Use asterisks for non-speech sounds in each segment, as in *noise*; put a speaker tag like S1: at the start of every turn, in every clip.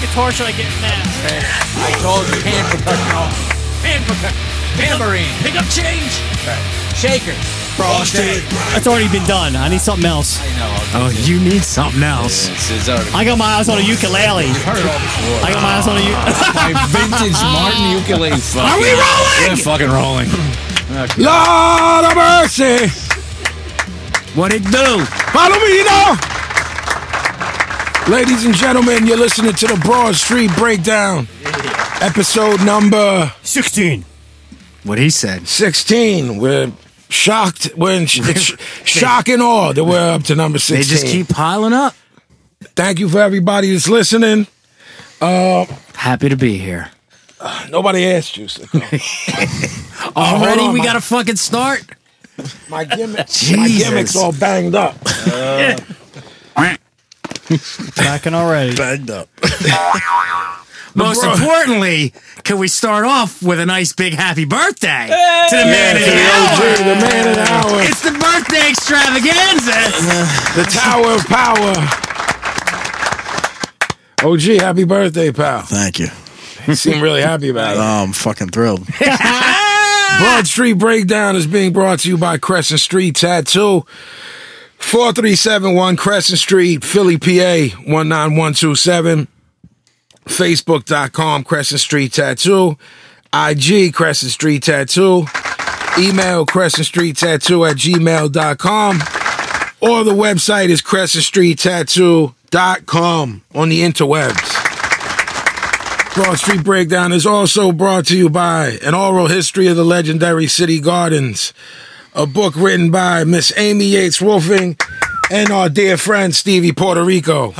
S1: guitar should I get next?
S2: I told you, hand
S3: *laughs*
S2: percussion. all- Hand percussion. Tambourine.
S1: Pick up change.
S2: Shakers. Frosted.
S1: That's already been done. I need something else.
S2: I know. I'll
S3: Oh, you need something else.
S2: This
S3: *laughs*
S2: is already.
S1: I got my eyes on a ukulele.
S2: You've heard it all before.
S1: I got my eyes on a *laughs* ukulele.
S2: My vintage
S3: *laughs*
S2: Martin ukulele. Are
S1: we rolling?
S2: We're fucking rolling.
S4: Lord of mercy.
S3: What it do?
S4: Follow me now. Ladies and gentlemen, you're listening to the Broad Street Breakdown. Episode number
S1: 16.
S3: What he said.
S4: 16. We're shocked. We're in sh-
S3: *laughs*
S4: it's sh- shock and awe that we're up to number 16.
S3: They just keep piling up.
S4: Thank you for everybody that's listening.
S3: Happy to be here.
S4: Nobody asked you. So.
S3: *laughs* Already
S4: on,
S3: we
S4: my-
S3: got to fucking start.
S4: My, gimmick, my gimmick's
S3: Jesus.
S4: all
S3: *laughs*
S4: banged up.
S1: Cracking already.
S4: Banged up.
S3: Most
S4: bro-
S3: importantly, can we start off with a nice big happy birthday to the man of
S4: to
S3: the hour?
S4: the OG, the man of the hour.
S3: It's the birthday
S2: *laughs*
S3: extravaganza. *laughs*
S4: The Tower of Power. OG, happy birthday, pal.
S5: Thank you.
S4: You seem really happy about it.
S5: Oh, I'm fucking thrilled.
S4: Broad Street Breakdown is being brought to you by Crescent Street Tattoo. 4371 Crescent Street, Philly, PA 19127. Facebook.com, Crescent Street Tattoo. IG, Crescent Street Tattoo. Email, Crescent Street Tattoo at gmail.com. Or the website is Crescent Street Tattoo.com on the interwebs. Broad Street Breakdown is also brought to you by An Oral History of the Legendary City Gardens, a book written by Miss Amy Yates Wolfing and our dear friend Stevie Puerto Rico.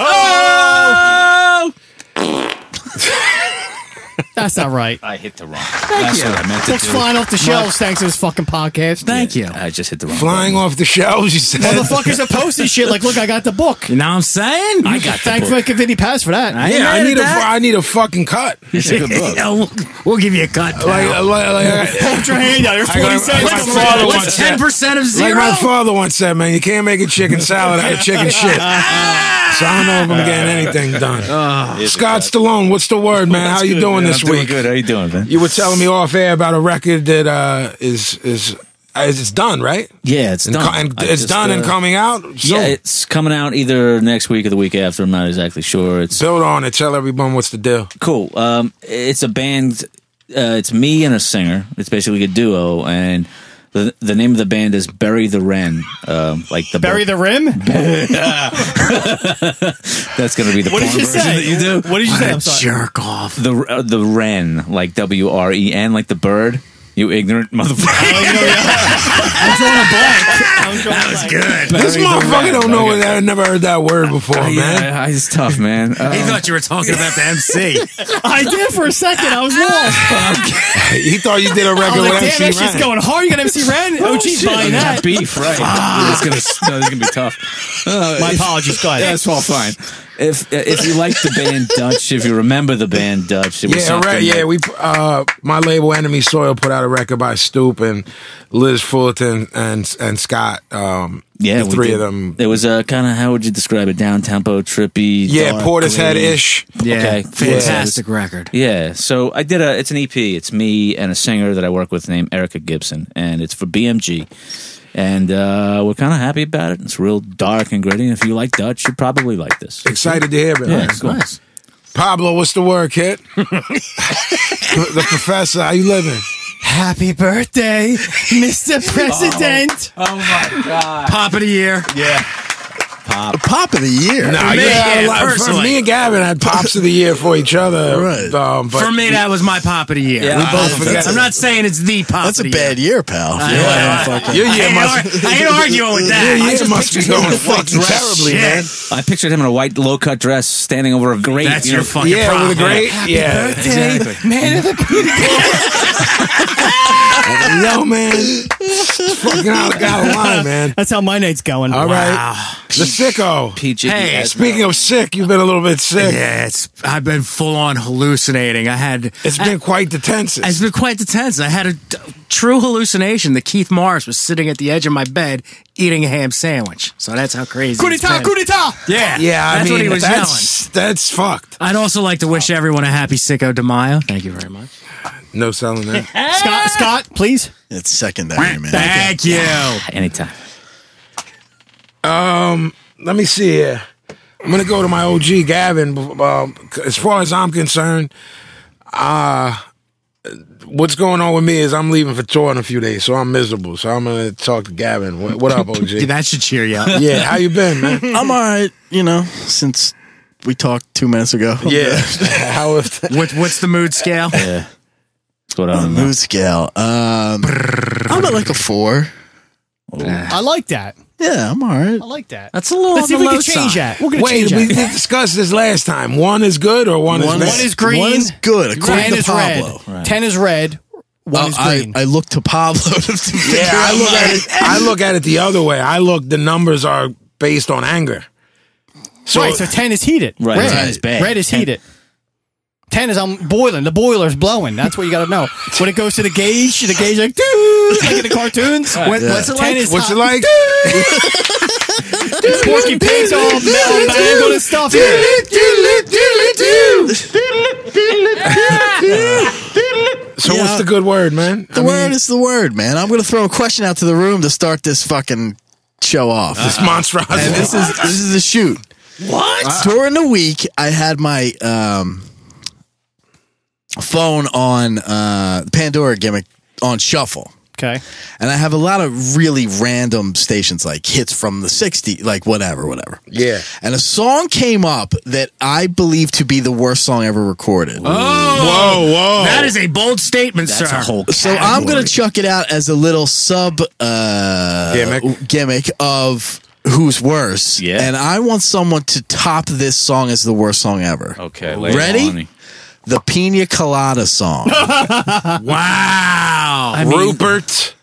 S1: That's not right.
S2: I hit the wrong. That's
S3: you.
S2: what I meant to
S1: Books
S2: do.
S1: flying off the shelves thanks to this fucking podcast.
S3: Thank you.
S2: I just hit the wrong.
S4: Flying off the shelves, you said.
S1: Motherfuckers are posting shit like, look, I got the book.
S3: You know what I'm saying? I
S2: got the
S1: Thanks for Vinny Pass for that.
S3: I ain't
S4: Yeah,
S3: mad
S4: I
S3: at
S4: need a,
S3: that.
S4: I need a fucking
S2: *laughs*
S4: cut.
S3: *laughs*
S2: It's a good book.
S3: Yeah, we'll, we'll give you a cut. pal.
S4: Like, like,
S2: *laughs*
S4: like,
S1: Put your hand out. There's
S4: I got-
S1: 20
S4: I
S1: seconds.
S4: got
S1: Come
S4: my
S1: on.
S4: father
S1: What's-
S4: wants-
S3: What's ten percent of
S4: like
S3: zero?
S4: my father once said, man, you can't make a chicken salad out of
S2: *laughs*
S4: chicken shit. So I don't know if I'm getting anything done. Scott Stallone, what's the word, man? How you doing
S2: Man,
S4: this
S2: I'm doing
S4: week?
S2: Ah. good. How you doing, man?
S4: You were telling me off air about a record that uh, is is uh, is- it's done, right?
S2: Yeah, it's
S4: And
S2: done.
S4: co- and
S2: I
S4: it's
S2: just,
S4: done and
S2: uh,
S4: coming out. So
S2: Yeah, it's coming out either next week or the week after. I'm not exactly sure. It's
S4: build on it. Tell everyone what's the deal.
S2: cool. Um, it's a band. Uh, it's me and a singer. It's basically a duo, and the the name of the band is Bury the Wren. Um, like the
S1: Bury the rim?
S2: That's going to be the
S1: What
S2: porn
S1: did you
S2: version
S1: say?
S2: that you do.
S1: What did you say? I'm sorry.
S3: Jerk off.
S2: The uh, the wren, like W R E N, like the bird. You ignorant motherfucker.
S1: I'm drawing a blank. I'm drawing a blank.
S3: Good.
S4: This motherfucker don't know what that. I never heard that word before, Oh, man.
S2: *laughs* yeah, it's tough, man.
S3: He
S2: Um,
S3: thought you were talking about the *laughs* MC.
S1: I did for a second. I was lost.
S4: He thought you
S2: *laughs*
S4: did a
S1: I
S4: record
S1: was
S4: with
S1: like, damn,
S4: MC
S1: that shit's
S4: Ren.
S1: going hard. You got MC Ren? Oh, geez, buying
S2: that
S1: that.
S2: beef, right? It's gonna, no, it's gonna be tough. Uh,
S1: My
S2: if-
S1: apologies. Go
S2: Yeah,
S1: ahead.
S2: it's all fine. If uh, if you like the band Dutch, if you remember the band Dutch, it was
S4: Yeah,
S2: something
S4: right. Yeah,
S2: like-
S4: we uh, my label Enemy Soil put out a record by Stoop and Liz Fullerton and and Scott. Um,
S2: yeah,
S4: the
S2: we
S4: three
S2: did.
S4: of them.
S2: It was uh, kind of how would you describe it? Down tempo, trippy.
S4: Yeah,
S2: dark,
S4: Portishead
S2: gritty.
S4: ish.
S3: Yeah,
S2: Okay,
S3: fantastic record.
S2: Yeah, so I did a. It's an EP. It's me and a singer that I work with named Erica Gibson, and it's for BMG. And uh, we're kind of happy about it. It's real dark and gritty. And if you like Dutch, you probably like this.
S4: Excited to hear about
S2: Yeah,
S4: it.
S2: it's cool.
S4: Pablo, what's the
S3: *laughs*
S4: word, kid? the professor, how you living?
S1: Happy birthday,
S3: *laughs* Oh.
S1: Mr. President.
S3: Pop of the year.
S5: The pop of the year.
S4: Nah,
S3: me,
S4: you
S3: yeah,
S4: had a lot- for
S3: personally.
S4: me and Gavin had pops of the year for each other.
S5: Right.
S4: Um, but
S3: For me, that was my pop of the year.
S2: Yeah,
S3: We
S2: I-
S3: both
S4: I-
S3: forget. I'm not saying it's the pop.
S5: That's
S3: of
S5: a
S3: the
S5: bad year, pal.
S3: I- I-
S5: Yeah, fucking-
S4: your
S3: I
S4: year
S3: ain't,
S4: must,
S3: ar- I ain't arguing with that.
S4: your
S3: I
S4: year
S3: just
S4: must be
S3: pictured him in
S4: going
S3: a white
S4: fucking
S3: dress.
S4: terribly,
S3: Shit.
S4: man.
S2: I pictured him in a white low cut dress standing over a grate.
S3: That's
S2: you
S3: your
S2: know?
S3: fucking
S4: Yeah,
S3: problem.
S4: with a great, yeah,
S1: Birthday, man of the
S4: yo, man, It's fucking out, out
S3: *laughs*
S4: of line, man.
S1: That's how my night's going.
S4: All right,
S3: Wow.
S4: the sicko.
S2: PG.
S3: Hey,
S2: Asthma.
S4: Speaking of sick, you've been a little bit
S3: *laughs*
S4: sick.
S3: Yeah, it's. I've been full on hallucinating. I had.
S4: It's been quite the tenses.
S3: It's been quite the tense. I had a d- true hallucination that Keith Morris was sitting at the edge of my bed eating a ham sandwich. So that's how crazy. it's
S1: Kudita,
S3: been.
S1: kudita.
S3: Yeah,
S4: Yeah, I
S3: that's
S4: mean,
S3: what he was yelling.
S4: that's, that's fucked.
S3: I'd also like to wish everyone a happy Sicko de Mayo. Thank you very much.
S4: No selling that.
S1: Scott, Scott, please.
S5: It's secondary, man.
S3: Thank you.
S2: Anytime.
S4: Let me see here. I'm gonna go to my OG Gavin. Um, as far as I'm concerned, uh, what's going on with me is I'm leaving for tour in a few days, so I'm miserable. So I'm gonna talk to Gavin. What, what up,
S1: *laughs*
S3: Dude,
S4: OG?
S3: that should cheer you up.
S4: yeah, how you been, man?
S5: I'm all right, you know, since we talked two minutes ago.
S4: Yeah, *laughs* how
S3: *laughs*
S4: if
S3: What, what's the mood scale?
S2: What's going
S5: On
S2: on?
S5: the mood scale, um, I'm at like a four.
S1: I like that.
S5: Yeah, I'm all right.
S1: I like that.
S3: That's a little.
S1: Let's see if
S3: on
S1: we
S3: the
S1: can
S3: low
S1: change
S3: side.
S1: that. We're gonna
S4: Wait,
S1: change
S4: we
S1: that.
S4: discussed this last time. One is good or one, is bad.
S1: is green,
S5: One is good. According
S1: Ten
S5: to
S1: is
S5: Pablo.
S1: red. Ten is red. One
S5: Oh,
S1: is
S5: I,
S1: green.
S5: I looked to Pablo *laughs* to figure
S4: yeah, I
S5: out
S4: look
S5: my-
S4: at it. I look at it the other way. I look. The numbers are based on anger. So,
S1: right, so ten is heated.
S2: Right,
S1: red.
S2: ten is bad.
S1: Red is
S2: Ten-
S1: heated. Ten is I'm boiling. The boiler's blowing. That's what you got to know. When it goes to the gauge, the gauge like, "Doo," like in the cartoons.
S3: What- What's it like?
S1: Ten is
S4: what's it
S1: hot.
S4: like?
S1: Porky Pig's all metal bangled and stuff.
S4: so what's the good word, man?
S5: The word is the word, man. I'm going to throw a question out to the room to start this fucking show off.
S4: It's monstrosity.
S5: and this is this is a shoot. What? During the week, I had my um, phone on uh, Pandora gimmick on shuffle,
S1: Okay.
S5: and I have a lot of really random stations like hits from the '60s, like whatever, whatever.
S4: yeah.
S5: And a song came up that I believe to be the worst song ever recorded.
S4: Whoa, whoa.
S3: That is a bold statement, sir.
S5: So I'm gonna chuck it out as a little sub uh,
S4: Gimmick.
S5: gimmick of who's worse.
S2: Yeah.
S5: And I want someone to top this song as the worst song ever.
S4: Oh.
S2: Okay, later
S5: Ready?
S2: on.
S5: The Pina
S4: *laughs*
S5: Colada song.
S3: Wow.
S4: Rupert.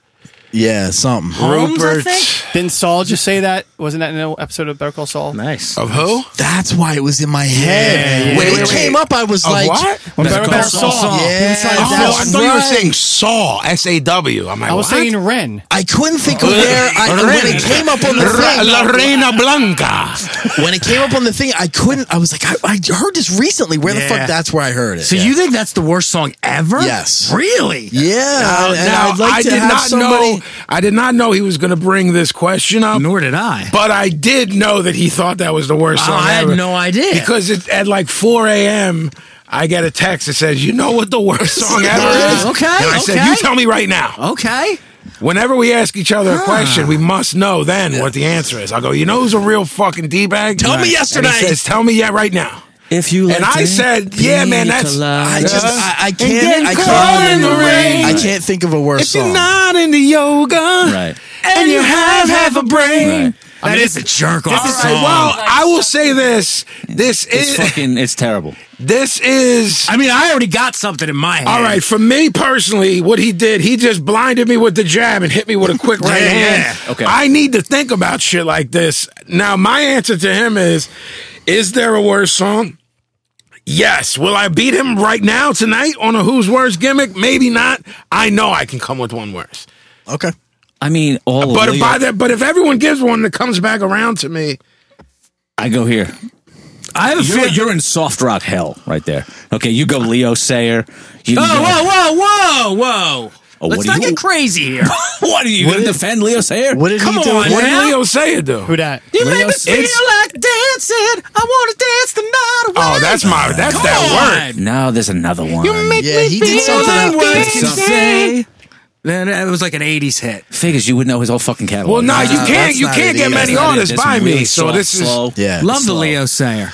S5: yeah, something.
S3: Holmes, I
S4: Rupert.
S3: think?
S1: Didn't Saul just say that? Wasn't that in an episode of Better Call Saul?
S3: Nice.
S4: Of who?
S5: That's why it was in my head.
S4: yeah,
S5: when
S4: yeah,
S5: it
S4: yeah.
S5: came up, I was
S4: Of
S5: like,
S4: what?
S1: When
S3: Better
S1: Better
S3: Call
S1: Call Saul.
S3: Saul.
S1: he was trying to
S5: Yeah.
S1: do
S4: Oh,
S1: it.
S4: I thought you were
S5: right.
S4: saying Saw, S A W. I'm like,
S1: I was
S4: what?
S1: saying Ren.
S5: I couldn't think of where I
S4: *laughs*
S5: when it came up on the
S4: Ra-
S5: thing.
S4: La Reina Blanca.
S5: When it came up on the thing, I couldn't. I was like, I, I heard this recently. Where the
S3: Yeah.
S5: fuck? That's where I heard it.
S3: So you think that's the worst song ever?
S5: Yes.
S3: Really?
S5: Yeah, and
S4: now,
S5: I'd like
S4: I
S5: to
S4: did
S5: have
S4: not
S5: somebody.
S4: know. I did not know he was going to bring this question up,
S3: Oh, Nor did I.
S4: but I did know that he thought that was the worst
S3: Oh,
S4: song
S3: I had
S4: ever.
S3: no idea.
S4: because it, at like 4 a.m. I get a text that says, "You know what the worst song ever
S3: Wow,
S4: is?"
S3: okay,
S4: and I said,
S3: okay.
S4: "You tell me right now."
S3: okay.
S4: Whenever we ask each other a question, we must know then what the answer is. I go, "You know who's a real fucking d bag?"
S5: Tell me
S4: And he
S5: yesterday.
S4: says, "Tell me yeah right now."
S2: If you
S4: And I said, "Yeah, man, that's."
S5: I just, I, I
S4: getting
S5: can't, I
S4: caught
S5: can't,
S4: in the rain.
S5: I can't think of a worse
S4: If you're
S5: song.
S4: not into yoga,
S2: right.
S4: and you have half a brain.
S2: Right.
S3: That is a jerk off
S4: All right,
S3: song.
S4: well, I will say this: this
S2: It's
S4: is
S2: fucking. It's terrible.
S4: this is
S3: I mean, I already got something in my head.
S4: All right, for me personally, what he did, he just blinded me with the jab and hit me with a quick right
S3: Yeah,
S4: hand.
S2: yeah. Okay.
S4: I need to think about shit like this. Now, my answer to him is Is there a worse song? Yes. Will I beat him right now tonight on a Who's Worse gimmick? Maybe not. I know I can come with one worse.
S5: Okay,
S2: I mean, all
S4: But
S2: of
S4: if,
S2: Leo,
S4: by that, but if everyone gives one that comes back around to me,
S2: I go here.
S3: I have a
S2: You're,
S3: feeling.
S2: you're in soft rock hell right there. Okay, you go Leo Sayer.
S3: Oh,
S2: You, you go-
S3: whoa, whoa, whoa, whoa.
S2: Oh,
S3: Let's
S2: what
S3: not
S2: do you-
S3: get crazy here.
S2: *laughs* What are you going to defend Leo Sayer?
S5: what did
S3: Come
S5: he do?
S3: on,
S4: what did
S3: Now-
S4: Leo say it though?
S1: Who that?
S3: You
S2: Leo
S3: make me
S2: s-
S3: feel
S2: it's-
S3: like dancing. I want to dance the night away.
S4: Oh, that's my that's
S3: Come
S4: that word.
S3: on.
S2: Now there's another one.
S5: Yeah, he did something.
S3: like
S5: out-
S3: words.
S5: something-
S2: Say.
S3: Then it was like an 80s hit.
S2: Figures you would know his whole fucking catalog.
S4: Well, nah, you
S5: that's
S4: can't you
S5: not
S4: can't
S5: it
S4: get
S5: either.
S4: many
S5: That's not it.
S4: artists
S2: There's
S4: by
S2: some really
S4: me, so
S2: soft,
S4: this is
S2: slow-
S5: Yeah,
S3: Love the
S5: slow.
S3: Leo Sayer.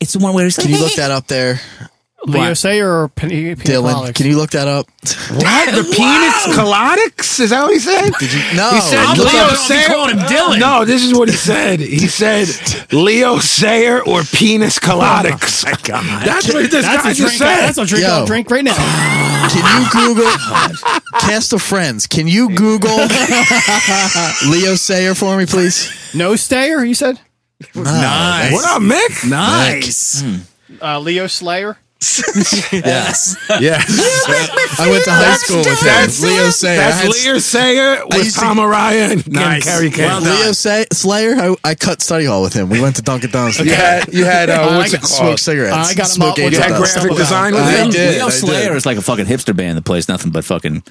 S2: It's the one where he's
S5: Can you look that up there,
S1: Leo
S3: What?
S1: Sayer or Pen- Pina
S5: Dylan?
S1: Colada?
S5: Can you look that up?
S4: What? The penis colonics? Is that what he said?
S5: No,
S3: Oh,
S4: He said
S5: I'm
S4: Leo
S3: glad
S4: Sayer.
S3: they called him Dylan.
S4: No, this is what he said. He said Leo Sayer or penis colonics. That's what this
S1: That's
S4: guy
S1: a
S4: just
S1: drink.
S4: said.
S1: That's a drink.
S5: Yo.
S1: I'll drink right
S5: *laughs*
S1: now.
S5: Can you Google cast of friends? Can you Google Leo Sayer for me, please?
S1: No Stayer, you said.
S5: Nice.
S4: what up, Mick?
S3: Nice. Hmm.
S1: Uh, Leo Slayer.
S5: Yes. yes. I went to high school with him.
S4: That's
S5: Leo Sayer. I
S4: That's
S5: had
S4: Leo Sayer with
S5: used to-
S4: Tom Araya and nice. Carrie King.
S5: Leo Say- Slayer, I, I cut study hall with him. We went to Dunkin' Donuts.
S4: You had, you had uh,
S1: *laughs* I
S4: what's it
S1: got
S5: Smoke
S4: called?
S5: cigarettes.
S1: I got him
S5: Smoke
S1: up with
S5: gauge
S1: that
S4: You had
S5: donuts.
S1: graphic
S4: graphic design with
S5: I
S4: him?
S5: did.
S2: Leo
S5: I did.
S2: Slayer is like a fucking hipster band that plays nothing but fucking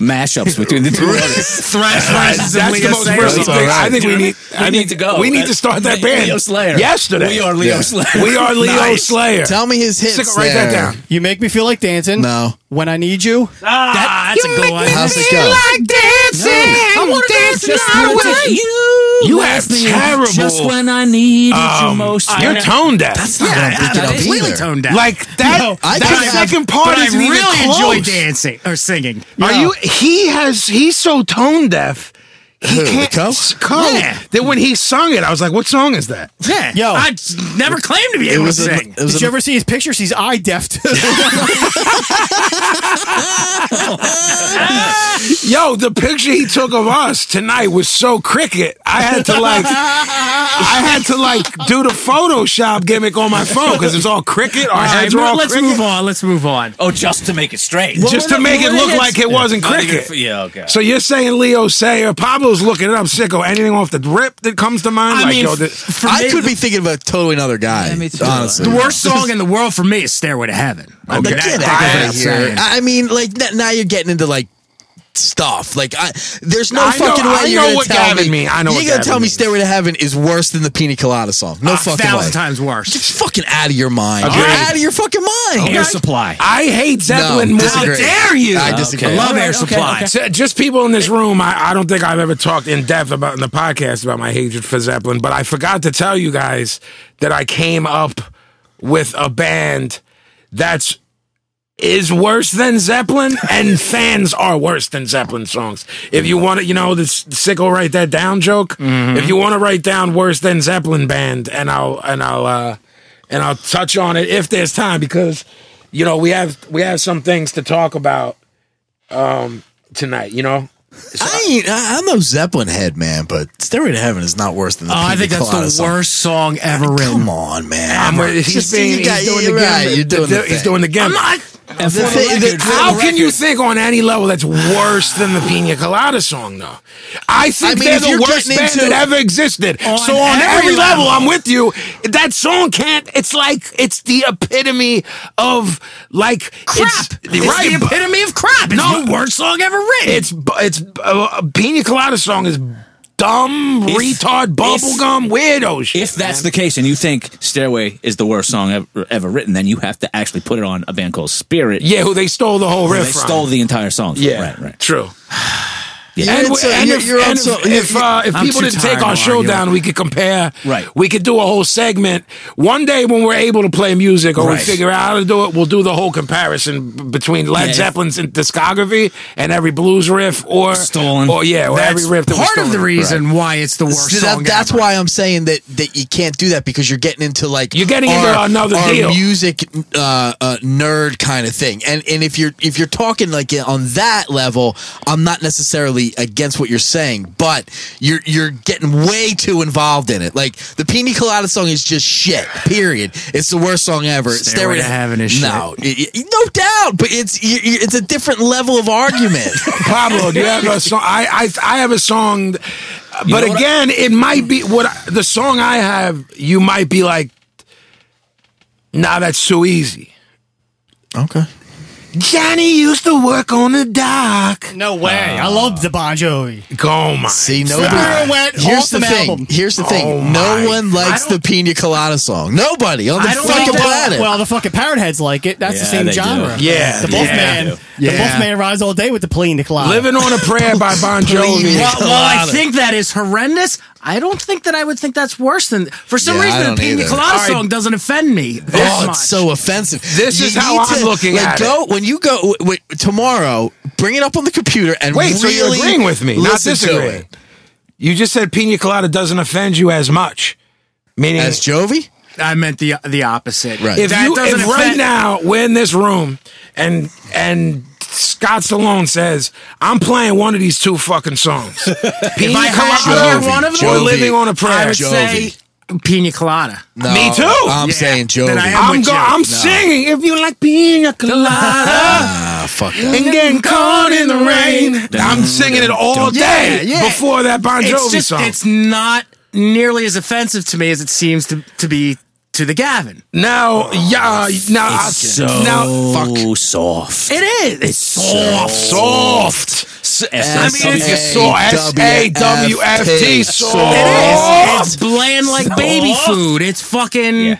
S2: mashups between the two artists.
S3: Thrash versus
S4: That's the
S3: Leo
S4: most
S3: Sayer.
S4: risky
S5: That's all
S4: thing. I
S5: right.
S4: think we need. I
S2: need to go.
S4: We need
S2: That's-
S4: to start that band.
S2: Leo Slayer.
S4: Yesterday.
S2: We are Leo Slayer.
S4: We are Leo Slayer.
S5: Tell me his hits.
S4: Stick it- write that
S5: there.
S4: down.
S1: You make me feel like dancing.
S5: No.
S1: When I need you.
S3: Ah, that's a good one.
S5: How's it go?
S4: dancing.
S2: want to dance you.
S4: You have terrible.
S2: Just when I needed you
S4: um,
S2: most.
S4: You're tone deaf.
S5: I don't pick it up
S3: Completely
S5: either.
S3: toned down.
S4: Like that.
S1: No,
S5: I
S4: that
S5: could have-
S4: second
S3: but
S4: part
S3: I
S4: isn't even
S3: really enjoy
S4: close.
S3: dancing or singing.
S4: Are you? He has. He's so tone deaf. He can't
S5: Nico?
S4: s- code.
S3: Yeah.
S4: Then when he sung it, I was like, "What song is that?"
S3: Yeah.
S1: Yo.
S3: I never claimed to be
S5: It
S3: able to
S5: was a,
S3: sing.
S5: it was
S1: Did
S5: a
S1: you ever see his pictures? He's eye deaf. too.
S4: Yo, the picture he took of us tonight was so cricket. I had to like, I had to like do the Photoshop gimmick on my phone because it's all cricket. Our
S3: All right,
S4: heads were all
S3: let's
S4: cricket.
S3: move on. Let's move on.
S2: oh, just to make it straight.
S4: Just to make it look like it wasn't cricket.
S2: Yeah, okay.
S4: So you're saying Leo Sayer, Pablo's looking it up, sicko. Anything off the rip that comes to mind?
S3: I
S4: like,
S3: mean,
S4: yo,
S3: f-
S4: this,
S3: for
S5: I
S3: me,
S5: could be thinking of a totally another guy.
S2: me too.
S5: Honestly,
S3: the worst song in the world for me is "Stairway to Heaven." I mean,
S5: Like,
S3: that- that
S5: get
S3: goes
S5: out
S3: without
S5: of here.
S3: saying.
S5: I mean, like n- now you're getting into like stuff. Like, I, there's no
S4: I know-
S5: fucking
S4: I
S5: way you're
S4: know
S5: gonna
S4: what
S5: tell
S4: Gavin
S5: me.
S4: mean. I know
S5: you're
S4: what
S5: gonna
S4: Gavin
S5: tell me
S4: means.
S5: "Stairway to Heaven" is worse than the Pina Colada song. No
S3: A
S5: fucking
S3: thousand
S5: way.
S3: times worse.
S5: It's fucking out of your mind.
S4: Agreed.
S5: You're out of your fucking mind.
S2: Air supply.
S4: I hate Zeppelin more.
S5: disagree.
S4: How dare you?
S5: I disagree.
S2: Okay.
S3: I love
S2: All right,
S3: Air
S2: okay,
S3: Supply.
S2: okay.
S4: To- just people in this room, I, I don't think I've ever talked in depth about in the podcast about my hatred for Zeppelin, but I forgot to tell you guys that I came up with a band that's is worse than Zeppelin, and *laughs* fans are worse than Zeppelin songs. If you want to, you know, this sicko write that down joke. If you want to write down worse than Zeppelin band, and I'll and I'll uh and I'll touch on it if there's time because you know we have we have some things to talk about um tonight. You know,
S5: I ain't. I, I'm no Zeppelin head, man. But "Stairway to Heaven" is not worse than the.
S3: Oh,
S5: Pina
S3: I think that's
S5: Colada
S3: the
S5: song.
S3: worst song ever
S5: Come
S3: written.
S5: on, man.
S4: I'm with- he's
S5: Just-
S4: being-
S5: you got-
S4: he's doing
S5: you're
S4: the
S5: right,
S4: gimmick.
S5: You're doing the,
S4: he's
S5: thing.
S4: doing the game.
S2: And for
S5: The
S2: the
S5: thing- the-
S2: record,
S4: How can you think on any level that's worse than the Pina Colada song, though? I think
S5: I mean,
S4: they're
S5: if
S4: the
S5: you're
S4: worst
S5: getting
S4: band
S5: into-
S4: that ever existed.
S3: On
S4: so on
S3: every
S4: every, level,
S3: level.
S4: I'm with you. That song can't. It's like it's the epitome of like
S3: Crap.
S4: It's,
S3: It's
S4: right,
S3: the
S4: but
S3: epitome of crap. It's
S4: No.
S3: the worst song ever written.
S4: It's bu- it's uh, a Pina Colada song is dumb, retard, bubblegum, weirdo shit.
S2: if that's the case, and you think "Stairway" is the worst song ever, ever written, then you have to actually put it on a band called Spirit.
S4: yeah, who they stole the whole
S2: where
S4: riff
S2: they
S4: from.
S2: stole the into our song.
S4: yeah,
S2: right, right.
S4: True.
S5: You're
S4: And,
S5: also-
S4: w- and
S5: you're-
S4: if,
S5: you're
S4: and
S5: also-
S4: if, if, uh, if
S3: I'm
S4: people
S3: too
S4: didn't take
S3: tired
S4: our
S3: of
S4: show
S3: arguing.
S4: down, we could compare.
S2: Right.
S4: We could do a whole segment. One day when we're able to play music or
S2: Right.
S4: we figure out how to do it, we'll do the whole comparison b- between Led
S2: Yeah.
S4: Zeppelin's discography and every blues riff or
S2: Stolen.
S4: Or yeah, or every riff that was
S3: part of the
S4: stolen.
S3: reason why it's the worst
S5: See, that-
S3: song
S5: that's
S3: ever.
S5: why I'm saying that that you can't do that because you're getting into like
S4: You're getting into another
S5: our
S4: deal.
S5: music uh, uh, nerd kind of thing. And and if you're if you're talking like on that level, I'm not necessarily against what you're saying, but you're you're getting way too involved in it. Like the Pina Colada song is just shit. Period. It's the worst song ever.
S3: Stairway to Heaven is
S5: no, y- y- no doubt. But it's y- y- it's a different level of argument.
S4: Pablo,
S2: *laughs*
S4: do you have a song? I, I, I have a song, th- but
S2: know what
S4: again, it might be what I, the song I have. You might be like, nah, that's too easy.
S5: okay.
S4: Johnny used to work on the
S1: *laughs*
S4: dock.
S1: no way. I love the Bon Jovi.
S4: Go my.
S5: See, nobody.
S1: Spirit went off
S5: Here's the
S1: an
S5: thing.
S1: album.
S5: Here's the thing.
S4: Oh
S5: no
S4: my-
S5: one likes the Pina Colada song. Nobody on the
S3: I don't
S5: fucking
S3: think that-
S5: planet.
S1: Well, the fucking parrot heads like it. That's
S2: Yeah,
S1: the same
S2: they do.
S1: genre.
S4: Yeah,
S1: The
S4: yeah.
S1: Buffman. The
S3: Yeah.
S1: Buffman rides all day with the plane to climb.
S4: Living on a Prayer by Bon
S5: *laughs* Please.
S4: Jovi.
S3: Well,
S5: Well-
S3: well, I
S5: Colada.
S3: think that is horrendous. I don't think that I would think that's worse than. For some
S5: Yeah, I
S3: reason,
S5: don't
S3: the Pina
S5: either.
S3: Colada
S4: All right.
S3: song doesn't offend me. that
S5: Oh,
S3: much.
S5: it's so offensive.
S4: This is how
S5: need
S4: I'm looking
S5: like,
S4: at
S5: go, When you go w- wait, tomorrow, bring it up on the computer and
S4: Wait,
S5: really
S4: so you're agreeing with me, not
S5: listen to
S4: disagreeing.
S5: it.
S4: You just said Pina Colada doesn't offend you as much. Meaning,
S5: As Jovi?
S3: I meant the the opposite.
S5: Right.
S4: if
S3: That
S4: you
S3: doesn't
S4: if right
S3: offend-
S4: now we're in this room and and Scott Stallone says I'm playing one of these two fucking songs, Pina
S3: I had to
S4: Colada
S3: hear one of them-
S4: or Living on a
S5: I
S4: Prayer.
S5: would
S3: say-
S5: Jovi.
S3: pina colada.
S5: No,
S4: Me too.
S5: I'm
S3: Yeah.
S5: saying Jovi.
S3: Then I am-
S4: I'm
S3: with
S4: go-
S3: you.
S4: I'm singing. If you like pina colada
S5: ah, fuck that.
S4: and getting caught in the rain, I'm singing it all day
S3: yeah.
S4: before that Bon Jovi
S3: It's just
S4: song.
S3: it's not nearly as offensive to me as it seems to to be to the Gavin.
S4: now, yeah, now, I- now,
S2: fuck. soft.
S3: It is. It's
S4: soft, soft. I mean, it's just so S A W F T.
S5: S-A-W-F-T.
S3: It is.
S4: Soft.
S3: It's bland like baby food. It's fucking.
S2: Yeah.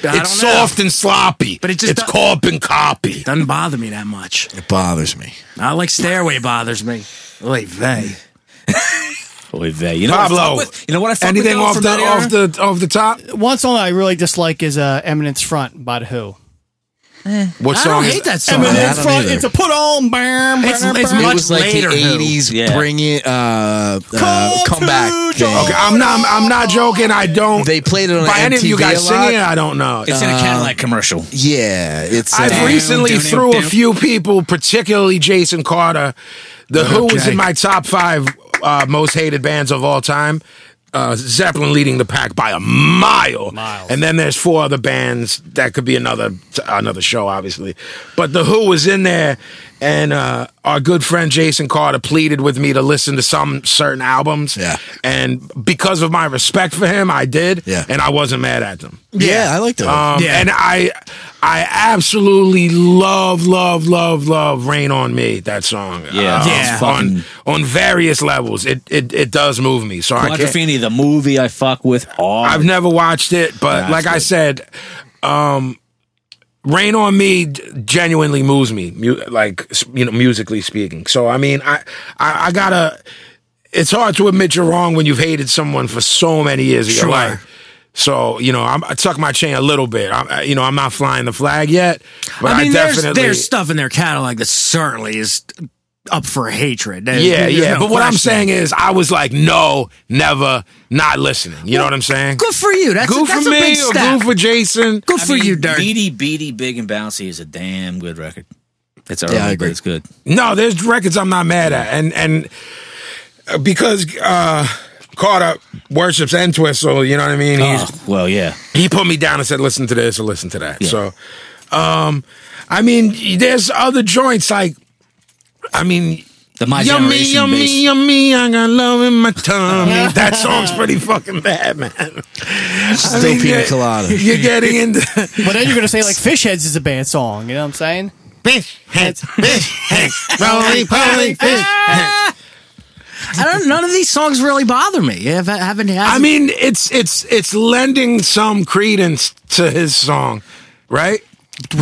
S3: I don't
S4: It's soft and sloppy.
S3: But it just
S4: it's
S3: do-
S4: corp and copy.
S3: Know. Doesn't bother me that much.
S5: It bothers me.
S3: Not like Stairway bothers me. Oy vey.
S2: Oy vey. You know what I
S4: Pablo,
S2: fuck with? You know what I fuck
S4: Anything
S2: with though
S4: off
S2: from
S4: the
S2: that era?
S4: off the off the top?
S1: One song I really dislike is uh, Eminence Front by The Who.
S4: What
S3: I
S4: song?
S3: don't
S4: is-
S3: hate that song.
S5: mean,
S1: Eminence
S5: don't
S1: Front,
S5: either.
S1: it's a put on, bam,
S3: It's-
S1: bam,
S3: it's
S1: bam.
S5: It
S3: Much
S5: was like
S3: later,
S5: the
S3: who?
S5: '80s.
S2: Yeah.
S5: Bring it. Uh, uh,
S1: Call
S5: come
S1: to
S5: back. thing.
S1: Jovi.
S4: Okay, I'm not. I'm not joking. I don't.
S5: They played it on
S4: by any of you
S5: MTV
S4: guys
S5: a lot.
S4: singing, it, I don't know.
S2: It's in a Cadillac commercial.
S5: Yeah, it's.
S4: I've
S5: uh,
S4: recently
S2: down,
S4: through
S2: down,
S4: a few people, particularly Jason Carter. The Who was
S3: Okay.
S4: in my top five uh, most hated bands of all time. Uh, Zeppelin leading the pack by a mile.
S1: Miles.
S4: And then there's four other bands that could be another another show, obviously. But the Who was in there, and uh, our good friend Jason Carter pleaded with me to listen to some certain albums.
S5: Yeah.
S4: And because of my respect for him, I did.
S5: Yeah.
S4: And I wasn't mad at them.
S5: yeah, I like that.
S4: Um, And I, I absolutely love, love, love, love "Rain on Me." That song.
S2: Yeah.
S3: Yeah.
S4: On on various levels, it it, it does move me. So I can't,
S2: Quadrophenia, the movie I fuck with. All
S4: I've never watched it, but
S2: That's
S4: like I
S2: good.
S4: said, um, "Rain on Me" d- genuinely moves me, mu- like s- you know, musically speaking. So I mean, I I, I gotta. It's hard to admit you're wrong when you've hated someone for so many years of
S3: Sure.
S4: your life. So you know, I'm, I tuck my chain a little bit. I'm, I, you know, I'm not flying the flag yet, but I,
S3: I mean, there's
S4: definitely.
S3: there's stuff in their catalog that certainly is up for hatred. There-
S4: yeah,
S3: there's
S4: yeah.
S3: no
S4: but what I'm
S3: question.
S4: saying is, I was like, no, never, not listening. You know what I'm saying?
S3: good for you. That's
S4: Good
S3: a, that's
S4: for
S3: a big
S4: me or
S3: step.
S4: good for Jason?
S3: Good
S2: I
S3: for
S2: mean,
S3: you, Dirk.
S2: Beady Beady Big and Bouncy is a damn good record. It's all
S5: Yeah, I
S2: right, but
S5: agree.
S2: it's good.
S4: No, there's records I'm not mad at, and and uh, because uh, Carter worships Entwistle, so you know what I mean. He's,
S2: Oh, well, yeah.
S4: He put me down and said, "Listen to this or listen to that." So, um, I mean, there's other joints like, I mean,
S2: The My
S4: yummy,
S2: Generation
S4: yummy,
S2: bass.
S4: yummy. I got love in my tummy. that song's pretty fucking bad, man. Still
S5: pina
S4: *laughs*
S5: colada.
S4: You're getting into.
S1: But then you're gonna say like Fish Heads is a bad song. You know what I'm saying?
S4: Bitch,
S1: Heads.
S3: *laughs*
S4: roly poly fish.
S3: I don't. None of these songs really bother me. If I haven't,
S4: I mean, it's it's it's lending some credence to his song, right?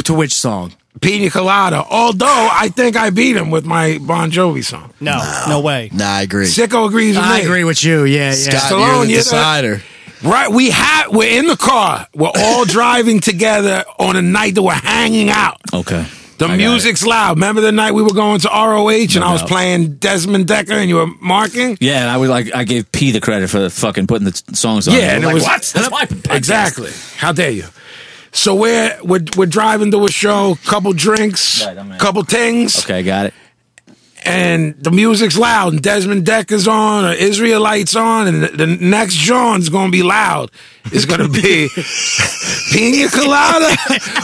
S3: to which song?
S4: Pina Colada. Although I think I beat him with my Bon Jovi song.
S1: No, no way.
S5: nah, I agree.
S4: Sicko agrees with
S3: I
S4: me.
S3: agree with you. Yeah, yeah.
S5: Scott,
S4: Stallone,
S5: you're the
S4: you know-
S5: decider.
S4: Right, we have we're in the car. We're all driving together on a night that we're hanging out.
S2: Okay.
S4: The
S2: I got it.
S4: music's loud. Remember the night we were going to ROH and I was
S2: doubt.
S4: playing Desmond Decker and you were marking?
S2: Yeah, and I was like, I gave P the credit for fucking putting the t- songs on.
S4: Yeah,
S2: They were
S4: and it
S2: like,
S4: was-
S2: what? That's my podcast.
S4: Exactly. How dare you? So we're we're, we're driving to a show, couple drinks,
S2: Right, I'm in.
S4: couple things,
S2: Okay, got it.
S4: and the music's loud, and Desmond Decker's on, or Israelites on, and the, the next John's gonna be loud. It's gonna be Pina Colada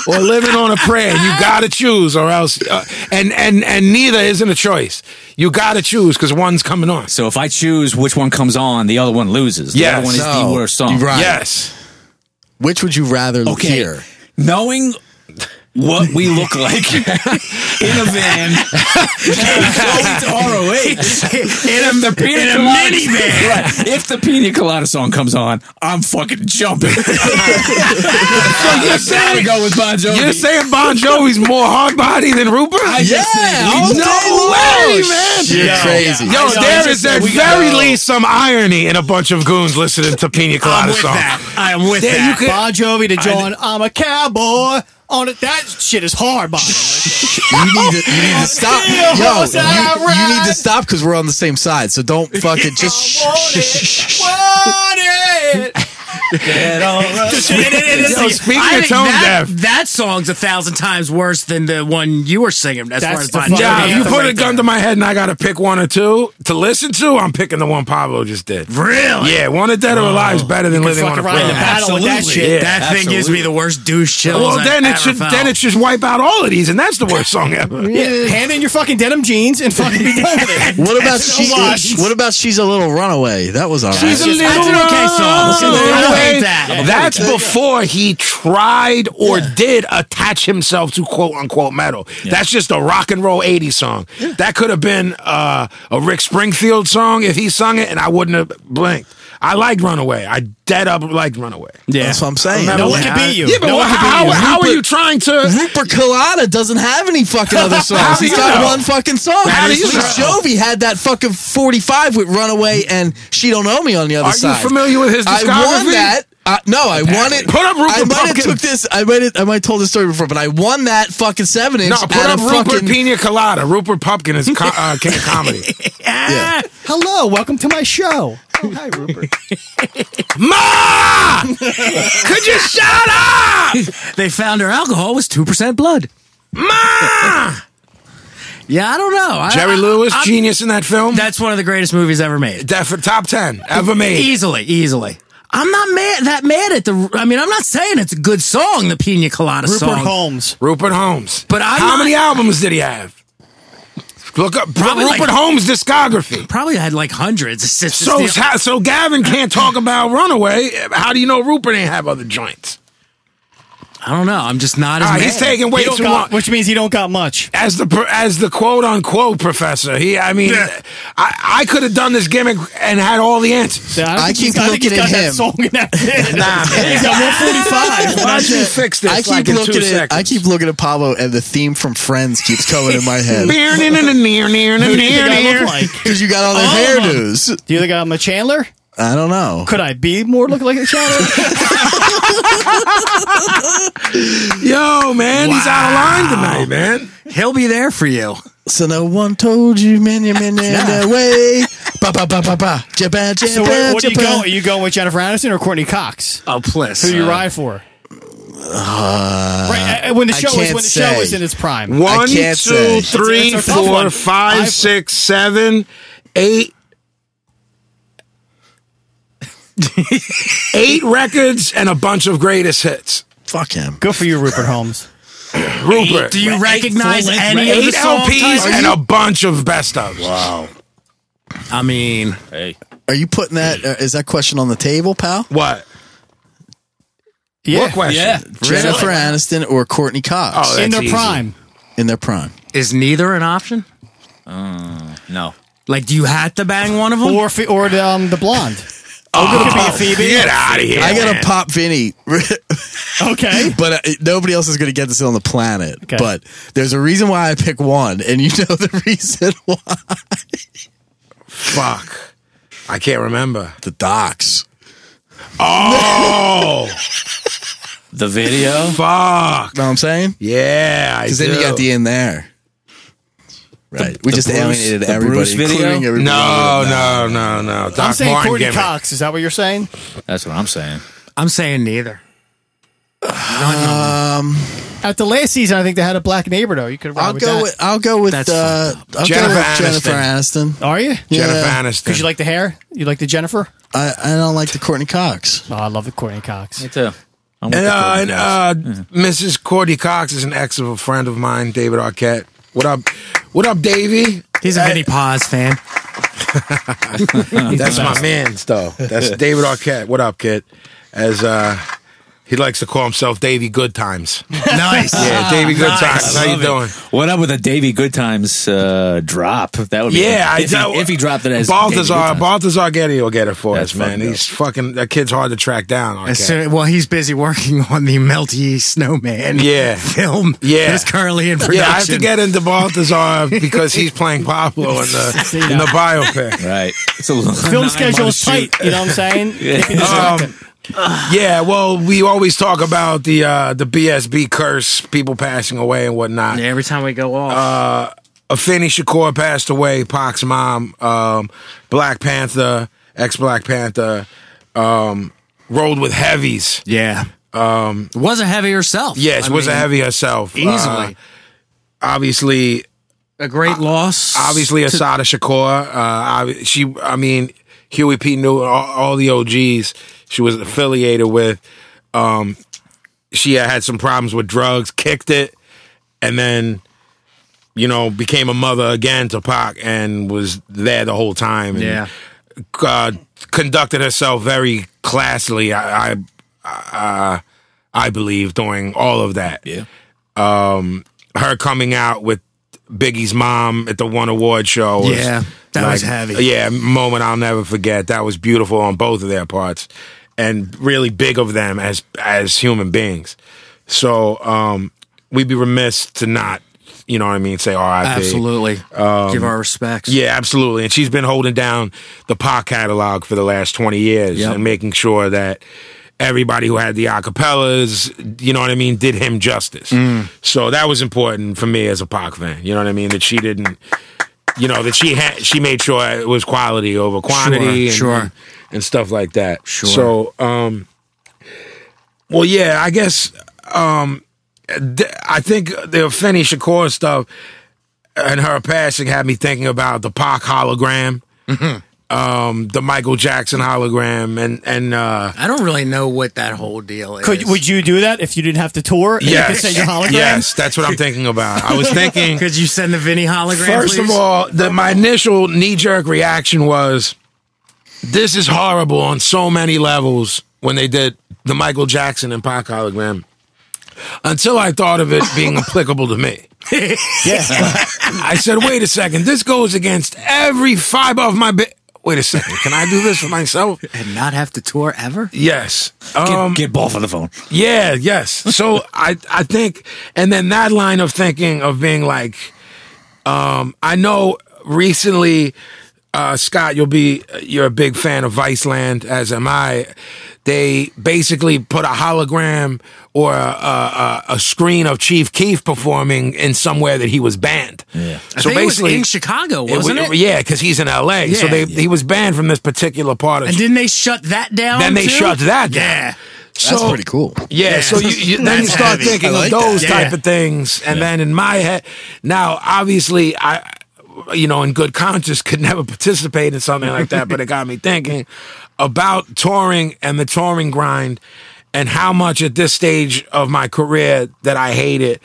S4: or Living on a Prayer. You gotta choose, or else, uh, and and and neither isn't a choice. You gotta choose because one's coming on.
S2: So if I choose which one comes on, the other one loses. The
S4: Yes. Oh,
S2: other one is
S5: No.
S2: the worst song.
S5: You're right.
S4: Yes.
S5: Which would you rather
S2: Okay.
S5: hear?
S2: Knowing what we look like in a van, going to ROH, *laughs* in a, the pina in colada,
S3: *laughs*
S2: minivan. Right. If the pina colada song comes on, I'm fucking jumping.
S4: So you're
S2: I
S4: saying
S2: go with Bon Jovi.
S4: you're saying Bon Jovi's more hard body than Rupert?
S5: Yeah, all
S4: No
S5: day
S4: way,
S5: long.
S4: man.
S5: You're crazy.
S4: Yo, there is at very least some irony in a bunch of goons listening to Pina Colada song.
S3: I am with
S4: Yeah, you could-
S1: Bon Jovi to John. I'm a cowboy. On it, that shit is hard, Bon.
S5: You need to, you
S4: *laughs*
S5: need to stop.
S1: Feel
S5: Yo,
S1: what's that
S5: you, you need to
S1: right?
S5: stop because
S4: *laughs*
S5: we're on the same side. So don't fucking just.
S1: want it, want it. *laughs*
S3: Yo,
S4: speaking
S3: I
S4: of
S3: think
S4: tone
S3: that,
S4: deaf-
S3: that song's a thousand times worse than the one you were singing. As
S1: That's
S3: far as
S1: the
S3: by
S1: fucking
S4: Yeah,
S1: Yeah,
S4: if you
S1: anthem
S4: put a gun to my head and I gotta pick one or two to listen to, I'm picking the one Pablo just did.
S3: Really?
S4: Yeah, one of dead or alive's better than living on a
S1: Oh. fuck around in the
S4: prayer.
S1: battle with that
S3: Absolutely.
S1: shit.
S4: Yeah,
S3: that thing gives me the worst douche chills.
S4: Well,
S3: I've
S4: then it
S3: ever
S4: should
S3: felt.
S4: then it should wipe out all of these, and that's the worst song ever.
S1: *laughs* Yeah, hand in your fucking denim jeans and fucking be done with it.
S5: *laughs* What about
S1: That's
S5: she?
S1: a lot.
S5: What about she's a little runaway? That was all right.
S4: She's a
S3: just- that's an
S4: little
S3: okay song. Listen, I don't hate that.
S4: That's before he tried or did attach himself to quote unquote metal. That's just a rock and roll 80s song. That could have been uh, a Rick Springfield song if he sung it, and I wouldn't have blinked. I liked Runaway. I dead up liked Runaway.
S3: Yeah.
S5: That's what I'm saying.
S1: No
S4: Yeah.
S1: one can beat you.
S4: Yeah, but
S1: no
S4: wha-
S1: one can beat
S4: how,
S1: you.
S4: how are you trying to?
S5: Rupert Colada doesn't have any
S4: *laughs*
S5: fucking other
S4: How
S5: songs.
S4: do
S5: He's
S4: you
S5: got
S4: know?
S5: one fucking song.
S4: How do
S5: Lee
S4: you know?
S5: Jovi had that fucking 45 with Runaway and She Don't Know Me on the other
S4: Are you
S5: side.
S4: familiar with his
S5: I won
S4: discography?
S5: that. Uh, no, I won it.
S4: Put up Rupert
S5: I might have
S4: Pumpkin.
S5: took this. I might have, I might have told this story before, but I won that fucking seven inch.
S4: No, put
S5: at
S4: up
S5: a
S4: Rupert
S5: fucking,
S4: Pina Colada. Rupert Pumpkin is co- uh, king of
S3: *laughs*
S4: comedy.
S5: Yeah.
S1: Hello, welcome to my show. Oh, hi, Rupert.
S4: Ma, could you shut up?
S3: *laughs* they found her alcohol was two percent blood.
S4: Ma!
S3: Yeah, I don't know. I-
S4: Jerry
S3: I-
S4: Lewis,
S3: I'm-
S4: genius in that film.
S3: That's one of the greatest movies ever made.
S4: Def- top ten ever made.
S3: Easily, easily. I'm not mad that mad at the. I mean, I'm not saying it's a good song, the Pina Colada
S1: Rupert
S3: song.
S1: Holmes.
S4: Rupert Holmes.
S3: But I'm
S4: how
S3: not-
S4: many albums did he have? Look up
S3: Probably
S4: Rupert
S3: like-
S4: Holmes discography.
S3: Probably had like hundreds. It's just-
S4: So
S3: it's the-
S4: how- so Gavin can't talk about Runaway. How do you know Rupert ain't have other joints?
S3: I don't know. I'm just not as
S4: Ah,
S3: mad.
S4: he's taking
S1: You
S4: way
S1: don't
S4: too
S1: got-
S4: long.
S1: which means he don't got much.
S4: as the per- as the quote unquote professor. He, I mean, I, I could have done this gimmick and had all the answers.
S1: Yeah,
S5: I
S1: think
S5: keep
S1: he's- I think he's
S5: looking
S1: got
S5: at
S1: that
S5: him.
S1: song in that. nah,
S4: man.
S1: He's got 145.
S4: *laughs* Why don't you fix this?
S5: I keep
S4: like, in
S5: looking
S4: two
S5: at
S4: seconds?
S5: I keep looking at Pablo, and the theme from Friends keeps coming in
S4: *laughs*
S5: my head
S1: Who do you think I look like?
S5: because you got
S4: Oh
S5: all the
S1: All of
S5: hairdos.
S1: Do you think I'm a Chandler?
S5: I don't know.
S1: Could I be more look like a Chandler?
S4: Yo, man, he's out of line tonight, man.
S3: He'll be there for you.
S5: So no one told you many, many yeah. way. Ba ba ba ba ba. Japan,
S1: *laughs*
S5: Japan,
S1: so where, what are you
S5: Japan.
S1: going? Are you going with Jennifer Aniston or Courtney Cox?
S3: Oh, please.
S1: Who do you ride for? right uh, when the
S5: I
S1: show is
S5: can't
S1: when the show
S5: say.
S1: is in its prime.
S4: One,
S5: can't
S4: two,
S5: say.
S4: three,
S1: It's a tough
S4: four,
S1: one.
S4: five,
S1: I've-
S4: six, seven, eight. Eight records and a bunch of greatest hits.
S5: Fuck him.
S1: Good for you, Rupert Holmes.
S4: Rupert.
S3: Do you recognize
S2: full-length
S3: any of
S4: Eight
S3: the song
S4: LPs
S3: titles?
S4: and a bunch of best ofs. Wow.
S3: I mean,
S2: Hey,
S5: Are you putting that? Uh, is that question on the table, pal?
S4: What?
S1: Yeah,
S4: What question?
S2: yeah,
S5: Jennifer Aniston or Courtney Cox
S4: Oh,
S1: in
S4: that's
S1: their
S4: easy.
S1: prime.
S5: in their prime?
S3: is neither an option?
S2: no.
S3: Like, do you have to bang one of them?
S1: Or fe- or the, um, the blonde. Oh, could be a Phoebe.
S4: Get out of here.
S5: I gotta
S4: man.
S5: pop Vinny,
S1: Okay.
S5: *laughs* but uh, nobody else is gonna get this on the planet.
S1: Okay.
S5: But there's a reason why I pick one, and you *laughs* know the reason why.
S4: Fuck. I can't remember.
S5: The docs.
S4: Oh, *laughs*
S2: The video.
S4: fuck.
S5: Know what I'm saying?
S4: Yeah, I
S5: Because then you
S4: do.
S5: got the in there. Right. we
S2: the
S5: just
S2: Bruce-
S5: alienated
S2: the
S5: everybody,
S2: Bruce video?
S5: including everybody.
S4: No, no, no, no. Doc
S1: I'm saying
S4: Martin
S1: Courtney
S4: gimmick.
S1: Cox. Is that what you're saying?
S2: That's what I'm saying.
S3: I'm saying neither.
S1: At the last season, I think they had a black neighbor though. You could ride
S5: I'll
S1: with
S5: go
S1: that.
S5: with I'll go with
S3: That's
S5: uh, I'll
S4: Jennifer
S5: go with Jennifer
S4: Aniston.
S5: Aniston.
S1: Are you?
S4: Jennifer
S5: Yeah.
S4: Aniston.
S1: Because you like the hair? You like the Jennifer?
S5: I, I don't like the Courtney Cox.
S1: Oh, I love the Courtney Cox.
S2: Me too. I'm
S4: and,
S2: with the
S4: uh,
S2: Courtney
S4: and
S2: Cox.
S4: uh, Mrs. Cordy Cox is an ex of a friend of mine, David Arquette. What up? What up, Davey?
S3: He's a Vinnie Paz fan.
S4: *laughs* That's my man's though. *laughs* That's David Arquette. What up, kid? As uh, he likes to call himself Davey Good
S2: *laughs*
S4: Times.
S3: nice.
S4: Yeah, Davey Good Times. How you
S2: Love it.
S4: doing?
S2: What up with the Davy Good Times uh, drop? That would be
S4: Yeah,
S2: if,
S4: I
S2: he, if he dropped it as
S4: Balthazar,
S2: Davey Good Times.
S4: Balthazar Getty will get it for
S2: That's
S4: us, man.
S2: fucking dope.
S4: He's fucking that kid's hard to track down. Arquette.
S3: As soon- well, he's busy working on the Melty Snowman
S4: Yeah.
S2: *laughs*
S3: film.
S4: Yeah.
S3: It's currently in production.
S4: Yeah, I have to get into Balthazar because he's playing Pablo
S3: *laughs*
S4: in the in the biopic.
S2: right? It's a little *laughs*
S1: Film schedule is tight. You
S4: *laughs*
S1: know what I'm saying? Can't be distracted.
S4: Yeah, well, we always talk about the uh, the BSB curse, people passing away and whatnot.
S3: Yeah, every time we go off.
S4: Afeni Shakur passed away, Pac's mom, um, Black Panther, ex Black Panther, um, rolled with heavies.
S3: Yeah. Um, was a heavy herself.
S4: Yes,
S3: I
S4: was a
S3: mean,
S4: heavy herself.
S3: Easily.
S4: Uh, obviously,
S3: a great loss.
S4: obviously Asada Shakur. Uh, I, she, I mean, Huey P knew all, all the OGs she was affiliated with. Um, she had, had some problems with drugs, kicked it, and then you know became a mother again to Pac and was there the whole time. And,
S3: Yeah.
S4: uh, conducted herself very classily. I, I, uh, I believe during all of that Um,
S2: Yeah.
S4: her coming out with Biggie's mom at the one award show. was,
S3: Yeah, that was heavy.
S4: Yeah, a moment I'll never forget. That was beautiful on both of their parts, and really big of them as as human beings. So um, we'd be remiss to not, you know what I mean, say R.I.P.
S3: Absolutely. Give our respects.
S4: um, Yeah, absolutely. And she's been holding down the pop catalog for the last 20 years
S3: Yep.
S4: and making sure that everybody who had the acapellas, you know what I mean, did him justice.
S3: Mm.
S4: So that was important for me as a Pac fan. You know what I mean? That she didn't, you know, that she had, she made sure it was quality over quantity.
S3: Sure,
S4: and,
S3: sure.
S4: And stuff like that.
S3: Sure.
S4: So, um, well, yeah, I guess, um, th- I think the Finney Shakur stuff, and her passing had me thinking about the Pac hologram,
S1: Mm-hmm.
S4: um, the Michael Jackson hologram, and and uh,
S3: I don't really know what that whole deal is.
S1: Could would you do that if you didn't have to tour? And You could
S4: yes,
S1: send your hologram.
S4: yes, that's what I'm thinking about. I was thinking.
S3: Could you send the Vinny hologram?
S4: First of
S3: please?
S4: all, the, my initial knee jerk reaction was, "This is horrible on so many levels." When they did the Michael Jackson and Pac hologram, until I thought of it being applicable to me.
S1: Yeah.
S4: I said, wait a second, this goes against every fiber of my. Bi- wait a second, can I do this for myself?
S3: and not have to tour ever.
S4: Yes.
S2: Get,
S4: Um,
S2: get Ball for the phone.
S4: yeah, yes.
S3: *laughs*
S4: So I, I think, and then that line of thinking of being like, um, I know recently, uh, Scott, you'll be, you're a big fan of Viceland, as am I. They basically put a hologram or a, a, a screen of Chief Keef performing in somewhere that he was banned. Yeah.
S3: I think it was in Chicago,
S4: It
S3: wasn't
S4: was-
S3: it?
S4: Yeah, because he's in LA. So
S3: Yeah.
S4: they he was banned from this particular part of.
S3: And didn't they shut that down?
S4: then they
S3: too?
S4: shut that down.
S3: Yeah.
S4: So,
S5: That's pretty cool.
S4: Yeah,
S3: Yeah.
S4: so you, you, then
S3: That's
S4: you start
S3: heavy.
S4: thinking
S5: I like
S4: of those
S3: that.
S4: type
S3: Yeah.
S4: of things, and then in my head, now obviously I, you know, in good conscience *laughs* could never participate in something like that, but it got me thinking about touring and the touring grind, and how much at this stage of my career that I hate it,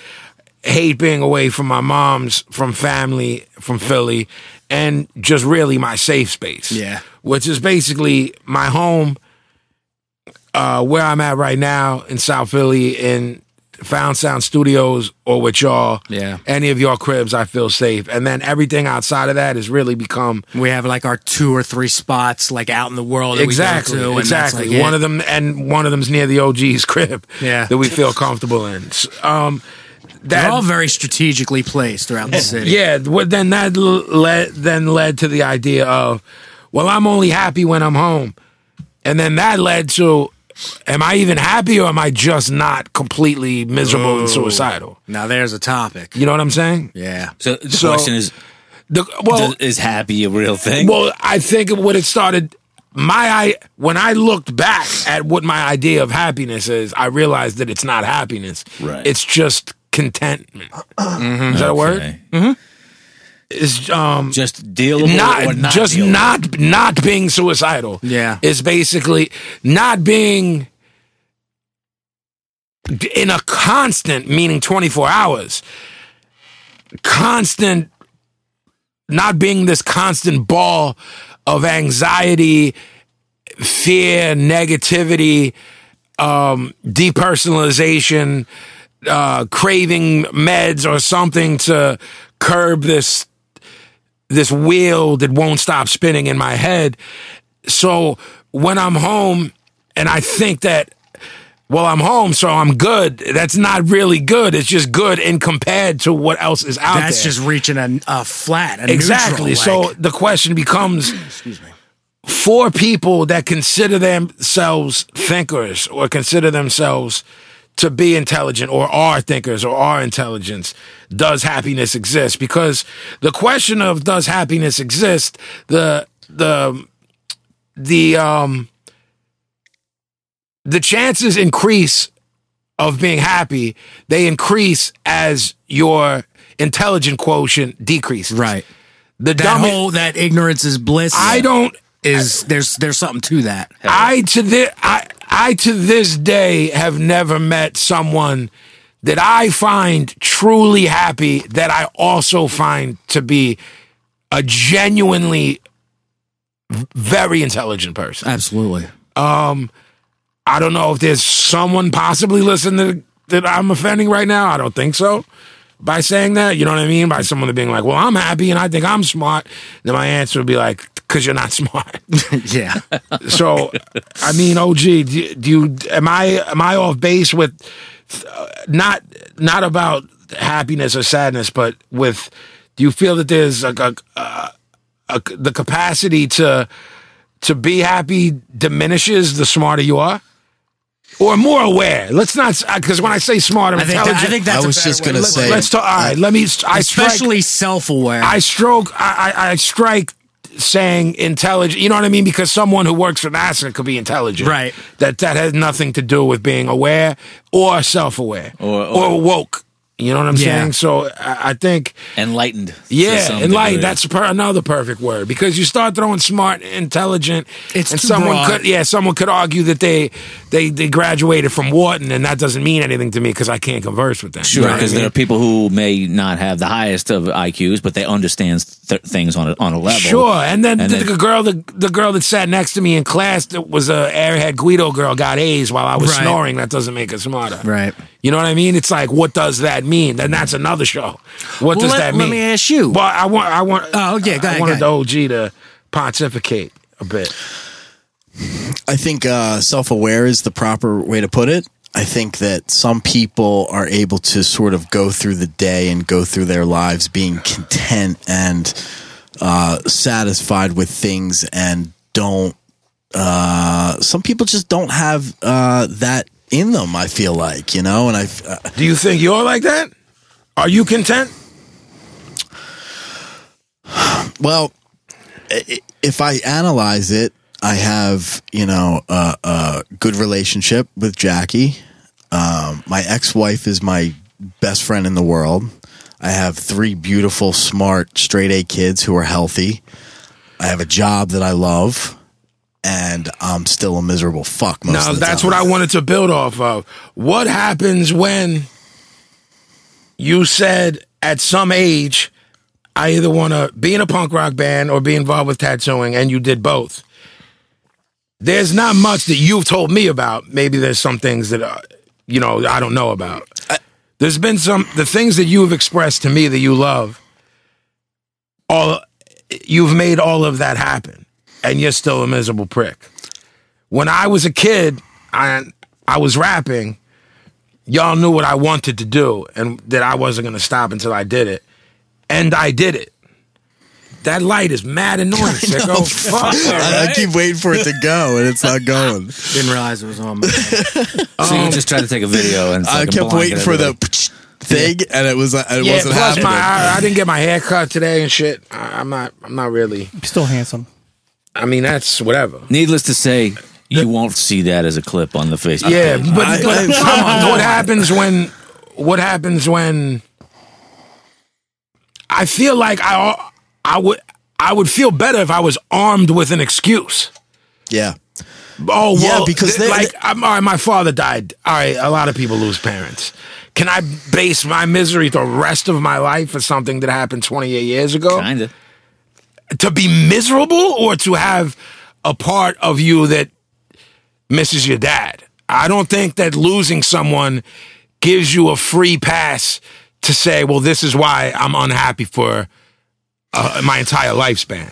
S4: hate being away from my mom's, from family, from Philly, and just really my safe space.
S3: Yeah.
S4: which is basically my home uh, where I'm at right now in South Philly in Found Sound Studios or with y'all.
S3: Yeah.
S4: Any of y'all cribs, I feel safe. And then everything outside of that has really become
S3: We have like our two or three spots like out in the world. That
S4: exactly,
S3: We go to, and
S4: exactly.
S3: That's like
S4: one
S3: it.
S4: of them, and one of them's near the OG's crib.
S3: *laughs* Yeah.
S4: That we feel comfortable in. S- Um,
S3: They're
S4: that
S3: all very strategically placed throughout the city.
S4: yeah. What then that l- led then led to the idea of, well, I'm only happy when I'm home, and then that led to. Am I even happy or am I just not completely miserable and suicidal?
S3: Now there's a topic.
S4: You know what I'm saying?
S3: Yeah.
S2: So the
S4: So-
S2: question is,
S4: The, well,
S2: d- is happy a real thing?
S4: well, I think what it started. My I when I looked back at what my idea of happiness is, I realized that it's not happiness.
S2: Right.
S4: It's just contentment. *clears throat* Is that a word?
S2: Okay.
S4: It's um
S2: Just deal
S4: not,
S2: or not
S4: just
S2: dealable.
S4: not not being suicidal.
S3: Yeah.
S4: It's basically not being in a constant, meaning 24 hours, constant, not being this constant ball of anxiety, fear, negativity, um, depersonalization, uh, craving meds or something to curb this this wheel that won't stop spinning in my head. So when I'm home and I think that, well, I'm home, so I'm good. That's not really good. It's just good in compared to what else is out
S3: That's
S4: there.
S3: just reaching a, a flat. A
S4: Exactly.
S3: Neutral,
S4: so
S3: like.
S4: the question becomes
S3: *clears throat*
S4: for people that consider themselves thinkers or consider themselves to be intelligent or are thinkers or are intelligence, does happiness exist? Because the question of does happiness exist, the the the um the chances increase of being happy, they increase as your intelligent quotient decreases.
S5: Right.
S4: The
S3: That
S4: dumb
S3: whole that ignorance is bliss.
S4: I don't
S3: is there's there's something to that.
S4: I to this I I to this day have never met someone that I find truly happy that I also find to be a genuinely v- very intelligent person.
S3: Uh, Absolutely.
S4: I don't know if there's someone possibly listening to, that I'm offending right now. I don't think so. By saying that, you know what I mean? By someone being like, well, I'm happy and I think I'm smart. Then my answer would be like, because you're not *laughs* smart.
S3: Yeah.
S4: So, I mean, OG, do, do you am I am I off base with uh, not not about happiness or sadness, but with do you feel that there's a, a, a, a the capacity to to be happy diminishes the smarter you are, or more aware? Let's not because when I say smart, I'm
S3: I think, that,
S4: intelligent.
S3: I think that's
S5: I
S3: a
S5: was
S3: better
S5: just
S3: way.
S5: gonna
S3: Let-
S5: say-
S4: Let's talk. All right, let me. I strike-
S3: especially self-aware.
S4: I stroke. I, I, I strike saying intelligent. You know what I mean? Because someone who works for NASA could be intelligent,
S3: Right.
S4: That that has nothing to do with being aware or self-aware
S2: Or-
S4: or,
S2: or-
S4: woke. You know what I'm
S3: Yeah.
S4: saying? So I, I think,
S2: Enlightened. to
S4: yeah,
S2: some
S4: and like
S2: degree.
S4: that's per, another perfect word because you start throwing smart, intelligent,
S3: It's
S4: and
S3: too
S4: someone
S3: broad.
S4: could, yeah, someone could argue that they they they graduated from Wharton, and that doesn't mean anything to me because I can't converse with them.
S2: Sure,
S4: You know what I
S2: because
S4: mean?
S2: there are people who may not have the highest of IQs, but they understand th- things on a, on a level.
S4: Sure, and then,
S2: And
S4: the,
S2: then-
S4: the girl, the, the girl that sat next to me in class, that was a airhead Guido girl, got A's while I was
S3: Right.
S4: snoring. That doesn't make her smarter,
S3: Right.
S4: You know what I mean? It's like, what does that mean? Then that's another show. What
S3: Well,
S4: does
S3: let-
S4: that mean?
S3: let me ask you.
S4: Well, I want, I want.
S3: Oh, yeah, go
S4: I
S3: ahead,
S4: wanted
S3: go
S4: the OG to pontificate a bit.
S5: I think uh, self aware is the proper way to put it. I think that some people are able to sort of go through the day and go through their lives being content and uh, satisfied with things and don't. Uh, some people just don't have uh, that in them, I feel like, you know? And I, uh,
S4: Do you think you're like that? Are you content?
S5: well, i- i- if I analyze it, I have, you know, a, a good relationship with Jackie. Um, my ex wife is my best friend in the world. I have three beautiful, smart, straight A kids who are healthy. I have a job that I love, and I'm still a miserable fuck most
S4: Now
S5: of the
S4: that's
S5: time.
S4: what I wanted to build off of. What happens when you said at some age, I either want to be in a punk rock band or be involved with tattooing, and you did both. There's not much that you've told me about. Maybe there's some things that uh, you know I don't know about. there's been some the things that you've expressed to me that you love. All you've made all of that happen, and you're still a miserable prick when I was a kid, I I was rapping. Y'all knew what I wanted to do, and that I wasn't gonna stop until I did it, and I did it. That light is
S5: *laughs*
S4: mad annoying. Sicko. Fuck.
S5: I, I keep waiting for it to go, and it's not going.
S3: didn't realize it was on. *laughs* My
S2: So
S4: um,
S2: you just tried to take a video, and
S5: I
S2: fucking
S5: kept
S2: blind
S5: waiting for the
S2: everybody.
S5: *laughs* thing, and it was uh, it
S4: Yeah,
S5: wasn't
S4: plus
S5: happening.
S4: my I, I didn't get my hair cut today and shit. I, I'm not. I'm not really.
S1: Still handsome.
S4: I mean, that's whatever.
S2: Needless to say, you won't see that as a clip on the Facebook.
S4: Yeah,
S2: page.
S4: but, *laughs*
S5: I-
S4: but
S5: I-
S4: come on,
S5: *laughs*
S4: what happens when? What happens when? I feel like I al- I would I would feel better if I was armed with an excuse.
S5: yeah.
S4: Oh
S5: Yeah,
S4: well,
S5: because
S4: th-
S5: they-
S4: like I'm, all right, my father died. All right, a lot of people lose parents. Can I base my misery the rest of my life for something that happened 28 years ago?
S2: kinda.
S4: To be miserable or to have a part of you that misses your dad? I don't think that losing someone gives you a free pass to say, well, this is why I'm unhappy for uh, my entire lifespan.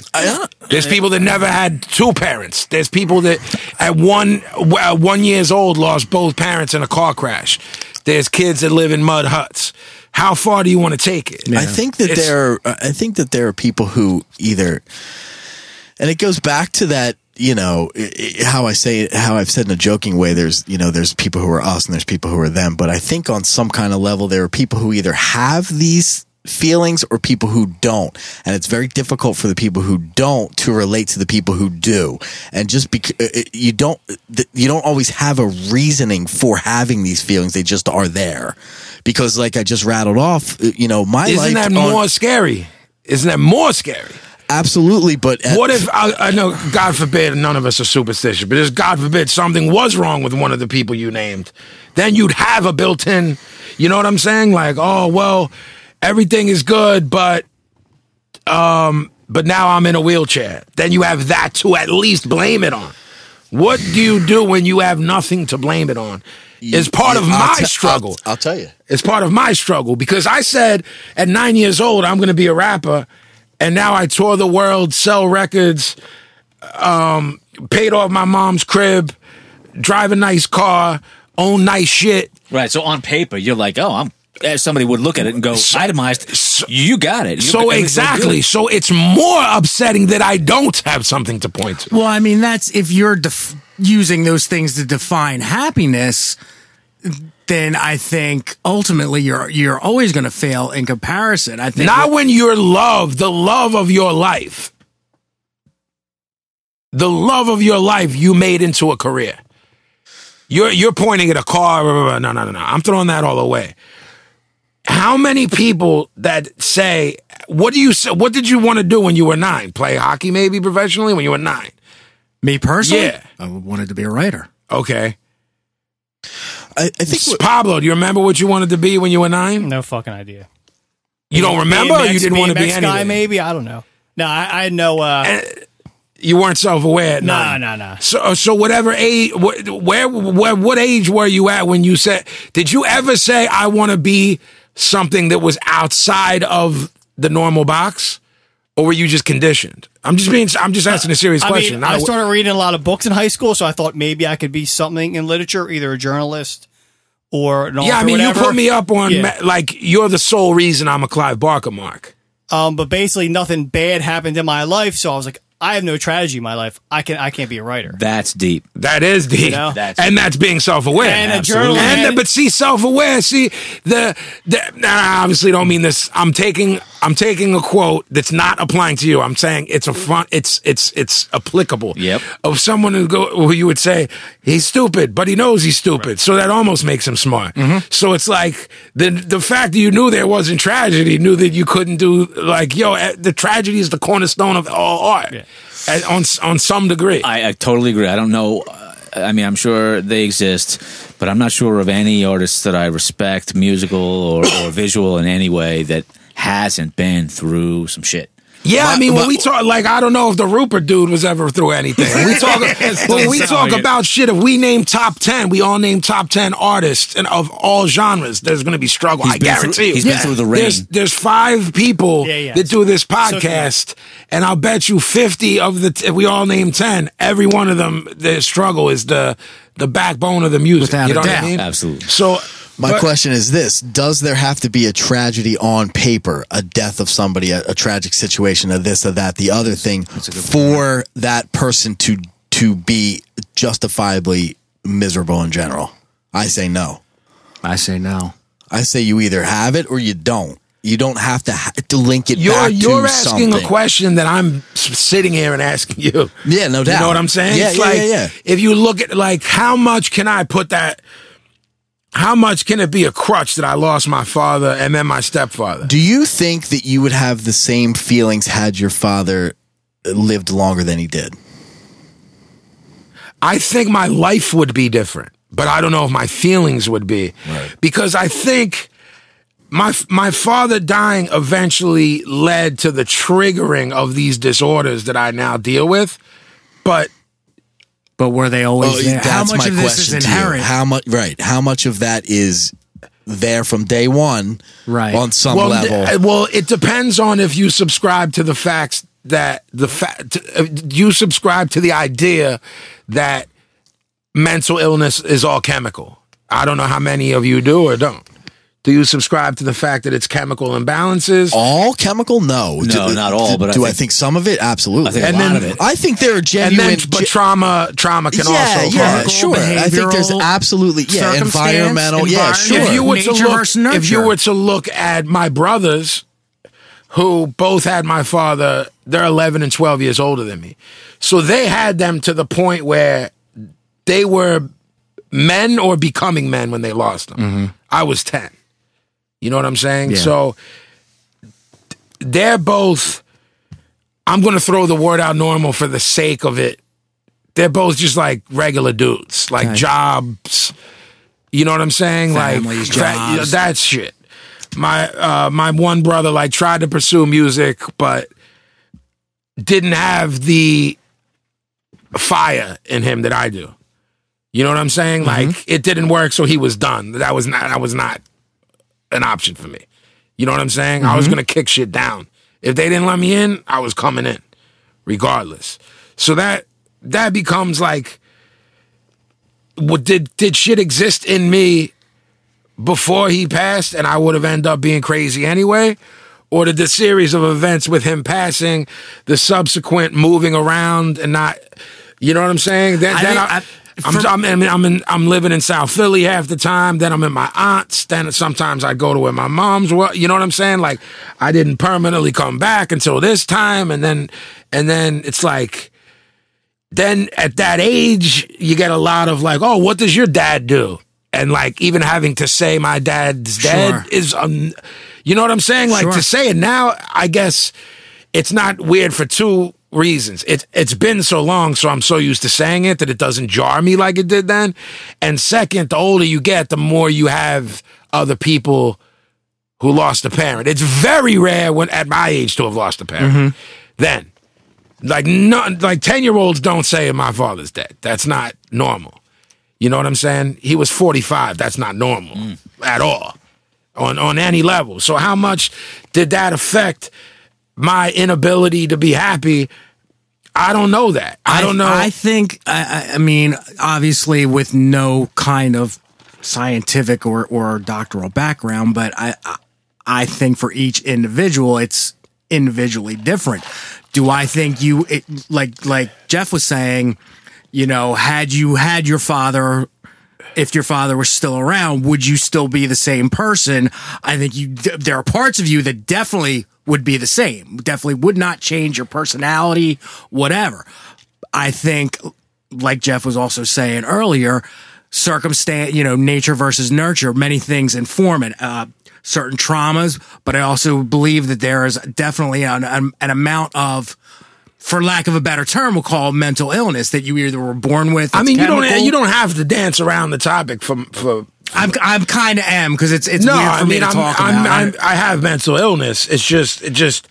S4: There's people that never had two parents. There's people that at one at one years old lost both parents in a car crash. There's kids that live in mud huts. How far do you want to take it?
S5: I think that
S4: It's-
S5: there are, I think that there are people who either and it goes back to that you know i- i- how I say it, how I've said in a joking way there's you know there's people who are us and there's people who are them but I think on some kind of level there are people who either have these feelings or people who don't. And it's very difficult for the people who don't to relate to the people who do. And just because you don't, th- you don't always have a reasoning for having these feelings. They just are there. Because like I just rattled off, uh, you know, my life
S4: Isn't that
S5: on-
S4: more scary? Isn't that more scary?
S5: absolutely, but at-
S4: What if I, I know? God forbid, none of us are superstitious, but just God forbid something was wrong with one of the people you named, then you'd have a built-in. You know what I'm saying? Like, oh well, everything is good, but um, but now I'm in a wheelchair. Then you have that to at least blame it on. What do you do when you have nothing to blame it on? It's part of
S5: I'll
S4: my
S5: te- I'll-
S4: struggle.
S5: I'll tell you.
S4: It's part of my struggle because I said at nine years old, I'm going to be a rapper. And now I tour the world, sell records, um, paid off my mom's crib, drive a nice car, own nice shit.
S2: Right. So on paper, you're like, oh, I'm. eh, Somebody would look at it and go, itemized. you got it. You-
S4: So
S2: everything's
S4: exactly.
S2: good."
S4: So it's more upsetting that I don't have something to point to.
S3: Well, I mean, that's if you're def- using those things to define happiness, then I think ultimately you're you're always going to fail in comparison. I think
S4: Not when your love, the love of your life, the love of your life, you made into a career. You're you're pointing at a car. Blah, blah, blah. No, no, no, no. I'm throwing that all away. How many people that say, "What do you say? What did you want to do when you were nine? Play hockey, maybe professionally when you were nine?
S3: me personally,
S4: Yeah.
S3: I wanted to be a writer.
S4: Okay,
S5: I, I think what-
S4: Pablo, do you remember what you wanted to be when you were nine?
S1: No fucking idea.
S4: You don't Oh, remember. or
S1: BMX
S4: you didn't want to be
S1: BMX
S4: anything. Eh,
S1: guy, maybe I don't know. No, I, I know. Uh,
S4: You weren't self-aware. at
S1: no,
S4: nine.
S1: no, no.
S4: So, uh, so whatever age, wh- where, where, what age were you at when you said? Did you ever say I want to be something that was outside of the normal box, or were you just conditioned? I'm just being, I'm just asking a serious
S1: Uh, I
S4: question.
S1: mean, I started reading a lot of books in high school, so I thought maybe I could be something in literature, either a journalist or an author.
S4: yeah, I mean, you
S1: whatever.
S4: put me up on
S1: Yeah.
S4: ma- like you're the sole reason I'm a Clive Barker mark.
S1: Um, but basically, nothing bad happened in my life, so I was like, I have no tragedy in my life. I can I can't be a writer.
S2: That's deep.
S4: That is the
S1: know?
S2: That's-
S4: and that's being self-aware.
S1: And a
S2: Absolutely.
S1: journalist,
S4: And the, but see, self-aware. See, the, the nah, I obviously don't mean this. I'm taking I'm taking a quote that's not applying to you. I'm saying it's a fun. It's it's it's applicable.
S2: Yep.
S4: Of someone who go who you would say he's stupid, but he knows he's stupid, so that almost makes him smart.
S2: Mm-hmm.
S4: So it's like the the fact that you knew there wasn't tragedy, knew that you couldn't do like yo. eh, The tragedy is the cornerstone of all art, and on s- on some degree.
S2: I, I totally agree. I don't know. uh, I mean, I'm sure they exist, but I'm not sure of any artist that I respect, musical or, or visual in any way, that hasn't been through some shit.
S4: Yeah, I
S5: My-
S4: mean, when
S5: my-
S4: we talk, like, I don't know if the Rupert dude was ever through anything.
S2: *laughs*
S4: When we talk, when we
S1: sound
S4: talk
S1: like it.
S4: about shit, if we name top 10, we all name top 10 artists and of all genres, there's going to be struggle. I
S2: been through-
S4: guarantee you.
S2: he's been through the rain.
S4: There's, there's five people
S1: Yeah, yeah.
S4: that do this
S1: true.
S4: podcast, and I'll bet you 50 of the, t- if we all name 10, every one of them, their struggle is the, the backbone of the music.
S3: Without
S4: you
S3: a
S4: know
S3: doubt.
S4: what I mean?
S2: Absolutely.
S4: So,
S5: My
S4: but-
S5: question is this: Does there have to be a tragedy on paper, a death of somebody, a, a tragic situation, a this, a that, the other thing, for that person to to be justifiably miserable in general? I say no.
S3: I say no.
S5: I say you either have it or you don't. You don't have to ha- to link it
S4: You're,
S5: back
S4: you're
S5: to
S4: asking
S5: something.
S4: a question that I'm s- sitting here and asking you.
S5: Yeah, no doubt.
S4: You know what I'm saying?
S5: Yeah,
S4: It's
S5: yeah,
S4: like,
S5: yeah, yeah.
S4: If you look at like how much can I put that? How much can it be a crutch that I lost my father and then my stepfather?
S5: Do you think that you would have the same feelings had your father lived longer than he did?
S4: I think my life would be different, but I don't know if my feelings would be, because I think my my father dying eventually led to the triggering of these disorders that I now deal with, but.
S3: But were they always
S5: Oh,
S3: there? How much of this is
S5: to you.
S3: inherent?
S5: How much? Right. How much of that is there from day one?
S3: Right.
S5: On some
S4: th-
S5: level.
S4: uh, well, it depends on if you subscribe to the facts that the fact you subscribe to the idea that mental illness is all chemical. I don't know how many of you do or don't. Do you subscribe to the fact that it's chemical imbalances?
S5: all chemical? No.
S2: No, not all, but I
S5: do I
S2: think-
S5: think some of it? Absolutely.
S2: I think
S4: And
S2: a lot
S4: then-
S2: of it.
S5: I think there are
S4: and
S5: genuine.
S4: then, but
S5: ge-
S4: trauma, trauma can
S5: yeah,
S4: also.
S5: yeah,
S4: cause-
S5: sure. I think there's
S3: behavioral
S5: absolutely yeah,
S3: circumstance,
S5: environmental. Yeah,
S3: environment.
S5: sure.
S4: If you were to
S3: Nature
S4: look,
S3: versus nurture.
S4: if you were to look at my brothers, who both had my father, they're 11 and 12 years older than me. So they had them to the point where they were men or becoming men when they lost them.
S3: Mm-hmm.
S4: I was 10. You know what I'm saying? So they're both, I'm going to throw the word out normal for the sake of it. They're both just like regular dudes, like jobs. You know what I'm saying?
S3: Families,
S4: like fa-
S3: jobs.
S4: that shit. My uh, my one brother like tried to pursue music, but didn't have the fire in him that I do. You know what I'm saying? Like it didn't work, so he was done. That was not that was not an option for me. You know what I'm saying? I was gonna kick shit down. If they didn't let me in, I was coming in, regardless. So that that becomes like, what did did shit exist in me before he passed, and I would have ended up being crazy anyway? Or did the series of events with him passing, the subsequent moving around and not, you know what I'm saying? Then,
S3: I
S4: then
S3: think-
S4: I,
S3: I-
S4: I'm, I'm, I'm, I'm, in, I'm living in South Philly half the time. Then I'm in my aunt's. Then sometimes I go to where my mom's. Well, you know what I'm saying? Like I didn't permanently come back until this time, and then and then it's like, then at that age you get a lot of like, oh, what does your dad do? And like even having to say my dad's
S3: Sure.
S4: dead is, um, you know what I'm saying? Like
S3: Sure.
S4: to say it now, I guess it's not weird for two reasons. It's it's been so long, so I'm so used to saying it that it doesn't jar me like it did then. And second, the older you get, the more you have other people who lost a parent. It's very rare when at my age to have lost a parent.
S3: Mm-hmm.
S4: Then, like none, like ten year olds don't say my father's dead. That's not normal. You know what I'm saying? He was 45. That's not normal
S3: Mm.
S4: at all on on any level. So how much did that affect my inability to be happy? I don't know that. I, don't know.
S3: I think I, I- I mean, obviously, with no kind of scientific or, or doctoral background, but I I- I think for each individual, it's individually different. Do I think you it, like like Jeff was saying? You know, had you had your father if your father was still around, would you still be the same person? I think you there are parts of you that definitely would be the same. Definitely would not change your personality, whatever. I think like Jeff was also saying earlier, circumstance, you know, nature versus nurture, many things inform it. Uh certain traumas, but I also believe that there is definitely an an, an amount of for lack of a better term, we'll call mental illness that you either were born with.
S4: I
S3: it's
S4: mean, you don't
S3: chemical-
S4: you don't have to dance around the topic for for
S3: I'm I'm kind of am because it's it's
S4: no.
S3: weird for
S4: I
S3: me
S4: mean,
S3: to
S4: I'm,
S3: talk
S4: I'm,
S3: about.
S4: I'm, I have mental illness. It's just it just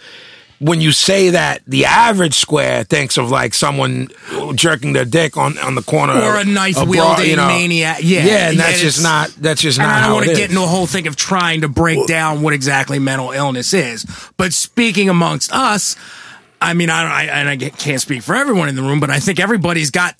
S4: when you say that, the average square thinks of like someone jerking their dick on on the corner
S3: Or
S4: of-
S3: a knife
S4: of
S3: wielding
S4: broad-
S3: maniac. Yeah,
S4: yeah, and
S3: yeah,
S4: that's just
S3: it's-
S4: not that's just
S3: and
S4: not
S3: I don't
S4: how
S3: want
S4: it
S3: to
S4: is.
S3: get into a whole thing of trying to break down what exactly mental illness is. But speaking amongst us, I mean, I, don't- I and I get- can't speak for everyone in the room, but I think everybody's got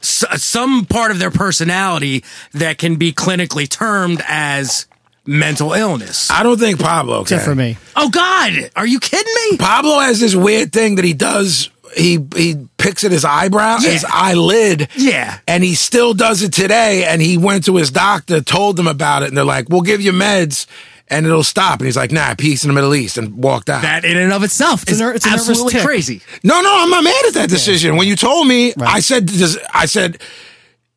S3: s- some part of their personality that can be clinically termed as mental illness.
S4: I don't think Pablo can.
S1: Except for me.
S3: oh God, are you kidding me?
S4: Pablo has this weird thing that he does. He he picks at his eyebrow,
S3: Yeah.
S4: his eyelid.
S3: Yeah.
S4: And he still does it today. And he went to his doctor, told them about it, and they're like, "We'll give you meds, and it'll stop." And he's like, "Nah, peace in the Middle East," and walked out.
S3: That in and of itself is
S1: a ner- it's a nervous
S3: absolutely
S1: tick.
S3: crazy.
S4: no, no, I'm not mad at that decision. When you told me, I said, does- "I said."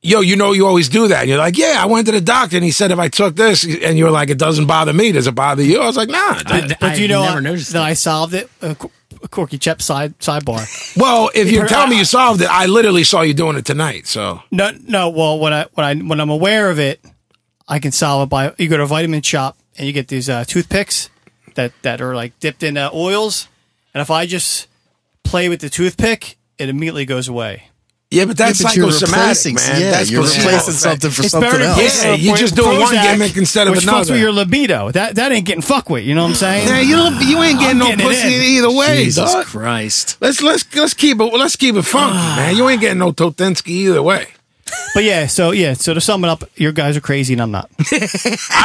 S4: Yo, you know you always do that. And you're like, yeah, I went to the doctor and he said if I took this, and you're like, it doesn't bother me. Does it bother you? I was like, nah. it doesn't."
S1: But do you
S3: I've
S1: know
S3: never
S1: I-
S3: noticed
S1: that I solved it? Uh, Qu- Corky Chep side
S4: *laughs*
S1: sidebar.
S4: well, if you tell me you solved it, I literally saw you doing it tonight. So
S1: No, no. Well, when I when I when I'm aware of it, I can solve it by you go to a vitamin shop and you get these uh, toothpicks that that are like dipped in uh, oils, and if I just play with the toothpick, it immediately goes away.
S4: Yeah, but that's
S5: Yeah, but you're
S4: psychosomatic,
S5: replacing-
S4: man.
S5: yeah,
S4: that's
S5: you're
S4: placebo.
S5: replacing something for
S1: It's
S5: something
S1: better than
S5: else.
S1: taking
S4: Yeah,
S1: a
S4: you
S1: po-
S4: just doing one gimmick instead of
S1: which fucks
S4: another.
S1: with your libido. That that ain't getting fuck with. You know what I'm saying?
S4: Yeah, you don't, you ain't getting
S1: I'm
S4: no
S1: getting it
S4: pussy
S1: in.
S4: either way,
S3: Jesus
S4: dog.
S3: Christ.
S4: Let's let's let's keep it let's keep it funky, man. You ain't getting no Totinsky either way.
S1: But yeah, so yeah, so to sum it up, your guys are crazy and I'm not.
S4: I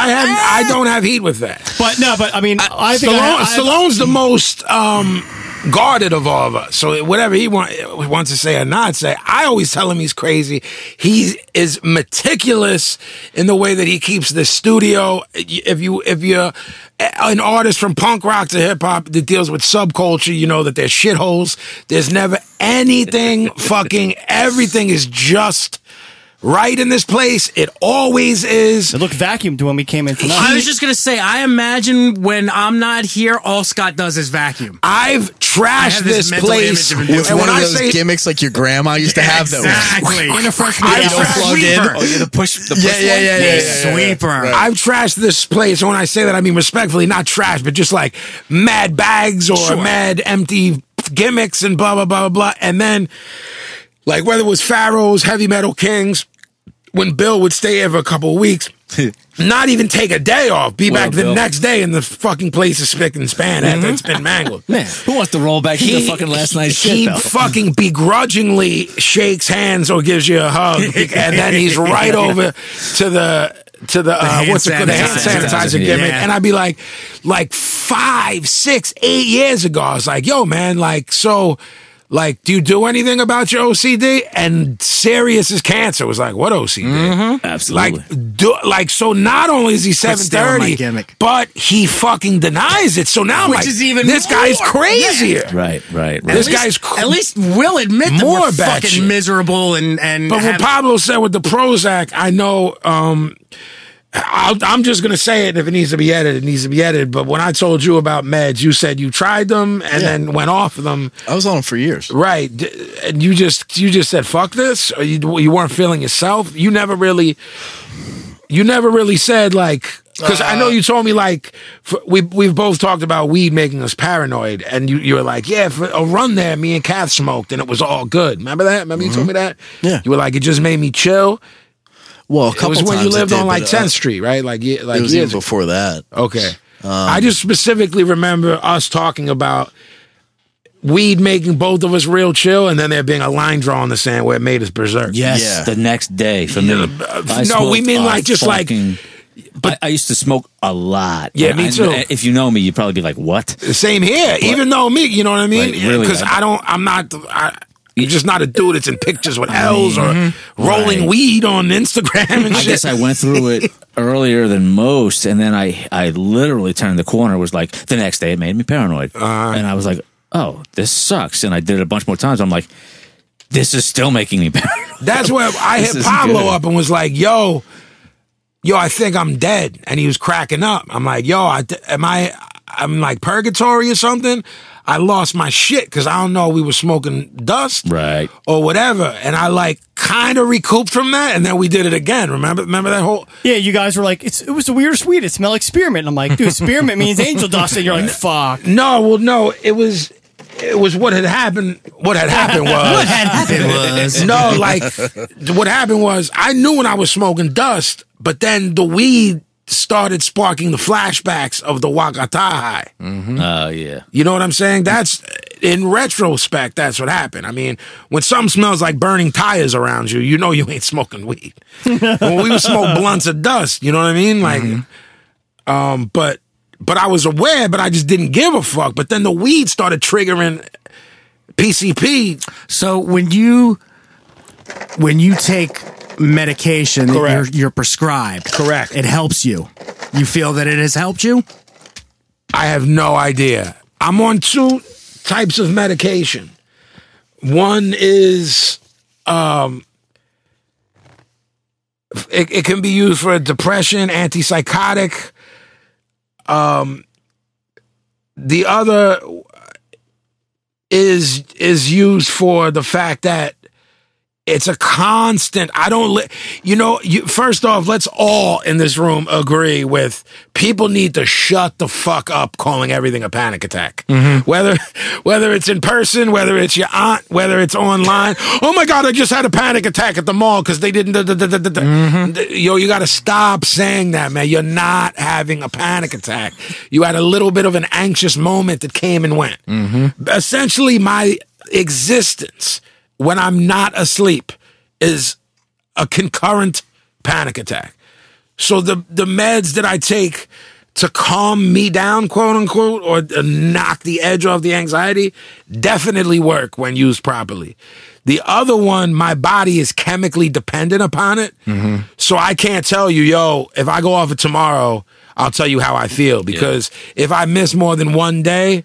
S4: have I don't have heat with that.
S1: But no, but I mean, I, think I,
S4: Stallone,
S1: I,
S4: Stallone's the most um guarded of all of us. So whatever he want, wants to say or not say, I always tell him he's crazy. He is meticulous in the way that he keeps the studio. If you if you're an artist from punk rock to hip hop that deals with subculture, you know that there's shitholes. There's never anything
S3: *laughs*
S4: fucking. Everything is just right in this place. It always is.
S1: It looked vacuumed when we came in tonight.
S3: I was just gonna say, I imagine when I'm not here, all Scott does is vacuum.
S4: I've trashed
S3: have this
S4: this,
S3: mental image
S4: place.
S3: of him
S5: With
S4: and
S5: one
S4: when
S5: of
S4: I
S5: those
S4: say
S5: gimmicks like your grandma used to have, though.
S3: exactly.
S1: When a freshman
S4: I
S5: You don't
S4: Trash
S5: plug in.
S3: sweeper.
S2: Oh, yeah, the push. The push
S5: Yeah, yeah,
S2: one?
S5: yeah, yeah, yeah, yeah.
S3: Sweeper.
S4: I've trashed this place. And when I say that, I mean respectfully, not trash, but just like mad bags or mad empty gimmicks and blah, blah, blah, blah, blah. And then, like, whether it was Pharaoh's, Heavy Metal Kings, when Bill would stay every couple of weeks, not even take a day off, be
S2: Well,
S4: back the
S2: Bill.
S4: next day, and the fucking place is spick and span after it's been mangled.
S2: Who wants to roll back into fucking last night's
S4: he
S2: shit? Though?
S4: fucking begrudgingly shakes hands or gives you a hug, and
S3: *laughs*
S4: then he's right over to the to the, uh,
S3: hand
S4: what's it called the hand
S3: sanitizer.
S4: sanitizer
S2: Yeah.
S4: gimmick,
S3: Yeah.
S4: and I'd be like, like five, six, eight years ago, I was like, yo, man, like so. Like, do you do anything about your OCD? And serious as cancer was like, what OCD?
S3: Mm-hmm.
S2: Absolutely.
S4: Like, do, like, so not only is he seven
S3: still my
S4: thirty,
S3: gimmick.
S4: but he fucking denies it. So now, I'm
S3: Which
S4: like,
S3: is even
S4: this guy's
S3: more-
S4: crazier.
S2: right, right, right.
S4: This
S3: At
S4: guy's
S3: least-
S4: cr-
S3: at least will admit that
S4: more
S3: we're
S4: bad
S3: fucking
S4: shit.
S3: miserable and and
S4: But what
S3: have-
S4: Pablo said with the Prozac, I know. Um, I'll, I'm just gonna say it, and if it needs to be edited, it needs to be edited. But when I told you about meds, you said you tried them and then went off of them,
S5: I was on them for years.
S4: right? D- And you just you just said fuck this, or you you weren't feeling yourself. You never really, you never really said like. Because I
S5: Uh-huh.
S4: know you told me like f we we've both talked about weed making us paranoid, and you you were like, yeah, for a run there, me and Kath smoked, and it was all good. Remember that? Remember you told me that?
S5: Mm-hmm. Yeah.
S4: You were like, it just made me chill.
S5: Well, a couple
S4: It was when
S5: times
S4: you
S5: I
S4: lived
S5: did,
S4: on like
S5: but, uh,
S4: 10th Street, right? Like, yeah, like
S5: It was
S4: years
S5: even
S4: ago.
S5: before that.
S4: Okay.
S2: Um,
S4: I just specifically remember us talking about weed making both of us real chill, and then there being a line drawn in the sand where it made us berserk.
S2: Yes,
S5: Yeah.
S2: the next day for me. I
S4: uh, no,
S2: smoked
S4: we mean
S2: a
S4: like just like-
S2: fucking- I, I used to smoke a lot.
S4: Yeah,
S2: And
S4: me
S2: I-
S4: too.
S2: If you know me, you'd probably be like, "What?"
S4: Same here. even though me, you know what I mean?
S2: Like, really,
S4: Because
S2: like-
S4: I don't. I'm not. I, I'm just not a dude that's in pictures with L's or rolling
S2: Right.
S4: weed on Instagram and *laughs*
S2: I
S4: shit.
S2: guess I went through it earlier than most, and then I I literally turned the corner. Was like the next day, it made me paranoid, and I was like, "Oh, this sucks." And I did it a bunch more times. I'm like, "This is still making me *laughs* paranoid."
S4: That's where I
S2: This
S4: hit
S2: isn't
S4: Pablo
S2: good.
S4: up and was like, "Yo, yo, I think I'm dead," and he was cracking up. I'm like, "Yo, I, d- am I? I'm like purgatory or something." I lost my shit because I don't know we were smoking dust
S2: Right.
S4: or whatever, and I like kind of recouped from that, and then we did it again. Remember, remember that whole
S1: yeah, you guys were like, it's, it was the weirdest weed. It smelled like spearmint. And I'm like, dude, spearmint means angel dust. And you're like, fuck.
S4: no, well, no, it was it was what had happened. What had
S2: *laughs*
S4: happened was what had happened was no, like what happened was I knew when I was smoking dust, but then the weed started sparking the flashbacks of the Wakata high.
S2: Oh yeah.
S4: You know what I'm saying? That's in retrospect, that's what happened. I mean, when something smells like burning tires around you, you know you ain't smoking weed. when we would smoke blunts of dust, you know what I mean? Like, um, but but I was aware, but I just didn't give a fuck. But then the weed started triggering PCP.
S3: So when you when you take medication that you're,
S4: Correct.
S3: you're prescribed,
S4: Correct.
S3: it helps you. You feel that it has helped you.
S4: I have no idea. I'm on two types of medication. One is um it, it can be used for depression, antipsychotic. Um the other is is used for the fact that it's a constant. I don't. Li- you know. You, first off, let's all in this room agree with people need to shut the fuck up calling everything a panic attack. Whether *laughs* whether it's in person, whether it's your aunt, whether it's online. Oh my god, I just had a panic attack at the mall because they didn't. Da, da, da, da, da, da. Yo, you got to stop saying that, man. You're not having a panic attack. You had a little bit of an anxious moment that came and went. Essentially, my existence when I'm not asleep is a concurrent panic attack. So the the meds that I take to calm me down, quote unquote, or uh, knock the edge off the anxiety, definitely work when used properly. The other one, my body is chemically dependent upon it. So I can't tell you, yo, if I go off of tomorrow, I'll tell you how I feel because if I miss more than one day,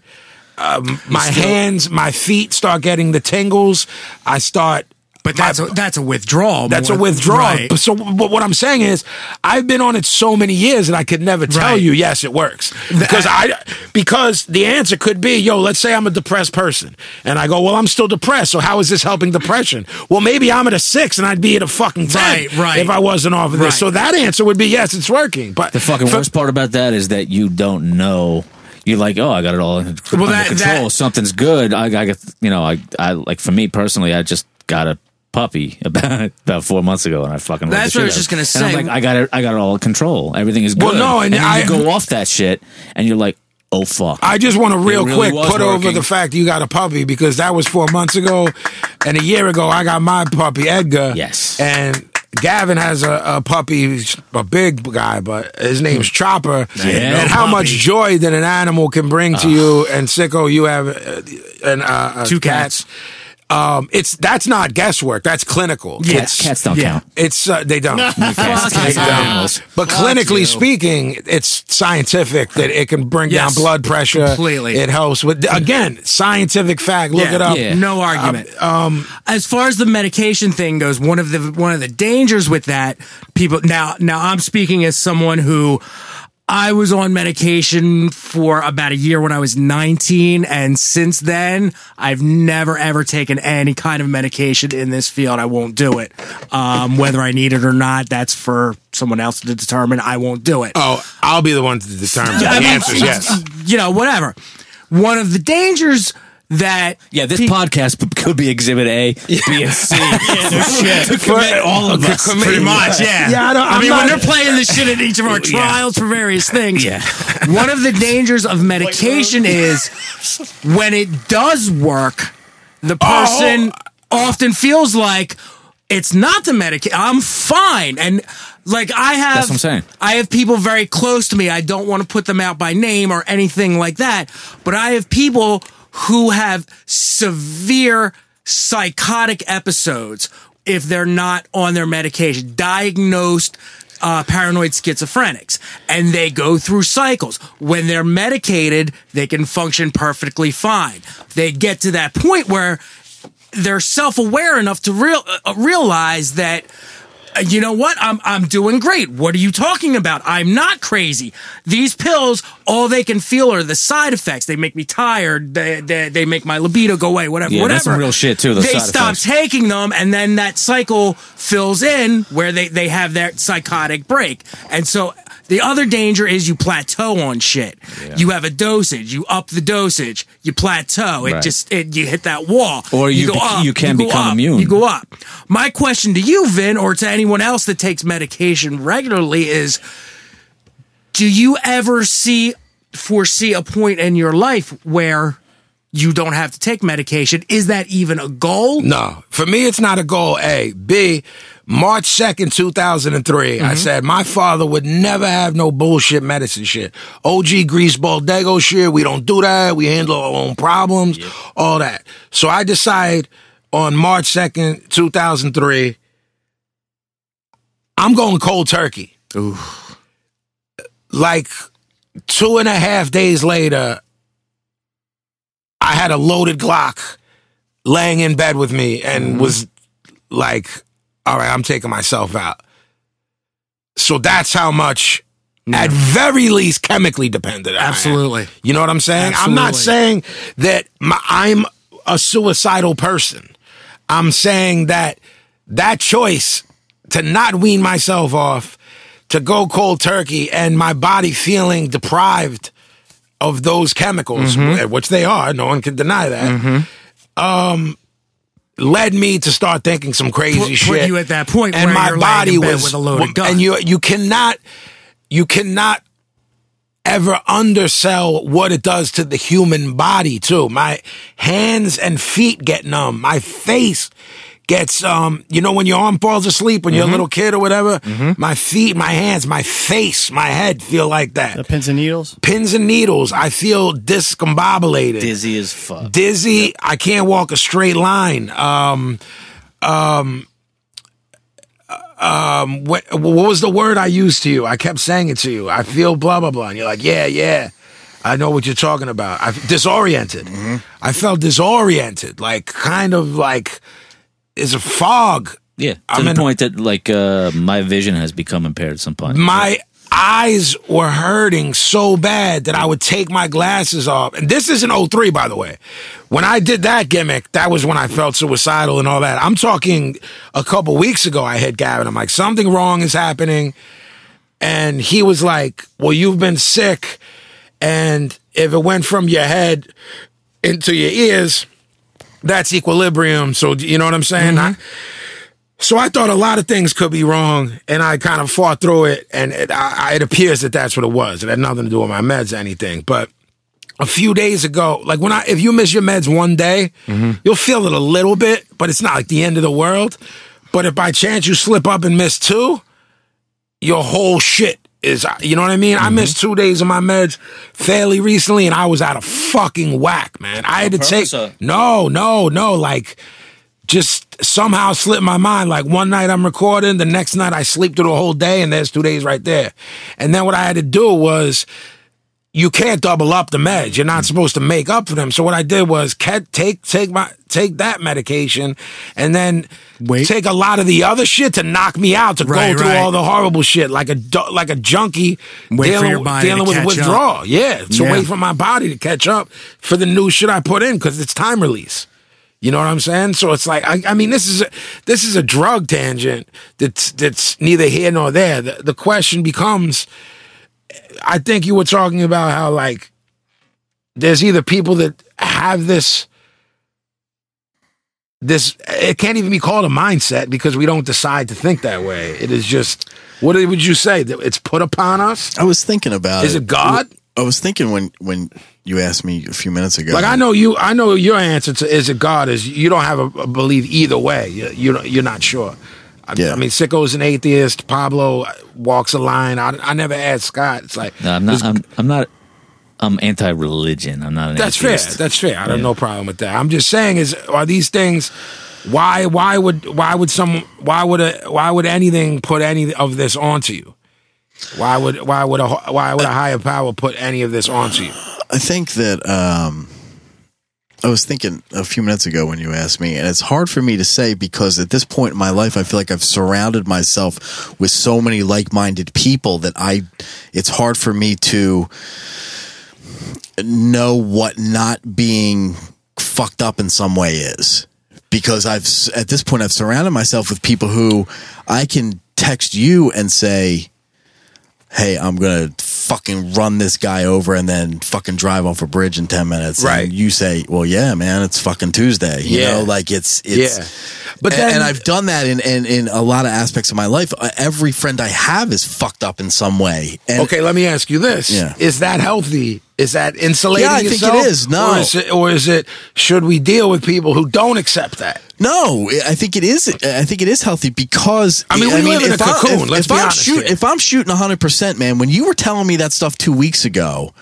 S4: um, my hands, my feet start getting the tingles. I start
S3: But that's a, that's a withdrawal.
S4: that's
S3: more-
S4: a withdrawal.
S3: Right.
S4: So, but what I'm saying is, I've been on it so many years, and I could never tell
S3: Right.
S4: you, yes, it works, because I, because the answer could be, yo, let's say I'm a depressed person, and I go, well, I'm still depressed, so how is this helping depression? Well, maybe I'm at a six, and I'd be at a fucking ten,
S3: Right, right.
S4: if I wasn't off of this.
S3: Right.
S4: So that answer would be, yes, it's working. But
S2: The fucking
S4: for-
S2: worst part about that is that you don't know. You're like, oh, I got it all under,
S3: Well,
S2: under
S3: that-
S2: control.
S3: that-
S2: Something's good. I, I got, you know, I, I like for me personally, I just got a puppy *laughs* about about four months ago, and I fucking. loved
S3: That's
S2: the
S3: what I
S2: shit
S3: was just
S2: out of it.
S3: gonna
S2: And I'm
S3: say.
S2: like, I got it. I got it all in control. Everything is good.
S4: Well, no, and
S2: and, then
S4: I-
S2: you go off that shit, and you're like, oh fuck.
S4: I just want to real
S2: really
S4: quick
S2: was
S4: put over
S2: working.
S4: the fact you got a puppy because that was four months ago, and a year ago I got my puppy Edgar.
S2: Yes.
S4: and Gavin has a, a puppy, he's a big guy, but his name's Chopper.
S2: Yeah.
S4: and how much joy that an animal can bring to you. And sicko, you have uh, an, uh, uh,
S3: Two
S4: Um, it's that's not guesswork. That's clinical.
S3: Yeah.
S4: It's,
S2: Cats don't
S3: Yeah.
S2: count.
S4: it's uh, they
S3: *laughs*
S4: don't.
S2: Cats,
S4: They
S2: cats are
S4: don't.
S2: animals.
S4: But
S5: Fuck
S4: clinically
S5: you.
S4: speaking, it's scientific that it can bring
S3: Yes.
S4: down blood pressure.
S3: Completely.
S4: It helps with again, scientific fact. Look
S3: Yeah,
S4: it up.
S2: yeah.
S3: No argument.
S4: Um,
S3: as far as the medication thing goes, one of the one of the dangers with that people now now I'm speaking as someone who I was on medication for about a year when I was 19 and since then I've never ever taken any kind of medication in this field. I won't do it. Um, whether I need it or not, that's for someone else to determine. I won't do it
S4: oh, I'll be the one to determine.
S3: I
S4: the
S3: mean,
S4: answer is yes.
S3: you know, whatever. One of the dangers that
S2: Yeah, this
S3: pe-
S2: podcast p- could be Exhibit A, *laughs* B, and C. To commit all of us,
S3: pretty much, yeah.
S4: Yeah, I don't- I'm
S3: mean,
S4: not-
S3: when they're playing the shit at each of
S2: *laughs*
S3: our trials for various things, yeah. one of the dangers of medication is when it does work,
S2: Oh,
S3: the person often feels like it's not the medication. I'm fine, and like I have,
S2: That's what I'm saying.
S3: I have people very close to me. I don't want to put them out by name or anything like that, but I have people who have severe psychotic episodes if they're not on their medication, diagnosed uh, paranoid schizophrenics, and they go through cycles. When they're medicated, they can function perfectly fine. They get to that point where they're self-aware enough to real, uh, realize that uh, you know what I'm I'm doing great. What are you talking about? I'm not crazy. These pills, all they can feel are the side effects. They make me tired. They they, they make my libido go away. Whatever.
S2: Yeah,
S3: whatever.
S2: that's some real shit, too, those
S3: they
S2: side
S3: stop
S2: effects.
S3: taking them, and then that cycle fills in where they they have that psychotic break. And so the other danger is you plateau on shit. You have a dosage. You up the dosage. You plateau. It
S2: Right.
S3: just it, you hit that wall
S2: Or you bec- you can
S3: go
S2: become
S3: up,
S2: immune.
S3: You go up. My question to you, Vin, or to anyone else that takes medication regularly is: Do you ever see foresee a point in your life where you don't have to take medication? Is that even a goal?
S4: No, for me, it's not a goal. A, B. March second, two thousand and I said my father would never have no bullshit medicine shit. OG grease Baldego shit. We don't do that. We handle our own problems. All that. So I decide on March second, two thousand three. I'm going cold turkey. Like two and a half days later, I had a loaded Glock laying in bed with me and was like, all right, I'm taking myself out. So that's how much, at very least, chemically dependent. I am.
S3: Absolutely.
S4: You know what I'm saying? I'm not saying
S3: Absolutely.
S4: that my, I'm a suicidal person. I'm saying that that choice to not wean myself off, to go cold turkey, and my body feeling deprived of those chemicals,
S3: Mm-hmm.
S4: which they are, no one can deny that, um, led me to start thinking some crazy
S3: Put- put
S4: shit.
S3: you at that point where you're laying in bed with a loaded gun.
S4: and you you cannot you cannot ever undersell what it does to the human body too. My hands and feet get numb. My face gets um you know when your arm falls asleep when you're
S3: Mm-hmm.
S4: a little kid or whatever my feet my hands my face my head feel like that
S1: The pins and needles.
S4: pins and needles i feel discombobulated
S2: Dizzy as fuck.
S4: dizzy i can't walk a straight line um um um what, what was the word i used to you i kept saying it to you i feel blah blah blah and you're like yeah yeah i know what you're talking about i disoriented
S2: Mm-hmm.
S4: i felt disoriented like kind of like it's a fog
S2: Yeah, to
S4: I'm
S2: the
S4: in-
S2: point that like uh, my vision has become impaired. Sometimes
S4: my eyes were hurting so bad that I would take my glasses off. And this is in 03, by the way. When I did that gimmick, that was when I felt suicidal and all that. I'm talking a couple weeks ago, I hit Gavin. I'm like, something wrong is happening. And he was like, well, you've been sick. And if it went from your head into your ears, that's equilibrium. So, you know what I'm saying? I- so I thought a lot of things could be wrong, and I kind of fought through it. And it, I, I- it appears that that's what it was. It had nothing to do with my meds or anything. But a few days ago, like when I, if you miss your meds one day,
S2: Mm-hmm.
S4: you'll feel it a little bit, but it's not like the end of the world. But if by chance you slip up and miss two, your whole shit is, you know what I mean?
S2: Mm-hmm.
S4: I missed two days of my meds fairly recently, and I was out of fucking whack, man. I had to take
S2: purpose, or-
S4: no, no, no, like just somehow slipped my mind. Like one night I'm recording, the next night I sleep through the whole day, and there's two days right there. And then what I had to do was you can't double up the meds. You're not supposed to make up for them. So what I did was ca- take take my take that medication and then
S3: Wait.
S4: take a lot of the other shit to knock me out to
S3: Right,
S4: go through
S3: right.
S4: all the horrible shit like a du- like a junkie
S3: Wait for
S4: dealing,
S3: your body to
S4: dealing with
S3: catch up.
S4: withdrawal. Yeah, to
S3: Yeah.
S4: wait for my body to catch up for the new shit I put in because it's time release. You know what I'm saying? So it's like I, I mean this is a, this is a drug tangent that's that's neither here nor there. The, the question becomes I think you were talking about how like there's either people that have this this it can't even be called a mindset because we don't decide to think that way. It is just what would you say that it's put upon us?
S5: I was thinking about
S4: Is it God?
S5: I was thinking when when you asked me a few minutes ago.
S4: Like I know you, I know your answer to is it God is you don't have a, a belief either way. You, you don't- you're not sure. I,
S5: Yeah.
S4: I mean, Sicko's an atheist. Pablo walks a line. I, I never asked Scott. It's like
S2: no, I'm not. I'm, I'm not. I'm anti-religion. I'm not an
S4: that's fair.
S2: atheist.
S4: That's fair. I have no problem with that. I'm just saying is are these things why why would why would some why would a why would anything put any of this onto you? Why would why would a why would a higher power put any of this onto you?
S5: I think that um, I was thinking a few minutes ago when you asked me, and it's hard for me to say because at this point in my life, I feel like I've surrounded myself with so many like-minded people that I, it's hard for me to know what not being fucked up in some way is because I've s- at this point I've surrounded myself with people who I can text you and say hey, I'm gonna fucking run this guy over and then fucking drive off a bridge in ten minutes. And
S4: Right.
S5: you say, well, yeah, man, it's fucking Tuesday. You
S4: Yeah.
S5: know, like it's it's.
S4: Yeah.
S5: But
S4: But
S5: and,
S4: then-
S5: I've done that in, in in a lot of aspects of my life. Uh, Every friend I have is fucked up in some way. And
S4: okay, let me ask you this:
S5: Yeah.
S4: Is that healthy? Is that insulating
S5: Yeah, I think it
S4: yourself?
S5: is. No.
S4: or is it, or is it? Should we deal with people who don't accept that?
S5: No, I think it is. I think it is healthy because
S4: I mean, we live in a
S5: if I-
S4: cocoon,
S5: if-
S4: let's
S5: if
S4: be
S5: I'm
S4: honest
S5: shoot-
S4: here.
S5: if I'm shooting hundred percent, man, when you were telling me that stuff two weeks ago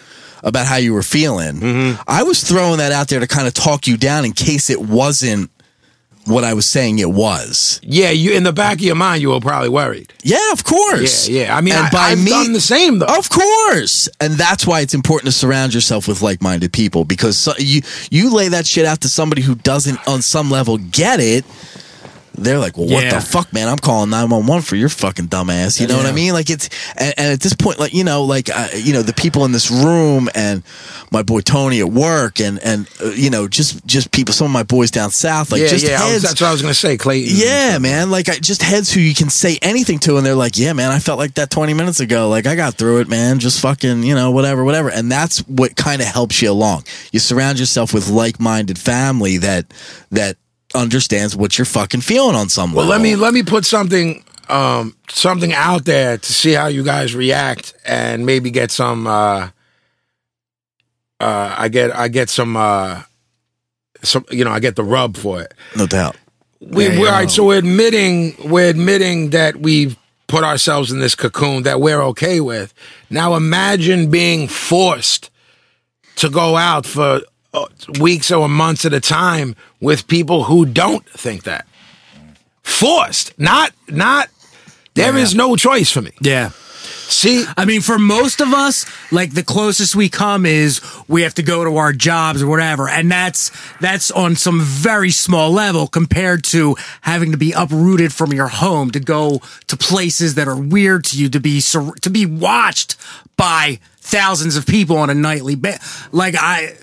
S5: about how you were feeling,
S4: Mm-hmm.
S5: I was throwing that out there to kind of talk you down in case it wasn't what I was saying it was.
S4: Yeah, you in the back of your mind, you were probably worried.
S5: Yeah, of course.
S4: Yeah, yeah. I mean, I- I've done the same, though.
S5: Of course, and that's why it's important to surround yourself with like-minded people because so, you you lay that shit out to somebody who doesn't, on some level, get it. They're like, well, what
S4: Yeah.
S5: the fuck, man? I'm calling nine one one for your fucking dumbass. You know what I mean? Like it's, and, and at this point, like you know, like uh, you know, the people in this room and my boy Tony at work, and and uh, you know, just just people, some of my boys down south, like
S4: yeah,
S5: just
S4: yeah. I was-
S5: heads,
S4: that's what I was gonna say, Clayton.
S5: yeah, man. Like, I just heads who you can say anything to, and they're like, "Yeah, man, I felt like that 20 minutes ago. Like, I got through it, man. Just fucking, you know, whatever, whatever." And that's what kind of helps you along. You surround yourself with like-minded family that that understands what you're fucking feeling on some
S4: Well,
S5: level.
S4: let me let me put something um something out there to see how you guys react and maybe get some uh uh I get I get some uh some you know, I get the rub for it.
S5: no doubt.
S4: we, we all right. So we're admitting we're admitting that we've put ourselves in this cocoon that we're okay with. Now imagine being forced to go out for uh, weeks or months at a time with people who don't think that. Forced, not not. There is no choice for me.
S3: Yeah.
S4: See,
S3: I mean, for most of us, like the closest we come is we have to go to our jobs or whatever, and that's that's on some very small level compared to having to be uprooted from your home to go to places that are weird to you to be sur- to be watched by thousands of people on a nightly ba- like I.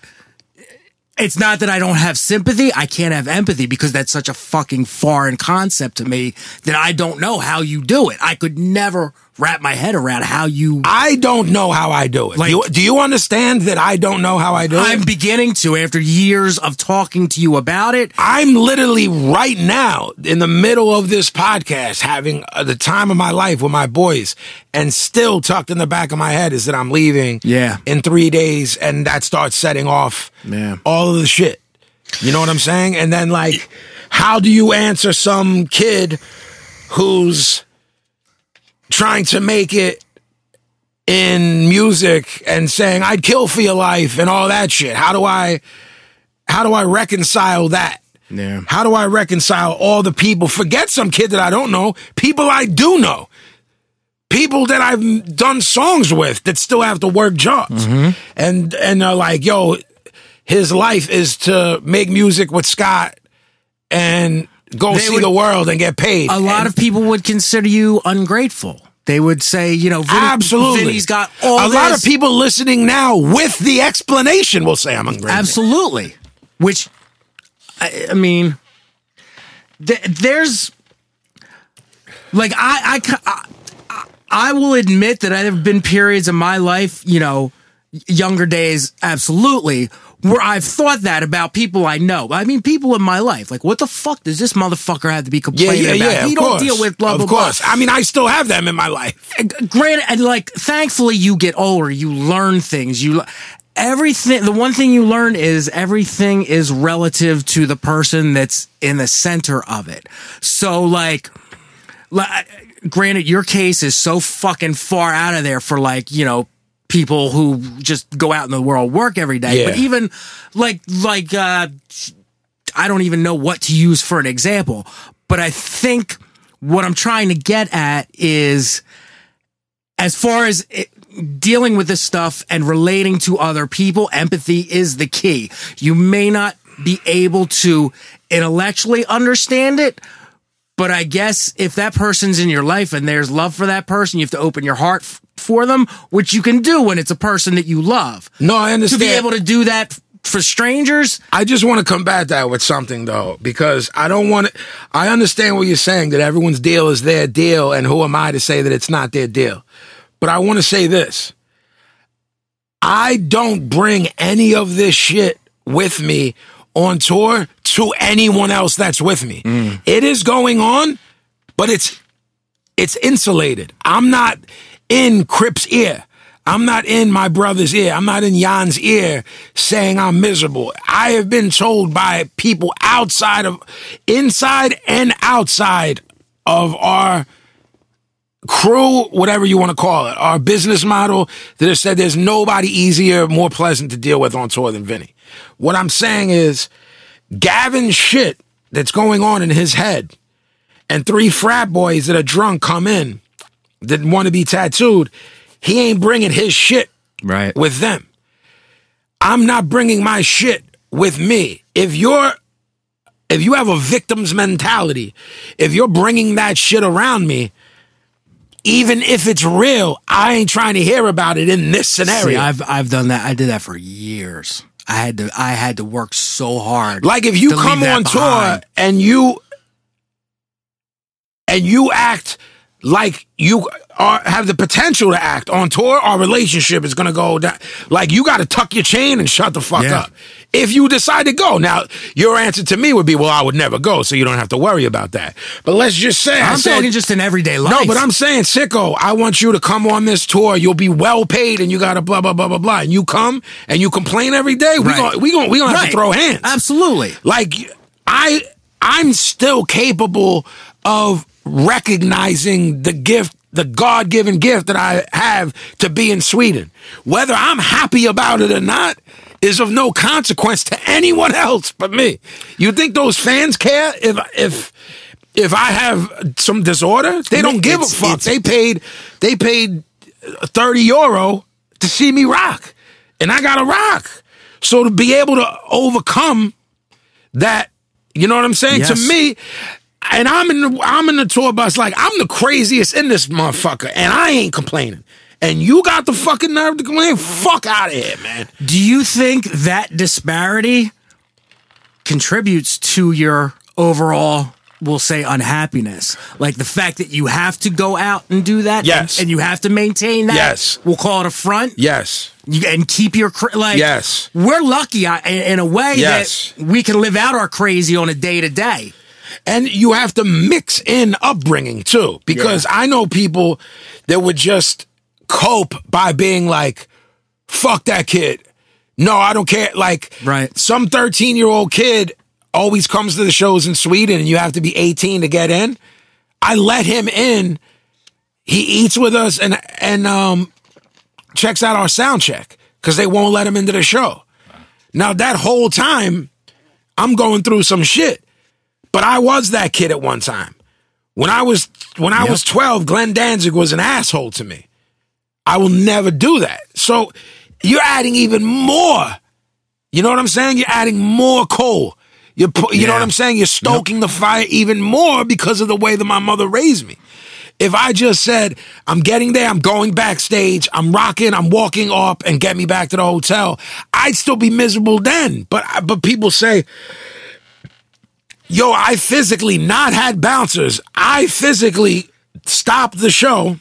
S3: It's not that I don't have sympathy. I can't have empathy because that's such a fucking foreign concept to me that I don't know how you do it. I could never wrap my head around how you.
S4: I don't know how I do it.
S3: Like-
S4: you, do you understand that I don't know how I do
S3: I'm
S4: it?
S3: beginning to after years of talking to you about it.
S4: I'm literally right now in the middle of this podcast having uh, the time of my life with my boys, and still tucked in the back of my head is that I'm leaving
S3: Yeah.
S4: in three days, and that starts setting off
S3: Yeah.
S4: all of the shit. You know what I'm saying? And then, like, how do you answer some kid who's trying to make it in music and saying I'd kill for your life and all that shit. How do I how do I reconcile that?
S3: Yeah.
S4: How do I reconcile all the people? Forget some kid that I don't know, people I do know. People that I've done songs with that still have to work jobs.
S3: Mm-hmm.
S4: And and are like, yo, his life is to make music with Scott and go see
S3: would-
S4: the world and get paid.
S3: A lot
S4: And-
S3: of people would consider you ungrateful. They would say, you know, Vin-
S4: Absolutely.
S3: Vinny's got all
S4: A lot of
S3: this.
S4: people listening now with the explanation will say I'm ungrateful.
S3: Absolutely. Which, I, I mean, th- there's like I I, ca- I I will admit that there have been periods in my life, you know, younger days, absolutely, where I've thought that about people I know. I mean, people in my life. Like, what the fuck does this motherfucker have to be
S4: Yeah,
S3: complaining
S4: yeah,
S3: about?
S4: yeah.
S3: he
S4: of
S3: don't
S4: course.
S3: deal with blah
S4: Of
S3: blah blah.
S4: course. I mean, I still have them in my life. *laughs*
S3: granted, and like, thankfully, you get older, you learn things, you. le- Everything, the one thing you learn is everything is relative to the person that's in the center of it. So, like, like, granted, your case is so fucking far out of there for like, you know, people who just go out in the world, work every day.
S4: Yeah.
S3: But even like, like, uh, I don't even know what to use for an example, but I think what I'm trying to get at is as far as it, dealing with this stuff and relating to other people, empathy is the key. You may not be able to intellectually understand it, but I guess if that person's in your life and there's love for that person, you have to open your heart f- for them, which you can do when it's a person that you love.
S4: No, I
S3: To
S4: understand.
S3: be able to do that f- for strangers,
S4: I just want to combat that with something though, because I don't want to. I understand what you're saying that everyone's deal is their deal, and who am I to say that it's not their deal? But I want to say this: I don't bring any of this shit with me on tour to anyone else that's with me. It is going on, but it's it's insulated. I'm not in Crip's ear. I'm not in my brother's ear. I'm not in Jan's ear saying I'm miserable. I have been told by people outside of, inside and outside of our crew, whatever you want to call it, our business model that have said there's nobody easier, more pleasant to deal with on tour than Vinny. What I'm saying is Gavin's shit that's going on in his head and three frat boys that are drunk come in that want to be tattooed, he ain't bringing his shit
S3: right?
S4: with them. I'm not bringing my shit with me. If you're if you have a victim's mentality, if you're bringing that shit around me, even if it's real, I ain't trying to hear about it in this
S3: See,
S4: scenario.
S3: I've I've done that. I did that for years. I had to I had to work so hard.
S4: Like if you
S3: to leave
S4: come
S3: that
S4: on
S3: behind.
S4: tour and you and you act like you are have the potential to act on tour, our relationship is gonna go down. Like you gotta tuck your chain and shut the fuck
S3: Yeah.
S4: up. If you decide to go. Now your answer to me would be, well, I would never go, so you don't have to worry about that. But let's just say I
S3: I'm
S4: said-
S3: talking just in everyday life.
S4: no, but I'm saying, sicko, I want you to come on this tour. You'll be well paid and you got to blah, blah, blah, blah, blah. And you come and you complain every day. We
S3: Right.
S4: gon' we gonna, we gonna have
S3: Right.
S4: to throw hands.
S3: absolutely
S4: Like I I'm still capable of recognizing the gift, the God given gift that I have to be in Sweden. Whether I'm happy about it or not is of no consequence to anyone else but me. You think those fans care if if if I have some disorder? They don't give
S5: It's-
S4: a fuck.
S5: it's-
S4: They paid they paid 30 euro to see me rock. And I got to rock. So to be able to overcome that, you know what I'm saying? To
S3: Yes.
S4: me, and I'm in the I'm in the tour bus like I'm the craziest in this motherfucker and I ain't complaining. And you got the fucking nerve to complain? Fuck out of here, man.
S3: Do you think that disparity contributes to your overall, we'll say, unhappiness? Like the fact that you have to go out and do that?
S4: Yes.
S3: And, and you have to maintain that?
S4: Yes.
S3: We'll call it a front?
S4: Yes.
S3: You, and keep your, cra- like,
S4: Yes.
S3: We're lucky I, in, in a way
S4: Yes.
S3: that we can live out our crazy on a day to day.
S4: And you have to mix in upbringing too, because I know people that would just cope by being like, fuck that kid. No, I don't care. Like,
S3: Right.
S4: some 13 year old kid always comes to the shows in Sweden and you have to be 18 to get in. I let him in. He eats with us and, and, um, checks out our sound check because they won't let him into the show. Now, that whole time, I'm going through some shit but I was that kid at one time. When I was when I was 12, Glenn Danzig was an asshole to me. I will never do that. So you're adding even more. You know what I'm saying? You're adding more coal. You pu- you know what I'm saying? You're stoking the fire even more because of the way that my mother raised me. If I just said, I'm getting there, I'm going backstage, I'm rocking, I'm walking up and get me back to the hotel, I'd still be miserable then. But but people say, yo, I physically not had bouncers. I physically stopped the show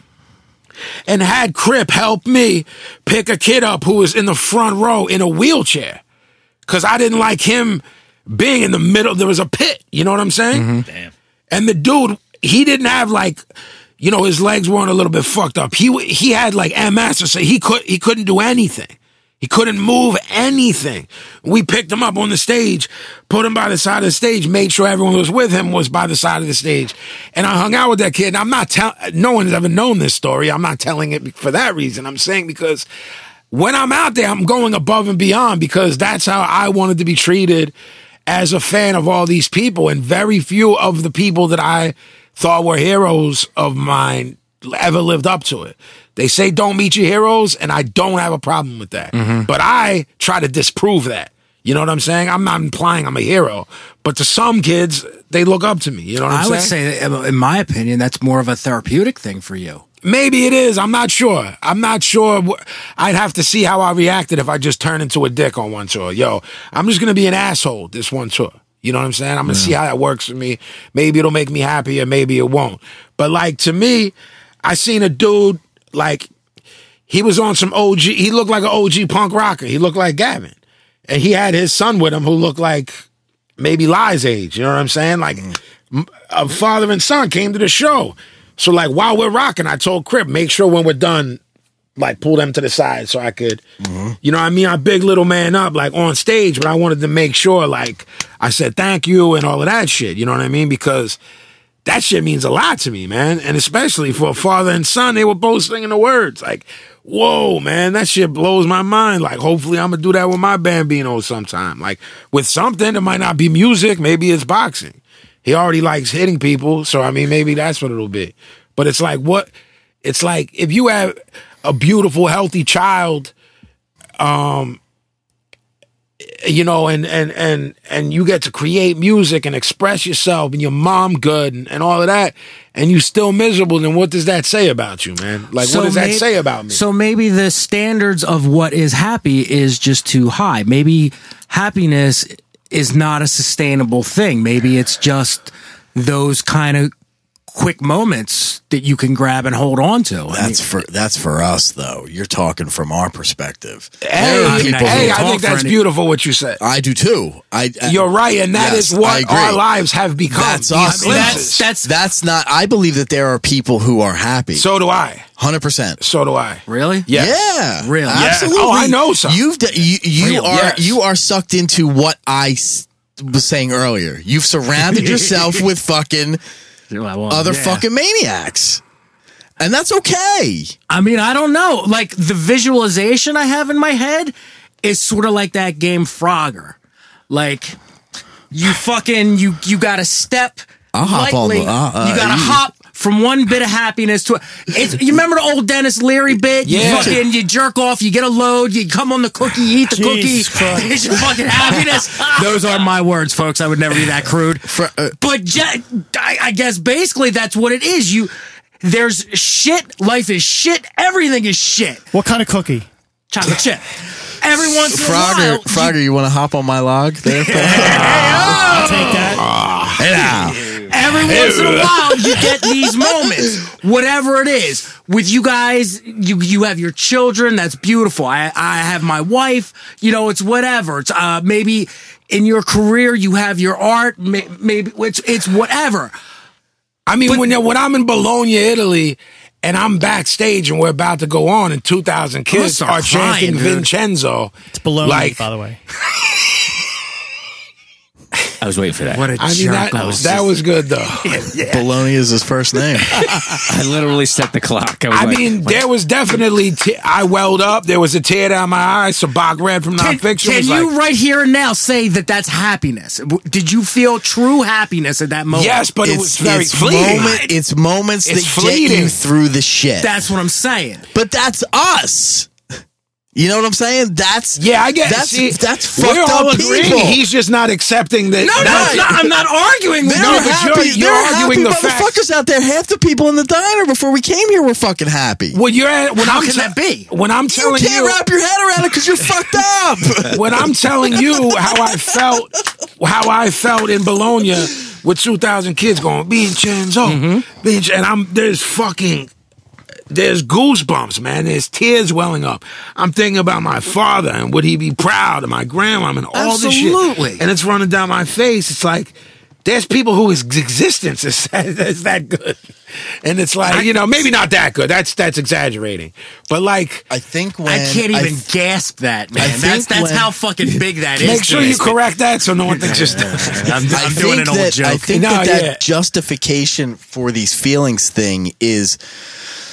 S4: and had Crip help me pick a kid up who was in the front row in a wheelchair because I didn't like him being in the middle. There was a pit. You know what I'm saying?
S2: Damn.
S4: And the dude, he didn't have like, you know, his legs weren't a little bit fucked up. He w- he had like MS, or so he could he couldn't do anything. He couldn't move anything. We picked him up on the stage, put him by the side of the stage, made sure everyone who was with him was by the side of the stage. And I hung out with that kid. And I'm not telling, no one's ever known this story. I'm not telling it for that reason. I'm saying because when I'm out there, I'm going above and beyond because that's how I wanted to be treated as a fan of all these people. And very few of the people that I thought were heroes of mine ever lived up to it. They say don't meet your heroes, and I don't have a problem with that.
S3: Mm-hmm.
S4: But I try to disprove that. You know what I'm saying? I'm not implying I'm a hero, but to some kids, they look up to me. You know what I'm
S3: I would
S4: saying?
S3: say, that, in my opinion, that's more of a therapeutic thing for you.
S4: Maybe it is. I'm not sure. I'm not sure. wh- I'd have to see how I reacted if I just turned into a dick on one tour. Yo, I'm just gonna be an asshole this one tour. You know what I'm saying? I'm gonna see how that works for me. Maybe it'll make me happier. Maybe it won't. But like to me, I seen a dude like he was on some OG. He looked like an OG punk rocker. He looked like Gavin, and he had his son with him who looked like maybe Li's age. You know what I'm saying? Like m- a father and son came to the show. So like while we're rocking, I told Crip, make sure when we're done, like pull them to the side so I could, you know what I mean? I big little man up like on stage, but I wanted to make sure like I said thank you and all of that shit. You know what I mean? Because that shit means a lot to me, man. And especially for a father and son, they were both singing the words. Like, whoa, man, that shit blows my mind. Like, hopefully I'm gonna do that with my Bambino sometime. Like, with something that might not be music, maybe it's boxing. He already likes hitting people, so I mean, maybe that's what it'll be. But it's like, what? It's like if you have a beautiful, healthy child you know, and and and and you get to create music and express yourself, and your mom good, and, and all of that, and you still miserable. Then what does that say about you, man? Like, what does that
S3: may-
S4: say about me?
S3: So maybe the standards of what is happy is just too high. Maybe happiness is not a sustainable thing. Maybe it's just those kind of quick moments that you can grab and hold on to. I mean,
S5: That's for that's for us though. You're talking from our perspective.
S4: hey,
S5: There are
S4: I,
S5: people
S4: hey,
S5: who-
S4: I
S3: talk
S4: think
S3: for
S4: that's
S3: any-
S4: beautiful what you said.
S5: I do too. I, I-
S4: You're right, and that
S5: Uh, Yes,
S4: is
S5: I
S4: what
S5: agree.
S4: our lives have become.
S5: That's
S4: These
S5: us. now.
S4: glimpses.
S3: that's-
S5: that's not. I believe that there are people who are happy.
S4: so do I.
S5: hundred percent.
S4: So do I.
S3: really?
S5: Yeah,
S3: Really? Yeah.
S5: absolutely.
S4: Oh, I know some.
S5: You've d- you you
S4: Real,
S5: are
S4: yes.
S5: you are sucked into what I s- was saying earlier.
S4: *laughs*
S5: You've surrounded yourself with fucking other
S3: yeah.
S5: fucking maniacs. And that's okay.
S3: I mean, I don't know. Like the visualization I have in my head is sort of like that game Frogger. Like you fucking you you got to step
S5: I'll hop on
S3: lightly.
S5: the- uh, uh,
S3: you got to
S5: you-
S3: hop from one bit of happiness to it's, you remember the old Dennis Leary bit?
S4: Yeah.
S3: You fucking you jerk off, you get a load, you come on the cookie, you eat the
S1: Jesus
S3: cookie, it's your fucking happiness. *laughs* Those are my words, folks. I would never be that crude
S5: For, uh,
S3: but ju- I, I guess basically that's what it is. You there's shit. Life is shit. Everything is shit.
S1: What kind of cookie?
S3: Chocolate chip. Every once in a
S5: Frogger,
S3: while,
S5: Frogger, you want to hop on my log there?
S1: I'll take that.
S4: *laughs*
S3: every once in a while you get these moments whatever it is with you guys you you have your children that's beautiful i i have my wife you know it's whatever it's uh maybe in your career you have your art may- maybe it's it's whatever
S4: I mean, when when I'm in Bologna, Italy, and I'm backstage and we're about to go on, and 2,000 kids
S3: start
S4: are chanting
S3: crying, dude.
S4: Vincenzo.
S1: It's below
S4: Like-
S1: me, by the way.
S2: I was waiting for that.
S3: a
S4: I mean, that, that was good, though.
S5: *laughs* Baloney is his first name.
S2: *laughs* I literally set the clock. I, was
S4: I
S2: like,
S4: mean, there was definitely, te- I welled up. There was a tear down my eye. Sabak Red from
S3: Can,
S4: Nonfiction
S3: can
S4: was
S3: you
S4: like,
S3: right here and now say that that's happiness? W- Did you feel true happiness at that moment?
S4: yes, but it was very
S5: it's
S4: fleeting.
S5: moment- it's moments
S4: It's
S5: that get
S4: fleeting.
S5: you through the shit.
S3: That's what I'm saying.
S5: but that's us. You know what I'm saying? That's
S4: Yeah, I get
S5: that's
S4: see,
S5: that's
S4: we're
S5: fucked
S4: all
S5: up
S4: agreeing.
S5: people.
S4: He's just not accepting
S3: No,
S4: that.
S3: no,
S5: Right.
S3: it's not, I'm not arguing with you.
S4: No,
S5: they're
S4: but you're-
S5: happy.
S4: you're
S5: they're
S4: arguing the
S5: happy
S4: facts.
S5: motherfuckers out there. Half the people in the diner before we came here were fucking happy.
S4: When you're at, when
S3: How
S4: I'm
S3: can
S4: te-
S3: that be?
S4: When I'm
S5: You
S4: telling
S5: can't
S4: you,
S5: wrap your head around it because you're fucked up.
S4: when I'm telling you how I felt, how I felt in Bologna with two thousand kids going Vincenzo, Vincenzo, and I'm there's fucking. There's goosebumps, man. There's tears welling up. I'm thinking about my father and would he be proud of my grandma and all this
S3: Absolutely.
S4: shit. And it's running down my face. It's like there's people whose existence is, *laughs* is that good. And it's like, you know, maybe not that good. That's that's exaggerating. But like
S5: *laughs* I think when
S3: I can't
S5: I
S3: even gasp that, man.
S5: think
S3: That's that's
S5: when-
S3: how fucking big that is.
S4: *laughs* Make sure
S3: to
S4: you
S3: me.
S4: correct that so no one thinks just.
S3: I'm,
S5: I
S3: I'm doing
S5: think
S3: an old
S5: that,
S3: joke.
S5: I think
S4: No,
S5: that, that
S4: yeah.
S5: justification for these feelings thing is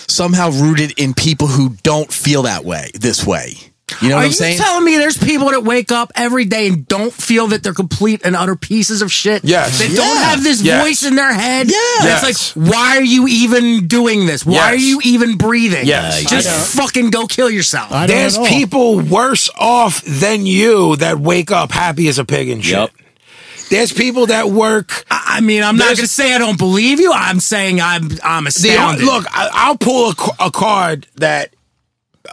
S5: somehow rooted in people who don't feel that way, this way. You know
S3: Are
S5: what I'm
S3: you
S5: saying?
S3: telling me there's people that wake up every day and don't feel that they're complete and utter pieces of shit?
S4: Yes.
S3: That
S5: Yeah.
S3: don't have this
S4: Yes.
S3: voice in their head?
S5: Yes.
S3: That's
S4: Yes.
S3: like, why are you even doing this? Why
S4: Yes.
S3: are you even breathing?
S4: Yes.
S3: Just fucking go kill yourself.
S1: I don't
S4: There's
S1: at all.
S4: people worse off than you that wake up happy as a pig and shit.
S2: Yep.
S4: There's people that work.
S3: I I mean, I'm not
S4: There's-
S3: going to say I don't believe you. I'm saying I'm I'm
S4: The,
S3: astounded.
S4: look, I, I'll pull a, c- a card that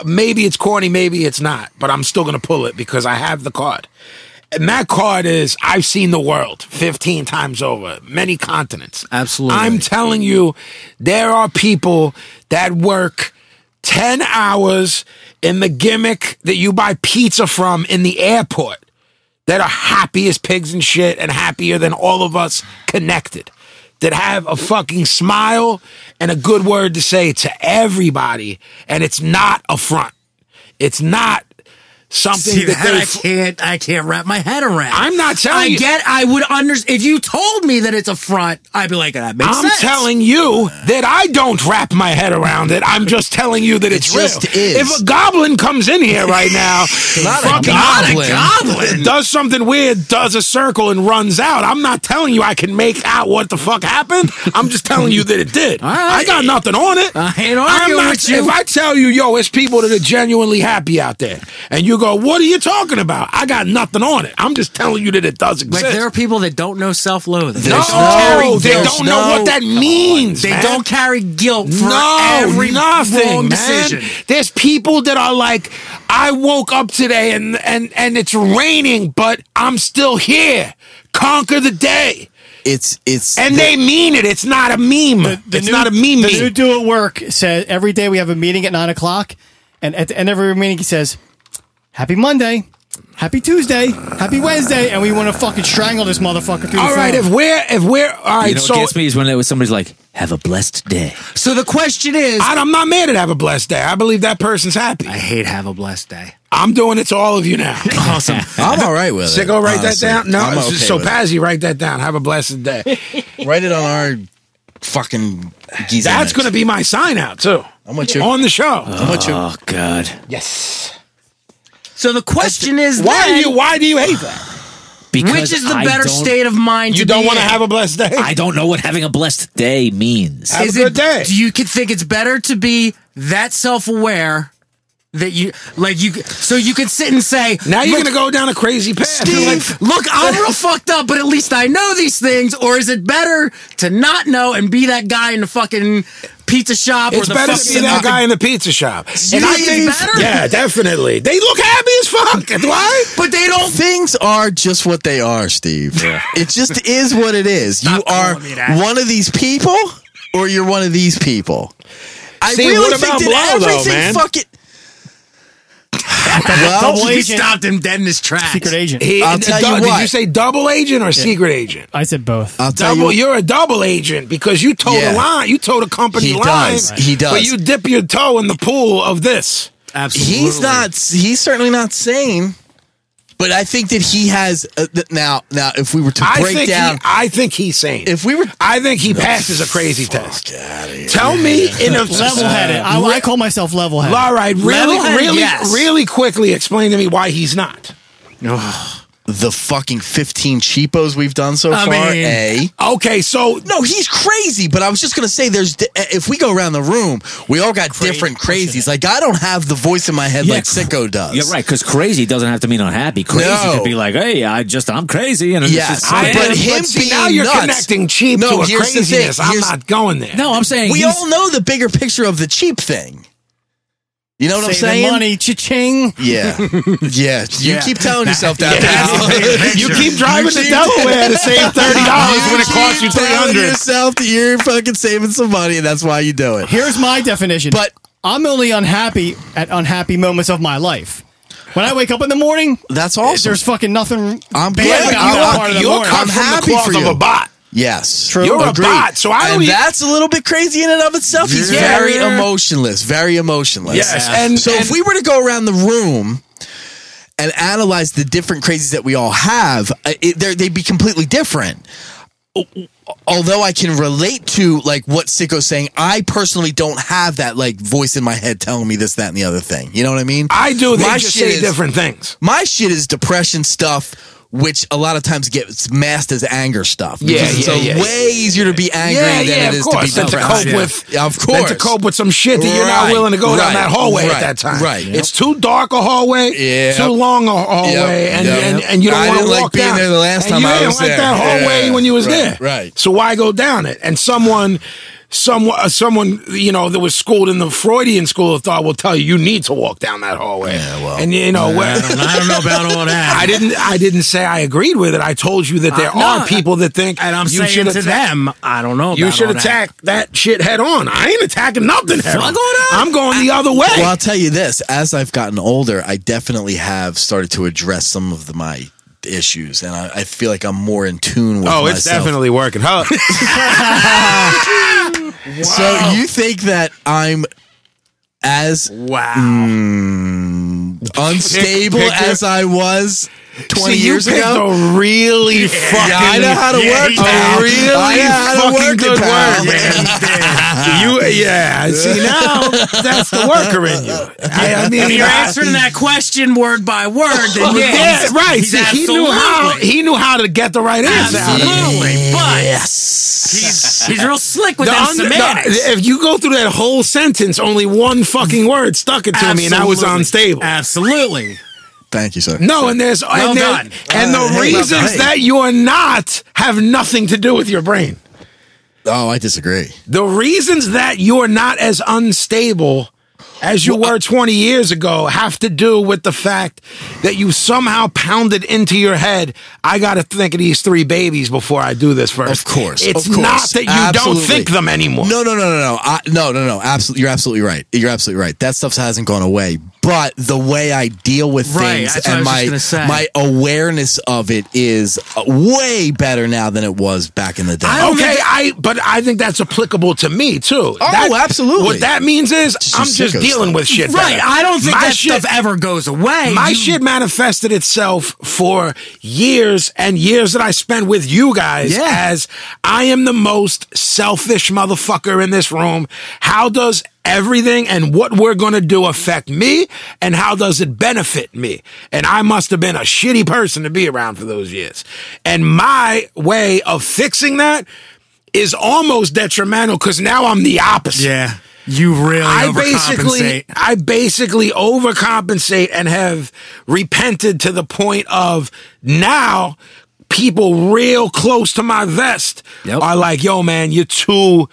S4: maybe it's corny, maybe it's not, but I'm still gonna pull it because I have the card. And that card is I've seen the world 15 times over, many continents.
S3: Absolutely.
S4: I'm telling you, there are people that work 10 hours in the gimmick that you buy pizza from in the airport that are happy as pigs and shit and happier than all of us connected. That have a fucking smile and a good word to say to everybody. And it's not a front. It's not
S3: *laughs*
S4: something
S3: See
S4: that,
S3: that I
S4: they.
S3: can't I can't wrap my head around.
S4: I'm not
S3: I
S4: telling you.
S3: get I would understand if you told me that it's a front. I'd be like that makes
S4: I'm
S3: sense.
S4: telling you that I don't wrap my head around it. I'm just telling you that it's
S5: just
S4: real.
S5: is.
S4: If a goblin comes in here right now,
S5: Not a
S4: fucking-
S5: goblin.
S4: does something weird, does a circle and runs out. I'm not telling you I can make out what the fuck happened. I'm just telling you that it did.
S3: right.
S4: I got nothing on it.
S3: I ain't
S4: I'm
S3: arguing
S4: not,
S3: with you.
S4: If I tell you, yo, it's people that are genuinely happy out there, and you go, what are you talking about? I got nothing on it. I'm just telling you that it does
S3: Like
S4: exist.
S3: there are people that don't know self-loathing. They
S4: no,
S3: don't carry
S4: they
S3: guilt.
S4: don't know what that means.
S3: They
S4: man.
S3: don't carry guilt for
S4: no,
S3: every
S4: nothing,
S3: wrong
S4: man.
S3: decision.
S4: There's people that are like, I woke up today and and and it's raining, but I'm still here. Conquer the day,
S5: It's it's
S4: and they mean it. It's not a meme.
S1: The
S4: it's
S1: new-
S4: not a meme.
S1: The
S4: meme.
S1: new do at work says every day we have a meeting at nine o'clock, and at the end of every meeting he says, "Happy Monday." Happy Tuesday, happy Wednesday, and we want to fucking strangle this motherfucker through the
S4: all right,
S1: phone.
S4: if we're if we're all right,
S2: you know
S4: so
S2: what gets me is when there was somebody's like, Have a blessed day.
S3: So the question is
S4: I, am not mad at have a blessed day. I believe that person's happy.
S3: I hate have a blessed
S4: *laughs*
S3: day.
S4: I'm doing it to all of you now.
S3: Awesome.
S5: I'm all right with it.
S4: Sicko, write
S5: honestly.
S4: that down. No,
S5: I'm
S4: it's
S5: okay
S4: just- so
S5: with it.
S4: Pazzi, write that down. Have a blessed *laughs* day.
S5: Write it on our fucking geezer.
S4: That's going to be my sign out too.
S5: I'm with you. Uh,
S4: on the show.
S2: Oh God.
S4: yes.
S3: *laughs* So the question is
S4: Why
S3: then,
S4: do you? Why do you hate that?
S2: Because
S3: which is the
S2: I
S3: better
S2: don't-
S3: state of mind?
S4: You
S3: to
S4: don't
S3: be
S4: want to
S3: in?
S4: have a blessed day.
S2: I don't know what having a blessed day means.
S4: have a good day.
S3: Do you could think it's better to be that self aware that you like you so you could sit and say
S4: now you're
S3: look,
S4: going to go down a crazy path. You're like,
S3: Steve, look, I'm
S4: *laughs*
S3: real fucked up, but at least I know these things. Or is it better to not know and be that guy in the fucking pizza shop or
S4: it's
S3: the
S4: better
S3: fucking
S4: to be that guy in the pizza shop.
S3: You think it's better?
S4: yeah, definitely. They look happy as fuck. Why?
S3: But they don't.
S5: Things are just what they are, Steve. It just is what it is. you are
S3: calling me that.
S5: one of these people, or you're one of these people. I
S4: See,
S5: really
S4: what
S5: think
S4: about
S5: that
S4: Blow, though,
S5: everything
S4: man?
S5: fucking.
S1: Double
S5: well,
S3: He
S1: agent,
S3: stopped him dead in his tracks.
S1: secret agent.
S4: He-
S5: I'll tell you
S4: du-
S5: what.
S4: Did you say double agent or secret agent?
S1: I said both.
S5: I'll tell
S4: Double,
S5: you.
S4: you're a double agent because you told a
S5: Yeah.
S4: line. You told a company
S5: He
S4: line.
S5: does. He does.
S4: But you dip your toe in the pool of this.
S3: Absolutely.
S5: He's not. He's certainly not sane. But I think that he has uh, th- now. Now, if we were to
S4: I
S5: break
S4: think.
S5: down,
S4: He, I think he's sane.
S5: if we were
S4: I think he passes a crazy test. Tell me in
S5: *laughs*
S4: a
S1: level headed. I, I call myself level headed.
S4: All right, really,
S3: Level-headed,
S4: really,
S3: yes.
S4: really quickly explain to me why he's not.
S5: the fucking fifteen cheapos we've done so
S3: I
S5: far,
S3: mean-
S5: a
S4: Okay, so
S5: No, he's crazy. But I was just gonna say, there's eh, if we go around the room, we all got different crazies. Like I don't have the voice in my head
S2: Yeah,
S5: like
S2: cr-
S5: Sicko does.
S2: You're right, because crazy doesn't have to mean unhappy. Crazy
S5: No.
S2: could be like, hey, I just I'm crazy, and
S5: Yes,
S2: this is I
S4: I
S5: but
S4: am,
S5: him
S4: see, now
S5: being
S4: you're
S5: nuts-
S4: connecting cheap
S5: No,
S4: to a
S5: here's the thing,
S4: craziness. I'm
S5: here's-
S4: not going there. *laughs*
S2: no, I'm saying
S5: We
S2: he's-
S5: all know the bigger picture of the cheap thing. You know what
S1: Saving
S5: I'm saying?
S1: money, cha-ching.
S5: Yeah, yeah. You
S3: Yeah.
S5: keep telling yourself that.
S4: *laughs*
S3: that's the bigger picture.
S4: you keep driving
S5: You
S4: to
S5: keep-
S4: Delaware to
S5: *laughs*
S4: save thirty dollars when it costs you
S5: keep
S4: three
S5: telling
S4: hundred.
S5: Yourself that you're fucking saving some money, and that's why you do it.
S1: Here's my definition.
S5: But-
S1: I'm only unhappy at unhappy moments of my life. When I wake up in the morning,
S5: That's awesome.
S1: there's fucking nothing.
S5: I'm
S1: bad about
S5: glad you
S1: that
S5: are-
S1: part of the
S5: you're
S1: morning.
S5: I'm
S4: from
S5: happy
S4: the
S5: for
S4: cloth
S5: you.
S4: of a bot.
S5: Yes,
S1: True.
S4: You're a
S5: Agreed.
S4: bot, so I don't.
S5: and
S4: even-
S5: that's a little bit crazy in and of itself. He's
S3: Yeah.
S5: very emotionless, very emotionless.
S4: Yes, and-
S5: so
S4: and-
S5: if we were to go around the room and analyze the different crazies that we all have, uh, it, they're- they'd be completely different. Although I can relate to like what Sicko's saying, I personally don't have that like voice in my head telling me this, that, and the other thing. You know what I mean?
S4: I do. They
S5: My
S4: just
S5: shit
S4: say
S5: is-
S4: different things.
S5: my shit is depression stuff, which a lot of times gets masked as anger stuff.
S4: Yeah,
S5: Because it's
S4: yeah,
S5: a
S4: yeah,
S5: way easier to be angry
S4: Yeah,
S5: than
S4: yeah,
S5: it
S4: of
S5: is
S4: course.
S5: to
S4: Than
S5: be
S4: to
S5: depressed.
S4: cope with-
S5: Yeah, of
S4: Than
S5: course.
S4: to cope with some shit that you're not
S5: Right,
S4: willing to go down
S5: right,
S4: that hallway
S5: right,
S4: at that time.
S5: right.
S4: It's too dark a hallway,
S5: Yep.
S4: too long a hallway,
S5: Yep,
S4: and,
S5: yep.
S4: and and you don't
S5: I
S4: want to
S5: didn't
S4: walk
S5: like being
S4: down.
S5: there the last
S4: And
S5: time
S4: you
S5: I
S4: didn't
S5: was
S4: like
S5: there.
S4: that hallway
S5: Yeah,
S4: when you was
S5: right,
S4: there.
S5: right.
S4: So why go down it? And someone, someone, uh, someone, you know, that was schooled in the Freudian school of thought will tell you you need to walk down that hallway. Yeah, well, and you know where.
S3: I don't know about all that.
S4: *laughs* I didn't. I didn't say I agreed with it. I told you that there
S3: Uh, no,
S4: are people that think,
S3: and I'm
S4: you
S3: saying
S4: should
S3: to
S4: attack-
S3: them, I don't know. About
S4: You should
S3: all that.
S4: attack that. shit head on. I ain't attacking nothing head on. I'm going the other way.
S5: Well, I'll tell you this: as I've gotten older, I definitely have started to address some of the, my issues, and I, I feel like I'm more in tune with.
S4: Oh, it's
S5: myself.
S4: definitely working. *laughs* Huh?
S5: So you think that I'm as mm,
S3: Wow.
S5: unstable
S4: Pick- pick
S5: as I was 20
S4: See, you
S5: years
S4: picked
S5: ago?
S4: a really fucking.
S5: Yeah, I know how to
S3: Yeah,
S5: work.
S3: he
S5: it. I
S3: did.
S5: really know how to
S4: fucking
S5: work it,
S4: good
S5: pal.
S4: work, man. you, yeah. See now, that's the worker in you. I, I mean,
S3: If you're
S4: I-
S3: answering that question word by word, then
S4: Yeah,
S3: yeah, he's-
S4: right.
S3: He's
S4: See, he knew how.
S3: absolutely-
S4: He knew how to get the right answer. out of it.
S3: Absolutely, but
S5: Yes.
S3: he's he's real slick with
S4: The
S3: that
S4: un-
S3: semantics.
S4: the- if you go through that whole sentence, only one fucking word stuck it to me, and I was
S3: Absolutely.
S4: unstable.
S3: Absolutely.
S5: Thank you, sir.
S4: No, and there's and, there-
S3: done.
S4: and
S5: Uh,
S4: the
S5: hey,
S4: reasons
S5: well done.
S4: that you're not have nothing to do with your brain.
S5: Oh, I disagree.
S4: The reasons that you're not as unstable as you were 20 years ago have to do with the fact that you somehow pounded into your head, I got to think of these three babies before I do this first.
S5: Of course,
S4: It's
S5: of course.
S4: not that you
S5: Absolutely.
S4: don't think them anymore.
S5: No, no, no, no, no, I, no, no, no. Absolutely, you're absolutely right. You're absolutely right. That stuff hasn't gone away, but the way I deal with
S3: Right,
S5: things
S3: that's what I
S5: and
S3: was just
S5: my
S3: gonna say.
S5: my awareness of it is uh, way better now than it was back in the day.
S3: I don't
S4: Okay,
S3: think-
S4: I but I think that's applicable to me too. Oh,
S5: absolutely.
S4: What that means is
S5: some
S4: I'm just
S5: sicko
S4: dealing
S5: stuff.
S4: with shit.
S3: Right.
S4: better.
S3: I don't think
S4: My
S3: that
S4: shit-
S3: stuff ever goes away.
S4: My
S3: You-
S4: shit manifested itself for years and years that I spent with you guys
S3: Yeah.
S4: as I am the most selfish motherfucker in this room. How does everything and what we're going to do affect me and how does it benefit me? And I must have been a shitty person to be around for those years. And my way of fixing that is almost detrimental because now I'm the opposite.
S3: Yeah. You really
S4: I basically,
S3: overcompensate.
S4: I basically overcompensate and have repented to the point of now people real close to my vest
S3: Yep.
S4: are like, "Yo, man, you're too."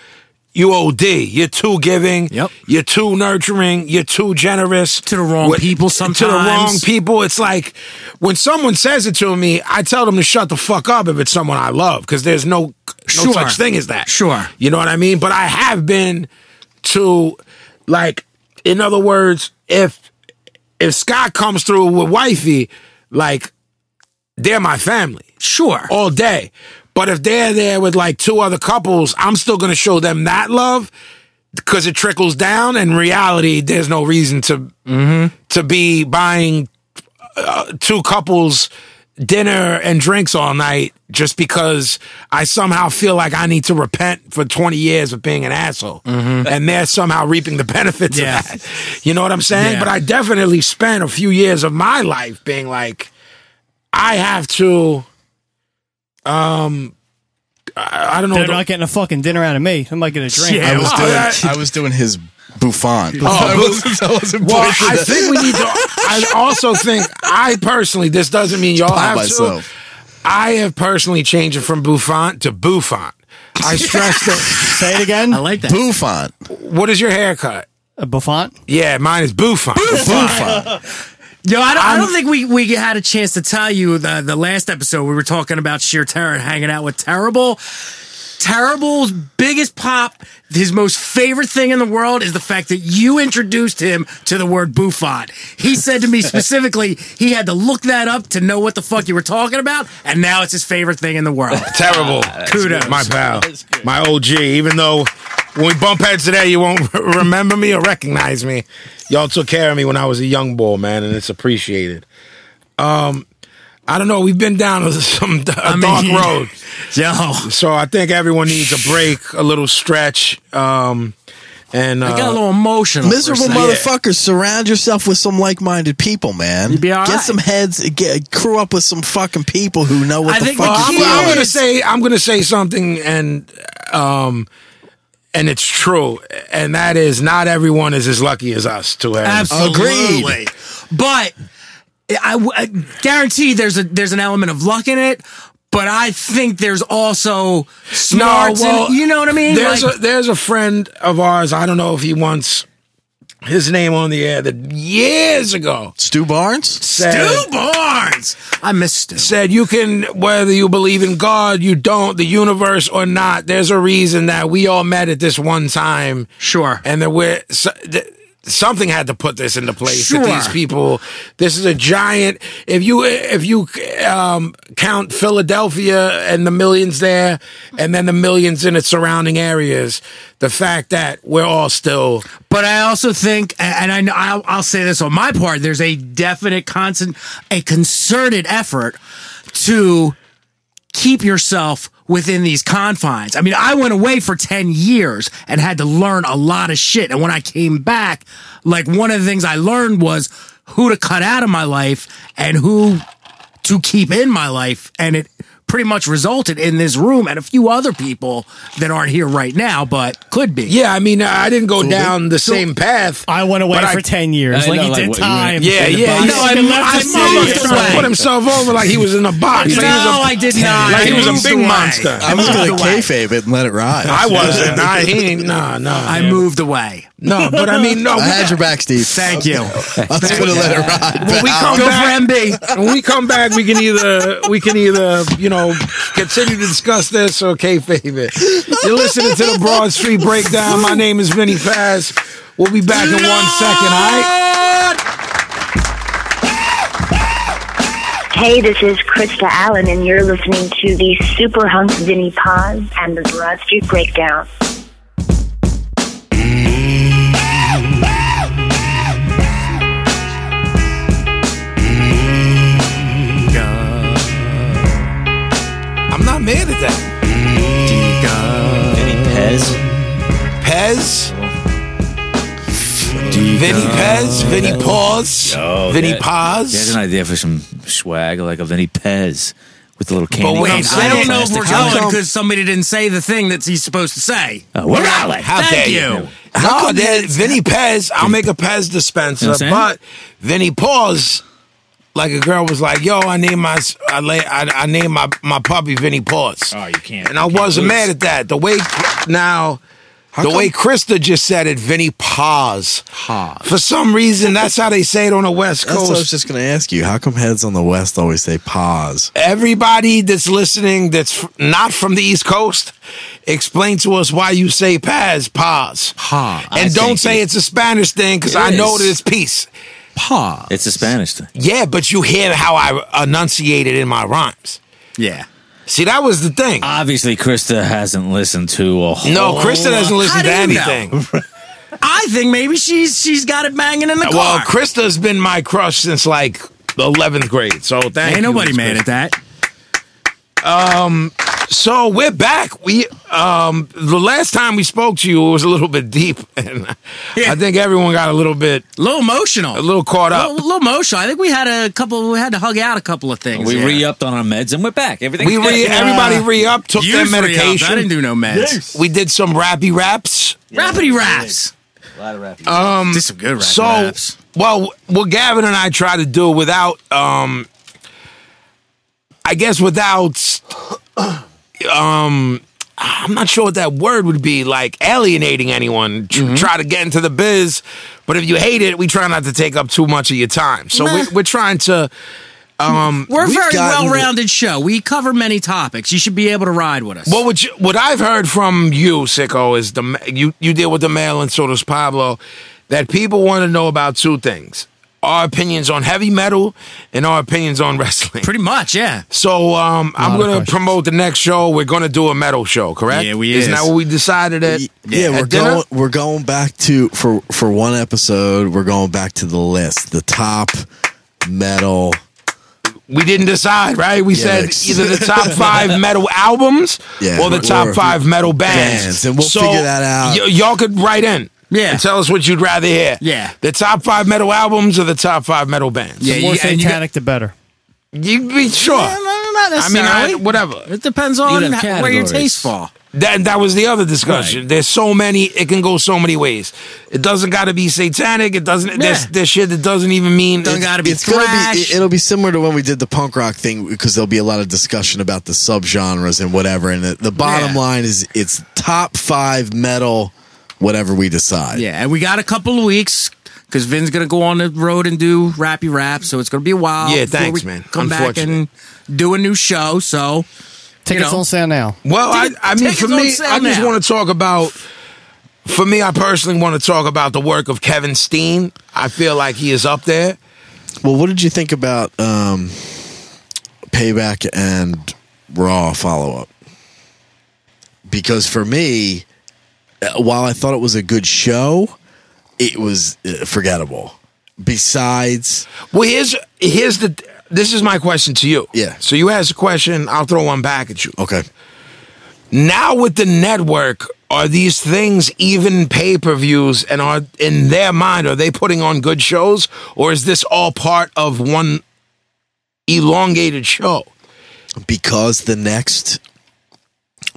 S4: You OD. You're too giving.
S3: Yep.
S4: You're too nurturing. You're too generous.
S3: To the wrong people
S4: To the wrong
S3: sometimes.
S4: people. It's like when someone says it to me, I tell them to shut the fuck up if it's someone I love because there's no, no
S3: Sure.
S4: such thing as that.
S3: Sure.
S4: You know what I mean? But I have been to like in other words, if if Scott comes through with wifey, like they're my family
S3: Sure.
S4: all day. But if they're there with like two other couples, I'm still gonna show them that love because it trickles down. In reality, there's no reason to to be buying uh, two couples dinner and drinks all night just because I somehow feel like I need to repent for 20 years of being an asshole. And they're somehow reaping the *laughs* benefits
S3: Yeah.
S4: of that. You know what I'm saying?
S3: Yeah.
S4: But I definitely spent a few years of my life being like, I have to. Um, I, I don't know.
S1: They're
S4: the-
S1: not getting a fucking dinner out of me. I might get a drink.
S3: Yeah.
S5: I was
S4: Oh,
S5: doing
S4: that-
S5: I was doing his Buffon. Oh,
S4: I
S5: wasn't, *laughs* I wasn't
S4: well, I think we need to. I also think I personally. This doesn't mean y'all have to. I have personally changed it from Buffon to Buffon.
S3: *laughs*
S4: I stress that.
S1: Say it again.
S3: I like that.
S5: Buffon.
S4: What is your haircut?
S1: A Buffon.
S4: Yeah, mine is
S3: *laughs*
S4: Buffon.
S5: Buffon.
S3: Yo, I don't, I don't think we, we had a chance to tell you the, the last episode we were talking about Sheer Terror and hanging out with Terrible. Terrible's biggest pop, his most favorite thing in the world is the fact that you introduced him to the word Buffon. He said to me specifically he had to look that up to know what the fuck you were talking about, and now it's his favorite thing in the world.
S4: Terrible. Kudos, my pal, my OG. Even though when we bump heads today, you won't *laughs* remember me or recognize me. Y'all took care of me when I was a young boy, man, and it's appreciated. Um, I don't know. We've been down a- *laughs* some a dark
S3: mean-
S4: road.
S3: *laughs* Yo,
S4: So I think everyone needs a break, a little stretch. Um, and uh,
S3: I got a little emotional. for a
S5: Miserable
S3: second.
S5: motherfuckers. Surround yourself with some like-minded people, man.
S3: be all
S5: get
S3: right.
S5: some heads. Get crew up with some fucking people who know what
S3: I
S5: the
S3: think
S5: fuck.
S3: the
S5: you're
S3: key
S5: doing.
S4: I'm gonna
S3: is-
S4: say I'm gonna say something, and um, and it's true, and that is not everyone is as lucky as us to have.
S3: Absolutely.
S5: Agreed.
S3: But I, w- I guarantee there's a there's an element of luck in it. But I think there's also smarts. in- you know what I mean?
S4: There's
S3: Like,
S4: a there's a friend of ours. I don't know if he wants his name on the air. That years ago
S5: Stu Barnes.
S4: said
S3: Stu Barnes. I missed it.
S4: said you can whether you believe in God, you don't, the universe or not. There's a reason that we all met at this one time.
S3: Sure.
S4: and there were so, th- something had to put this into place. that
S3: Sure.
S4: these people, this is a giant. If you if you um, count Philadelphia and the millions there, and then the millions in its surrounding areas, the fact that we're all still
S3: But I also think, and I know I'll, I'll say this on my part, there's a definite constant, a concerted effort to keep yourself within these confines. I mean, I went away for 10 years and had to learn a lot of shit. And when I came back, like one of the things I learned was who to cut out of my life and who to keep in my life. And it pretty much resulted in this room and a few other people that aren't here right now, but could be.
S4: yeah. I mean, I didn't go down the same path.
S1: I went away
S4: But I-
S1: for ten years.
S2: I
S1: like
S2: know,
S1: he
S2: like,
S1: did
S2: what, you
S1: time.
S2: went-
S4: yeah, yeah.
S1: No, I left
S4: I
S1: the city.
S4: motherfucker tried to put himself over like he was in a box.
S3: No,
S4: Like he was a-
S3: I did not.
S4: *laughs* Like he was
S3: I
S4: a
S3: moved
S4: big
S3: away.
S4: monster.
S5: I was
S3: moved
S5: gonna
S3: away.
S5: kayfabe it and let it ride.
S4: I wasn't. I he ain't. Nah, nah.
S3: I moved away.
S4: No, but I mean, no.
S5: I
S4: we-
S5: had your back, Steve.
S3: Thank you.
S5: *laughs* I was gonna let it ride.
S4: When
S5: but
S3: *laughs*
S4: we
S5: I-
S4: come
S3: Go for
S4: back,
S3: MB.
S4: when we come back, we can either we can either you know continue to discuss this or kayfabe it. You're listening to the Broad Street Breakdown. My name is Vinny Paz. We'll be back in one second. All right.
S6: Hey, this is Krista Allen, and you're listening to the Super Hunk Vinny Paz and the Broad Street Breakdown.
S4: I'm not mad at that.
S2: Vinny Pez.
S4: Pez. Vinny Pez, Vinny Paws,
S2: Yo,
S4: Vinny
S2: that- There's
S4: Paz.
S2: an idea for some swag like a Vinny Pez with the little candy.
S4: wait,
S2: canes.
S4: I
S3: I don't know if we're
S4: Plastic helmet.
S3: going because somebody didn't say the thing that he's supposed to say.
S2: Uh, we're out.
S4: How
S3: Thank
S4: dare
S3: you.
S4: you? No, that- Vinny Pez. I'll make a Pez dispenser,
S2: You know what I'm
S4: but Vinny Paws. Like a girl was like, "Yo, I named my I, lay, I, I named my my puppy Vinny Paws."
S2: Oh, you can't-
S4: And I
S2: you can't
S4: wasn't
S2: lose.
S4: mad at that. The way now, the way Krista just said it, Vinny Paws.
S5: Paws.
S4: For some reason, that's how they say it on the West
S5: That's what I was
S4: Coast.
S5: just gonna ask you. How come heads on the west always say pause?
S4: Everybody that's listening, that's f- not from the East Coast, explain to us why you say Paz, Paws.
S5: Pause.
S4: And don't say it's a Spanish thing because I know
S2: is.
S4: that it's peace.
S5: pause.
S2: It's a Spanish thing.
S4: Yeah, but you hear how I enunciated in my rhymes.
S3: Yeah.
S4: See, that was the thing.
S2: Obviously, Krista hasn't listened to a whole
S4: no, Krista doesn't listen
S3: Oh, How
S4: to
S3: do you know?
S4: anything.
S3: I think maybe she's she's got it banging in the car.
S4: Uh, Well, Krista's been my crush since like the 11th grade. So
S3: Ain't
S4: thank you,
S3: nobody
S4: Miss
S3: mad at that.
S4: So we're back. We um the last time we spoke to you it was a little bit deep *laughs* and
S3: Yeah.
S4: I think everyone got a little bit
S3: A little emotional.
S4: a little uh, caught
S3: a
S4: up.
S3: little emotional. I think we had a couple. We had to hug out a couple of things.
S2: We
S3: there.
S2: re-upped on our meds and we're back. Everything.
S3: *laughs*
S4: We re everybody re up took
S3: Yous
S4: their
S3: re-upped.
S4: medication.
S3: I didn't do no meds.
S4: we did some rappy raps.
S3: Rapidy raps.
S2: A lot of rap.
S3: Did some good rap
S4: Um, So
S3: raps.
S4: well what Gavin and I try to do without um I guess without *clears throat* um I'm not sure what that word would be like alienating anyone. Tr-
S3: Mm-hmm.
S4: Try to get into the biz, but if you hate it, we try not to take up too much of your time. So
S3: Meh.
S4: we're, we're trying to. um,
S3: We're a
S5: we've
S3: very
S5: gotten-
S3: well-rounded show. We cover many topics. You should be able to ride with us.
S4: What would you, what I've heard from you, sicko, is the ma- you you deal with the mail and so does Pablo, that people want to know about two things: our opinions on heavy metal and our opinions on wrestling.
S3: Pretty much, yeah.
S4: So um, I'm
S1: of
S4: gonna
S1: questions.
S4: promote the next show. We're gonna do a metal show, correct?
S3: Yeah, we
S4: Isn't
S3: is.
S4: that what we decided at?
S5: Yeah, we're
S4: at dinner?
S5: going. We're going back to for for one episode. We're going back to the list, the top metal.
S4: We didn't decide, right? We
S5: Yikes.
S4: said either the top five metal albums
S5: Yeah,
S4: or the top
S5: or
S4: five metal bands,
S5: bands, and we'll figure that out.
S4: y- y'all could write in.
S3: Yeah.
S4: And tell us what you'd rather hear.
S3: Yeah.
S4: The top five metal albums or the top five metal bands.
S3: Yeah,
S1: The more
S3: and you got-
S1: satanic, the better.
S4: You'd be sure.
S3: Yeah, no, no, not
S4: I mean, I,
S3: necessarily.
S4: whatever.
S3: It depends
S2: You'd
S3: on
S2: have
S3: how- where your
S2: categories.
S3: tastes fall.
S4: That that was the other discussion. There's so many. It can go so many ways. It doesn't got to be satanic. It doesn't. There's,
S3: Yeah.
S4: there's shit that doesn't even mean.
S3: Doesn't gotta be
S5: it's gonna
S3: thrash.
S5: be. It, it'll be similar to when we did the punk rock thing because there'll be a lot of discussion about the subgenres and whatever. And the, the bottom
S3: Yeah.
S5: line is, it's top five metal. Whatever we decide.
S3: yeah, and we got a couple of weeks because Vin's gonna go on the road and do rappy rap, so it's gonna be a while.
S4: Yeah,
S3: before
S4: thanks,
S3: we
S4: man.
S3: Come back and do a new show. So
S1: Tickets
S3: know.
S1: on sale now.
S4: Well, I,
S3: Ticket-
S4: I mean,
S3: tickets
S4: for
S3: on
S4: me,
S3: sale
S4: I just
S3: now.
S4: want to talk about. For me, I personally want to talk about the work of Kevin Steen. I feel like he is up there.
S5: Well, what did you think about um, Payback and Raw follow up? Because for me, uh, while I thought it was a good show, it was uh, forgettable. Besides,
S4: Well, here's here's the. This is my question to you.
S5: Yeah.
S4: So you ask a question, I'll throw one back at you.
S5: okay,
S4: Now with the network, are these things even pay per views? And are in their mind, are they putting on good shows, or is this all part of one elongated show?
S5: because the next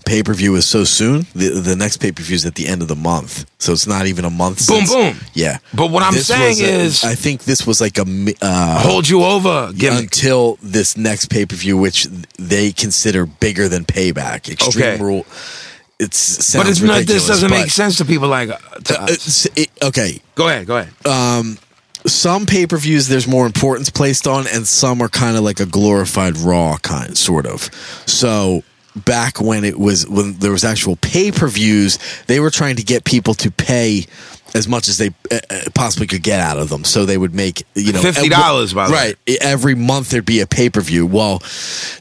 S5: pay per view is so soon, the, the next pay per view is at the end of the month, so it's not even a month.
S4: Boom,
S5: since-
S4: boom.
S5: Yeah,
S4: But what I'm
S5: This
S4: saying
S5: was a-
S4: is,
S5: I think this was like a mi- uh,
S4: hold you over. Gimmick.
S5: until this next pay per view, which they consider bigger than Payback. Extreme
S4: Okay.
S5: Rule. it's sounds
S4: but it's not. This
S5: ridiculous,
S4: doesn't
S5: but-
S4: make sense to people like uh, to
S5: Uh,
S4: us.
S5: it's- it- okay,
S4: Go ahead. Go ahead.
S5: some pay per views there's more importance placed on, and some are kind of like a glorified Raw kind, sort of. So back when it was when there was actual pay per views, they were trying to get people to pay as much as they uh, uh, possibly could get out of them. So they would make you know
S4: $50 by the way.
S5: right every month there'd be a pay per view. Well,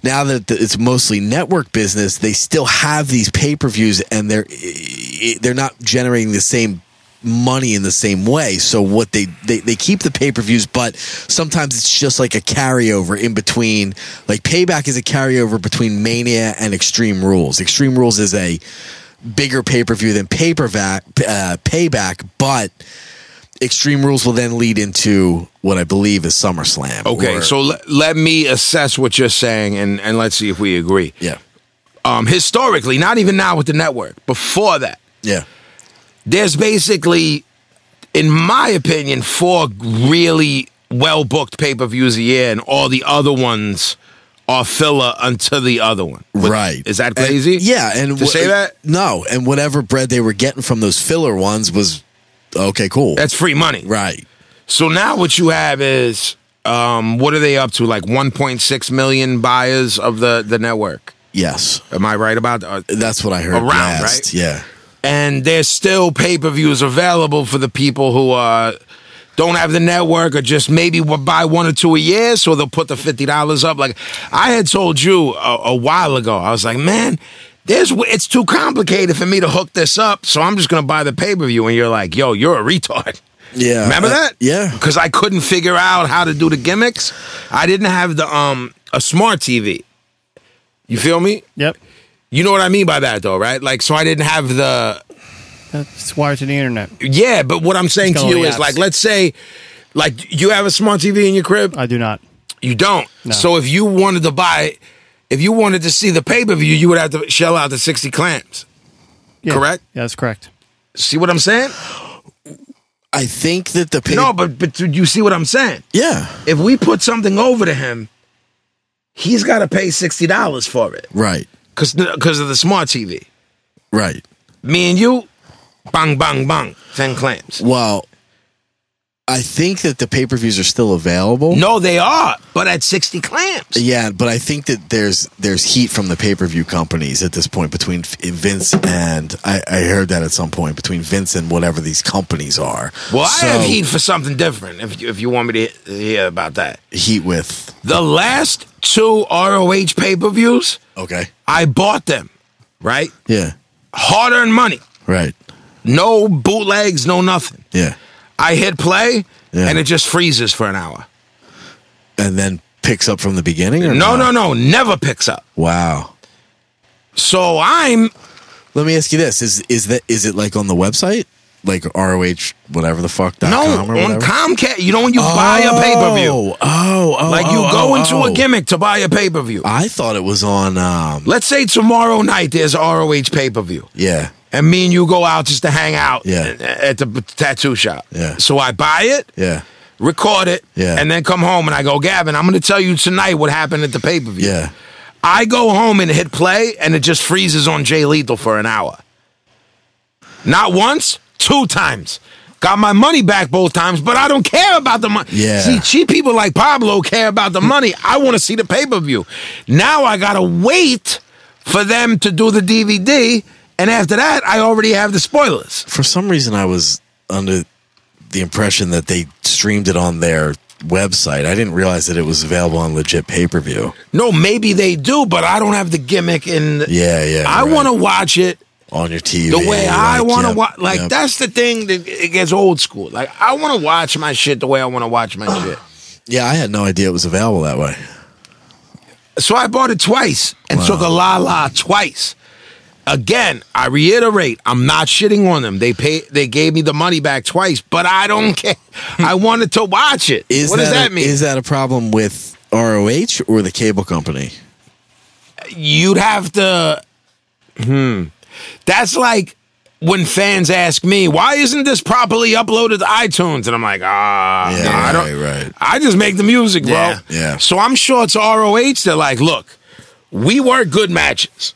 S5: now that the- it's mostly network business, they still have these pay per views, and they're i- i- they're not generating the same money in the same way. So what they they, they keep the pay per views, but sometimes it's just like a carryover in between. Like payback is a carryover between Mania and Extreme Rules. Extreme Rules is a bigger pay per view than paperback uh, payback, but Extreme Rules will then lead into what I believe is SummerSlam.
S4: Okay,
S5: or-
S4: so let, let me assess what you're saying, and and let's see if we agree.
S5: yeah,
S4: Um, historically, not even now with the network. Before that,
S5: yeah,
S4: there's basically, in my opinion, four really well booked pay per views a year, and all the other ones are filler until the other one. But
S5: right.
S4: Is that
S5: And-
S4: crazy?
S5: yeah, and
S4: to
S5: wh-
S4: say that
S5: no, and whatever bread they were getting from those filler ones was okay, cool,
S4: that's free money.
S5: right.
S4: So now what you have is, um, what are they up to? Like 1.6 million buyers of the the network.
S5: Yes,
S4: Am I right about that? Or-
S5: that's what I heard.
S4: Around,
S5: last.
S4: right?
S5: Yeah,
S4: and there's still pay per views available for the people who uh, don't have the network or just maybe will buy one or two a year, so they'll put the fifty dollars up. Like I had told you a, a while ago, I was like, man. There's, w- it's too complicated for me to hook this up, so I'm just gonna buy the pay per view. And you're like, "Yo, you're a retard."
S5: yeah.
S4: Remember
S5: Uh,
S4: that?
S5: Yeah,
S4: Because I couldn't figure out how to do the gimmicks. I didn't have the um a smart TV. You feel me?
S1: Yep.
S4: You know what I mean by that, though, right? Like, so I didn't have the
S1: That's wired to the internet.
S4: yeah, but what I'm saying
S1: It's
S4: to
S1: got all
S4: you
S1: the
S4: is
S1: apps.
S4: like, let's say, like you have a smart TV in your crib,
S1: I do not.
S4: you don't.
S1: No.
S4: So if you wanted to buy, if you wanted to see the pay per view, you would have to shell out the sixty clams.
S1: Yeah.
S4: Correct?
S1: Yeah, that's correct.
S4: See what I'm saying?
S5: I think that the pay-
S4: no, but but do you see what I'm saying?
S5: yeah,
S4: If we put something over to him, he's got to pay sixty dollars for it
S5: right,
S4: because because of the smart TV.
S5: right.
S4: Me and you, bang bang bang, ten clams.
S5: Well, I think that the pay per views are still available.
S4: No, they are, but at sixty clams.
S5: Yeah, but I think that there's there's heat from the pay per view companies at this point between F- Vince and I, I heard that at some point between Vince and whatever these companies are.
S4: Well,
S5: So,
S4: I have heat for something different. If you, if you want me to hear about that,
S5: heat with
S4: the last two ROH pay per views,
S5: okay,
S4: I bought them, right?
S5: yeah,
S4: Hard earned money,
S5: right,
S4: no bootlegs, no nothing.
S5: yeah,
S4: I hit play,
S5: Yeah.
S4: and it just freezes for an hour.
S5: and then picks up from the beginning. Or
S4: No,
S5: not?
S4: no, no, never picks up.
S5: Wow.
S4: So I'm
S5: Let me ask you this: is is that is it like on the website, like ROH whatever the fuck dot
S4: no
S5: com or
S4: on
S5: whatever?
S4: Comcast. You know when you buy a pay per view,
S5: Oh, oh, oh,
S4: like you
S5: oh,
S4: go
S5: oh,
S4: into a
S5: oh.
S4: gimmick to buy a pay per view.
S5: I thought it was on. um
S4: Let's say tomorrow night there's ROH pay per view.
S5: Yeah,
S4: and me and you go out just to hang out
S5: Yeah.
S4: at the tattoo shop.
S5: Yeah.
S4: So I buy it,
S5: yeah,
S4: record it,
S5: Yeah.
S4: and then come home and I go, Gavin, I'm going to tell you tonight what happened at the pay per view.
S5: yeah.
S4: I go home and hit play, and it just freezes on Jay Lethal for an hour. Not once, two times. Got my money back both times, but I don't care about the money.
S5: Yeah.
S4: See, cheap people like Pablo care about the money. I want to see the pay per view. Now I gotta wait for them to do the DVD, and after that, I already have the spoilers.
S5: for some reason I was under the impression that they streamed it on their website. I didn't realize that it was available on legit pay per view.
S4: No, maybe they do, but I don't have the gimmick in. The-
S5: Yeah, yeah.
S4: I
S5: right.
S4: want to watch it
S5: on your TV
S4: the way I
S5: right,
S4: want to
S5: yep,
S4: watch. Like
S5: yep.
S4: that's the thing that it gets old school. Like I want to watch my shit the way I want to watch my shit.
S5: Yeah, I had no idea it was available that way.
S4: So I bought it twice and took a la la twice. Again, I reiterate, I'm not shitting on them. They pay, they gave me the money back twice, but I don't *laughs* care. I wanted to watch it.
S5: Is
S4: what does that
S5: a-
S4: mean?
S5: Is that a problem with ROH or the cable company?
S4: You'd have to. Hmm. That's like when fans ask me, "Why isn't this properly uploaded to iTunes?" And I'm like, "Ah,
S5: Yeah,
S4: no, I don't."
S5: right, right.
S4: I just make the music, bro.
S5: Yeah, yeah.
S4: So I'm sure it's ROH. They're like, look, we work good matches,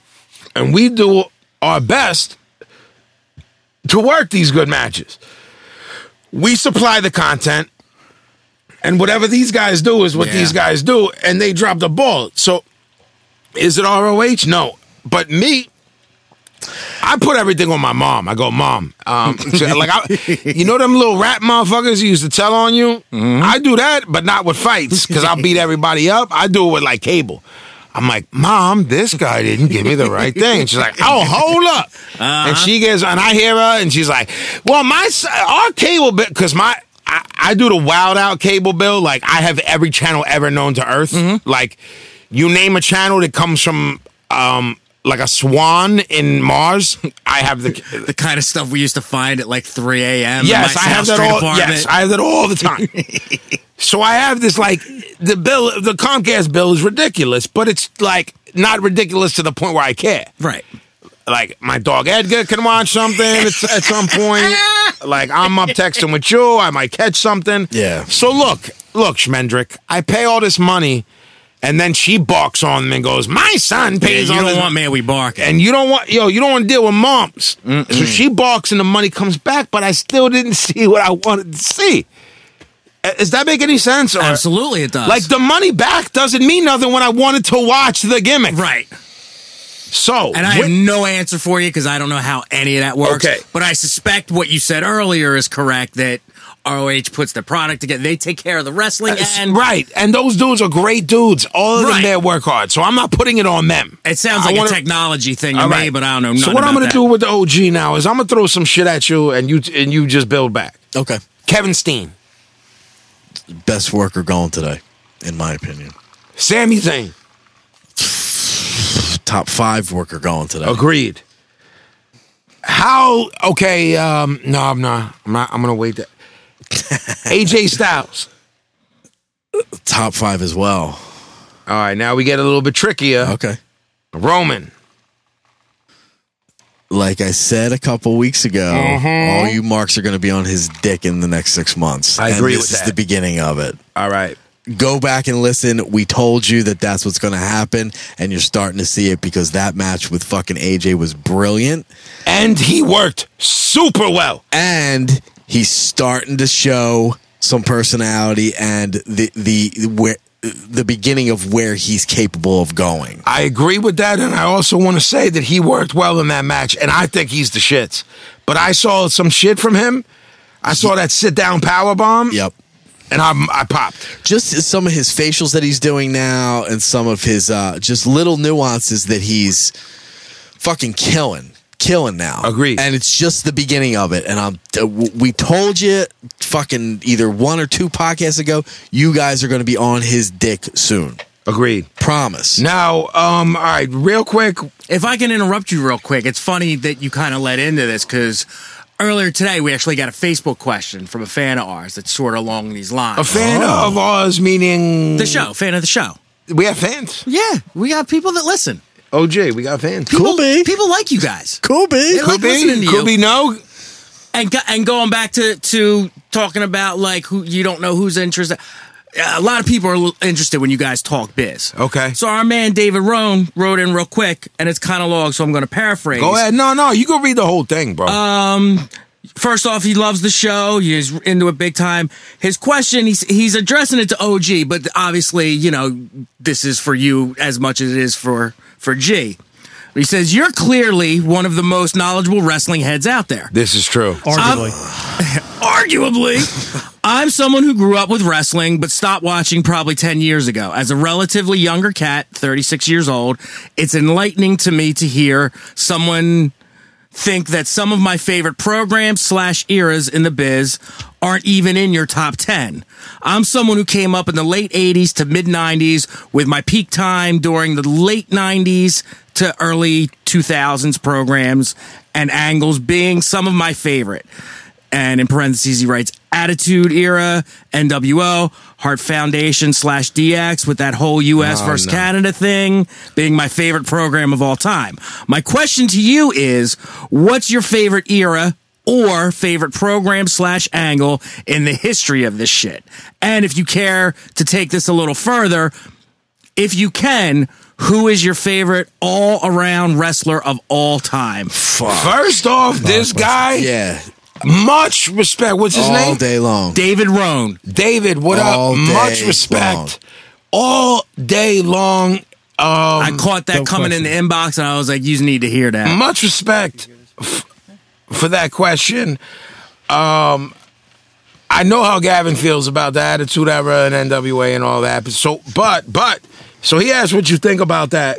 S4: and we do our best to work these good matches. We supply the content, and whatever these guys do is what
S3: Yeah.
S4: these guys do, and they drop the ball. So, is it ROH? No. But me, I put everything on my mom. I go, mom, um, *laughs* so, like I, you know them little rap motherfuckers you used to tell on you. I do that, but not with fights because I'll beat everybody up. I do it with like cable. I'm like, mom, this guy didn't give me the right thing. And she's like, oh, hold up. And she gets, and I hear her, and she's like, well, my s- our cable bill because my. I, I do the wild out cable bill. Like I have every channel ever known to earth. Like you name a channel that comes from um like a swan in Mars. I have the
S3: The kind of stuff we used to find at like 3 a.m. in
S4: Yes,
S3: my
S4: I
S3: South
S4: have that
S3: Street
S4: all.
S3: apartment.
S4: Yes, I have that all the time. so I have this like the bill, the Comcast bill is ridiculous, but it's like not ridiculous to the point where I care.
S3: right.
S4: Like my dog Edgar can watch something at, at some point. Like I'm up texting with you, I might catch something.
S5: Yeah.
S4: So look, look, Schmendrick, I pay all this money, and then she balks on me and goes, "My son
S3: Yeah,
S4: pays
S3: you
S4: all this
S3: don't want man we barking.
S4: and you don't want yo, you don't want to deal with moms. So she balks and the money comes back, but I still didn't *laughs* see what I wanted to see. Uh, Does that make any sense? Or-
S3: Absolutely, it does.
S4: Like the money back doesn't mean nothing when I wanted to watch the gimmick.
S3: right.
S4: So
S3: And I
S4: wh-
S3: have no answer for you because I don't know how any of that works.
S4: Okay.
S3: But I suspect what you said earlier is correct that ROH puts the product together. They take care of the wrestling and
S4: right, and those dudes are great dudes. All of them
S3: Right.
S4: there work hard, so I'm not putting it on them.
S3: it sounds
S4: I
S3: like
S4: wanna-
S3: a technology thing to
S4: All
S3: me,
S4: right.
S3: but I don't know.
S4: So
S3: nothing
S4: what I'm
S3: about
S4: gonna
S3: that.
S4: do with the OG now is I'm gonna throw some shit at you, and you and you just build back.
S5: Okay.
S4: Kevin Steen,
S5: Best worker going today, in my opinion.
S4: Sami Zayn,
S5: Top five worker going today.
S4: Agreed. How okay, um no I'm not I'm not I'm gonna wait
S5: *laughs*
S4: that AJ Styles.
S5: Top five as well.
S4: All right, now we get a little bit trickier.
S5: Okay.
S4: Roman.
S5: Like I said a couple weeks ago, all you marks are going to be on his dick in the next six months.
S4: I
S5: and
S4: agree
S5: this
S4: with
S5: is
S4: that.
S5: the beginning of it.
S4: All right.
S5: go back and listen. We told you that that's what's going to happen, and you're starting to see it because that match with fucking AJ was brilliant,
S4: And he worked super well.
S5: and he's starting to show some personality and the the where the beginning of where he's capable of going.
S4: I agree with that, and I also want to say that he worked well in that match, and I think he's the shits. But I saw some shit from him. I saw that sit down power bomb.
S5: Yep.
S4: And I, I popped.
S5: Just some of his facials that he's doing now, and some of his uh, just little nuances that he's fucking killing, killing now.
S4: Agreed.
S5: And it's just the beginning of it. And I'm, uh, w- we told you, fucking either one or two podcasts ago, you guys are going to be on his dick soon.
S4: Agreed.
S5: Promise.
S4: Now, um, all right, real quick,
S3: If I can interrupt you real quick, it's funny that you kind of led into this because earlier today we actually got a Facebook question from a fan of ours that's sort of along these lines.
S4: a fan
S5: Oh.
S4: of ours, meaning
S3: the show, fan of the show.
S4: we have fans.
S3: Yeah, we got people that listen.
S4: OJ, we got fans.
S3: People,
S5: Cool, B.
S3: People like you guys.
S5: Cool, B.
S3: They like listening to
S4: could
S3: you.
S4: be no.
S3: and go- and going back to to talking about like who you don't know who's interested. A lot of people are l- interested when you guys talk biz.
S4: Okay.
S3: So our man David Roan wrote in real quick, and it's kind of long, so I'm going to paraphrase.
S4: Go ahead. No, no, you can read the whole thing, bro.
S5: Uh,
S3: First off, he loves the show. He's into it big time. His question, he's he's addressing it to OG, but obviously, you know, this is for you as much as it is for for G. He says you're clearly one of the most knowledgeable wrestling heads out there.
S4: this is true.
S1: Arguably.
S3: Arguably, I'm someone who grew up with wrestling but stopped watching probably 10 years ago. As a relatively younger cat, 36 years old, it's enlightening to me to hear someone think that some of my favorite programs slash eras in the biz aren't even in your top 10. I'm someone who came up in the late 80s to mid 90s with my peak time during the late 90s to early 2000s programs and angles being some of my favorite. And in parentheses, he writes Attitude Era, NWO, Heart Foundation slash DX with that whole US versus Canada thing being my favorite program of all time. My question to you is what's your favorite era or favorite program slash angle in the history of this shit? And if you care to take this a little further, if you can, Who is your favorite all around wrestler of all time?
S4: First off, this guy,
S5: Yeah,
S4: much respect. What's his
S5: all
S4: name?
S5: day long.
S3: David Roan.
S4: David, what
S5: All
S4: up?
S5: day
S4: Much respect.
S5: long.
S4: All day long.
S3: I
S5: Mm,
S3: caught that coming in the inbox and I was like, you need to hear that.
S4: Much respect f- for that question. Um, I know how Gavin feels about the Attitude Era and NWA and all that. But so, but, but, so he asked what you think about that.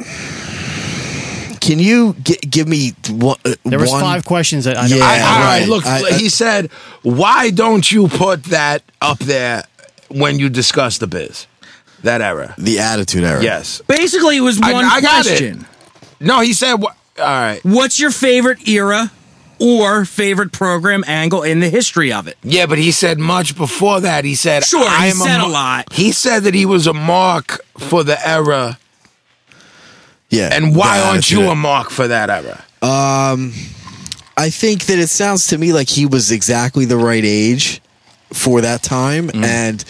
S5: Can you g- give me one? uh,
S1: There was
S5: one-
S1: five questions that I
S5: Yeah.
S4: I, all right,
S5: right.
S4: look,
S5: I-
S4: he said, why don't you put that up there when you discuss the biz? That era.
S5: The attitude era.
S4: Yes.
S3: Basically, it was
S4: I-
S3: one
S4: I got it.
S3: question.
S4: No, he said, wha- all right.
S3: What's your favorite era or favorite program angle in the history of it?
S4: Yeah, but he said much before that. He said,
S3: Sure, he
S4: I'm
S3: said a
S4: mar-
S3: lot.
S4: He said that he was a mark for the era.
S5: Yeah.
S4: And why
S5: the
S4: aren't
S5: Attitude
S4: you
S5: Era.
S4: a mark for that era?
S5: I think that it sounds to me like he was exactly the right age for that time and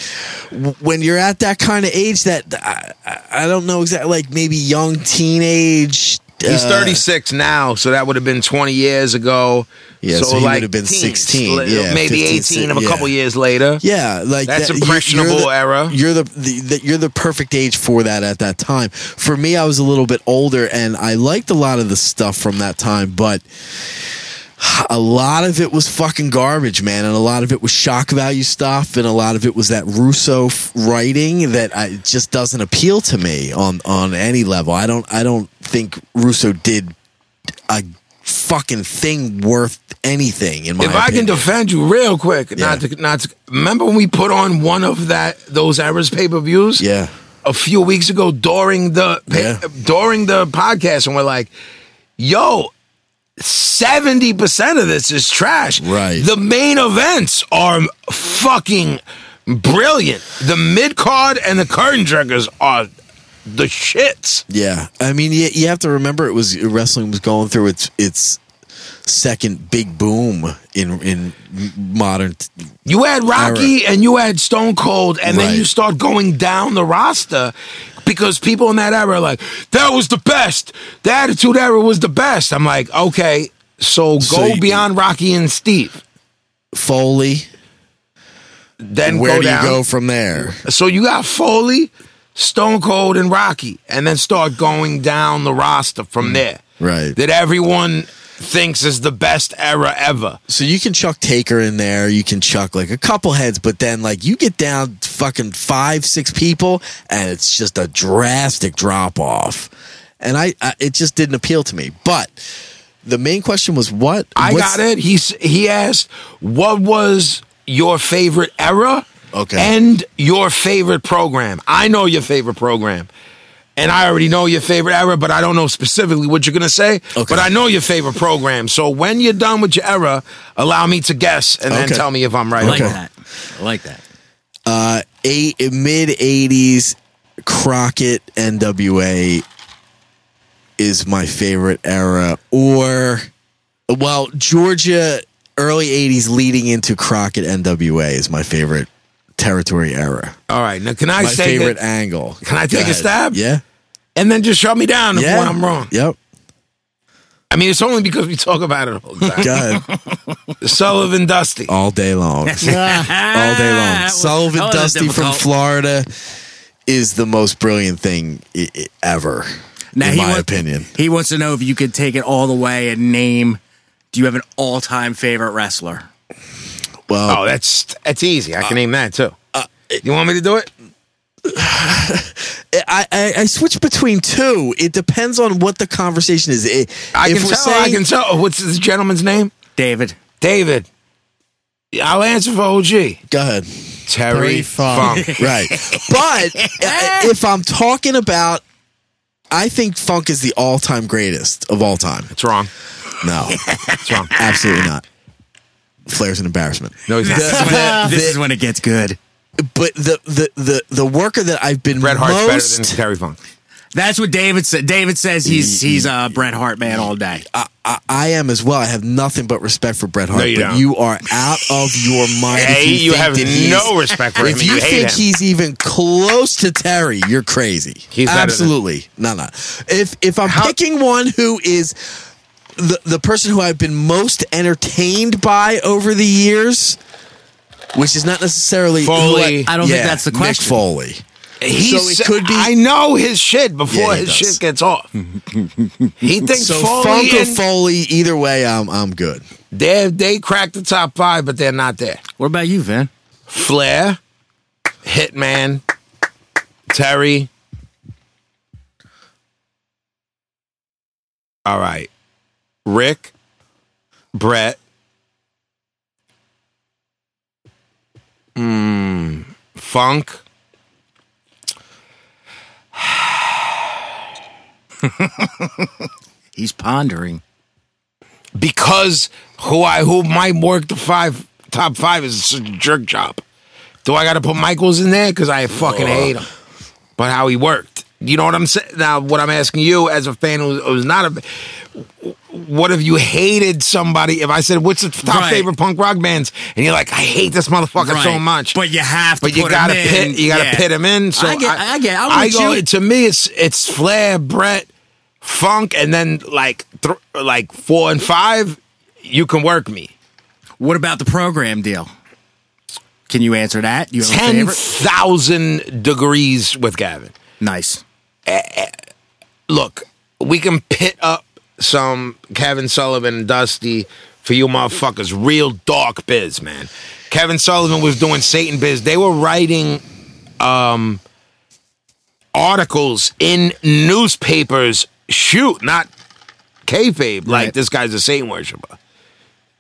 S5: w- when you're at that kind of age that I, I- I don't know exactly like maybe young teenage
S4: He's
S5: uh,
S4: 36 now, so that would have been 20 years ago.
S5: Yeah, so he would have been 16,
S4: li-
S5: yeah,
S4: maybe
S5: 15,
S4: 18 of a
S5: yeah.
S4: couple years later.
S5: Yeah, like
S4: That's
S5: you-
S4: impressionable
S5: you're the,
S4: era.
S5: You're the, the, the you're the perfect age for that at that time. For me, I was a little bit older, and I liked a lot of the stuff from that time, but a lot of it was fucking garbage, man, and a lot of it was shock value stuff, and a lot of it was that Russo f- writing that I just doesn't appeal to me on on any level. I don't I don't think Russo did a fucking thing worth anything in my
S4: If I can
S5: opinion.
S4: defend you real quick, not
S5: Yeah.
S4: to, not to, remember when we put on one of that those eras pay per views?
S5: yeah.
S4: a few weeks ago during the
S5: Yeah.
S4: during the podcast, and we're like, "Yo, seventy percent of this is trash."
S5: Right.
S4: The main events are fucking brilliant. The mid card and the curtain jerkers are the shits.
S5: Yeah, I mean, you, you have to remember it was wrestling was going through its its second big boom in in modern.
S4: You had Rocky and you had Stone Cold, and then
S5: Right.
S4: you start going down the roster because people in that era are like, that was the best. The Attitude Era was the best. I'm like, okay, so go
S5: So you-
S4: beyond Rocky and Steve.
S5: Foley,
S4: Then
S5: where
S4: go
S5: do
S4: down.
S5: you go from there?
S4: So you got Foley, Stone Cold, and Rocky, and then start going down the roster from there.
S5: Mm. Right.
S4: That everyone thinks is the best era ever.
S5: So you can chuck Taker in there. You can chuck like a couple heads, but then like you get down to fucking five, six people, and it's just a drastic drop off. And I, I, it just didn't appeal to me. But the main question was what
S4: I
S5: what's-
S4: got it. He s- he asked, "What was your favorite era?"
S5: Okay.
S4: And your favorite program. I know your favorite program. And I already know your favorite era, but I don't know specifically what you're going to say.
S5: Okay.
S4: But I know your favorite program. So when you're done with your era, allow me to guess and then
S5: Okay.
S4: tell me if I'm
S3: I
S4: right
S3: like
S4: or wrong.
S3: that. I like that.
S5: eight Uh, mid eighties Crockett NWA is my favorite era. Or well, Georgia early eighties leading into Crockett NWA is my favorite territory era.
S4: All right. Now, can I
S5: my
S4: say
S5: favorite
S4: that?
S5: angle.
S4: Can I
S5: Go
S4: take a
S5: ahead.
S4: stab?
S5: Yeah.
S4: and then just shut me down if
S5: Yeah.
S4: when I'm wrong.
S5: Yep.
S4: I mean, it's only because we talk about it all the
S5: *laughs*
S4: time.
S5: Go
S4: *laughs*
S5: ahead.
S4: Sullivan Dusty.
S5: All day long.
S1: Ah,
S5: all day long.
S3: Ah, *laughs*
S5: Sullivan
S3: that was
S5: Dusty from
S3: difficult.
S5: Florida is the most brilliant thing i- i- ever. in my
S3: wants-
S5: opinion.
S3: he wants to know if you could take it all the way and name. Do you have an all-time favorite wrestler?
S5: Well,
S4: Oh, that's that's easy. I can
S5: Uh,
S4: name that too. you want me to do it?
S5: I, I, I switch between two. It depends on what the conversation is. I-
S4: I
S5: if
S4: can
S5: we're
S4: tell. I can tell. Oh, What's this gentleman's name?
S3: David.
S4: David. I'll answer for OG.
S5: Go ahead.
S1: Terry
S4: Terry
S1: Funk.
S4: Funk.
S5: Right.
S4: *laughs*
S5: but uh, if I'm talking about, I think Funk is the all time greatest of all time.
S4: It's wrong. *laughs*
S5: No,
S4: It's wrong.
S5: absolutely not. Flair's an embarrassment.
S4: No,
S5: *laughs*
S4: he's not.
S3: this is when it gets good.
S5: But the, the, the, the worker that I've been
S4: Bret Hart's better
S5: most.
S4: than Terry Funk.
S3: That's what David said. David says he's he's a Bret Hart man all day.
S5: I, I, I am as well. I have nothing but respect for Bret Hart,
S4: No, you
S5: but
S4: don't.
S5: you are out of your mind. if
S4: Hey, you
S5: think
S4: have
S5: that he's-
S4: no respect for him.
S5: If
S4: and
S5: you,
S4: you hate
S5: think
S4: him.
S5: he's even close to Terry, you're crazy.
S4: He's better than-
S5: absolutely no, no. If if I'm
S4: How-
S5: picking one who is the the person who I've been most entertained by over the years, which is not necessarily who I-
S4: Foley.
S3: I don't think that's the question.
S5: Nick Foley.
S4: He
S5: so it
S4: sa-
S5: could be-
S4: I know his shit before
S5: Yeah, he
S4: his
S5: does.
S4: shit gets
S5: *laughs*
S4: off. he thinks
S5: So
S4: Foley
S5: Funk or
S4: and-
S5: Foley, either way, I'm I'm good.
S4: they they cracked the top five, but they're not there.
S3: What about you, Vin?
S4: Flair, Hitman, Terry. All right. Rick, Brett. Mm, Funk.
S3: He's pondering.
S4: Because who I who might work the five top five is such a jerk job. Do I gotta put Michaels in there? Because I fucking hate him. But how he worked. You know what I'm saying? Now, what I'm asking you as a fan who who's not a what if you hated somebody? If I said, "What's the top
S3: Right.
S4: favorite punk rock bands?" and you're like, "I hate this motherfucker so
S3: Right.
S4: much,"
S3: But you have to.
S4: but you
S3: put
S4: gotta
S3: him in.
S4: pit, you gotta
S3: Yeah.
S4: pit him in. So
S3: I get. I, get. I'm with
S4: go
S3: you.
S4: to me, it's it's Flair, Brett, Funk, and then like th- like four and five, you can work me
S3: What about the program deal? Can you answer that? You have a
S4: ten
S3: favorite?
S4: thousand degrees with Gavin.
S3: Nice.
S4: Look, we can pit up some Kevin Sullivan and Dusty for you motherfuckers. Real dark biz, man. Kevin Sullivan was doing Satan biz. They were writing um, articles in newspapers. Shoot, not kayfabe. Like
S3: Right.
S4: this guy's a Satan worshiper.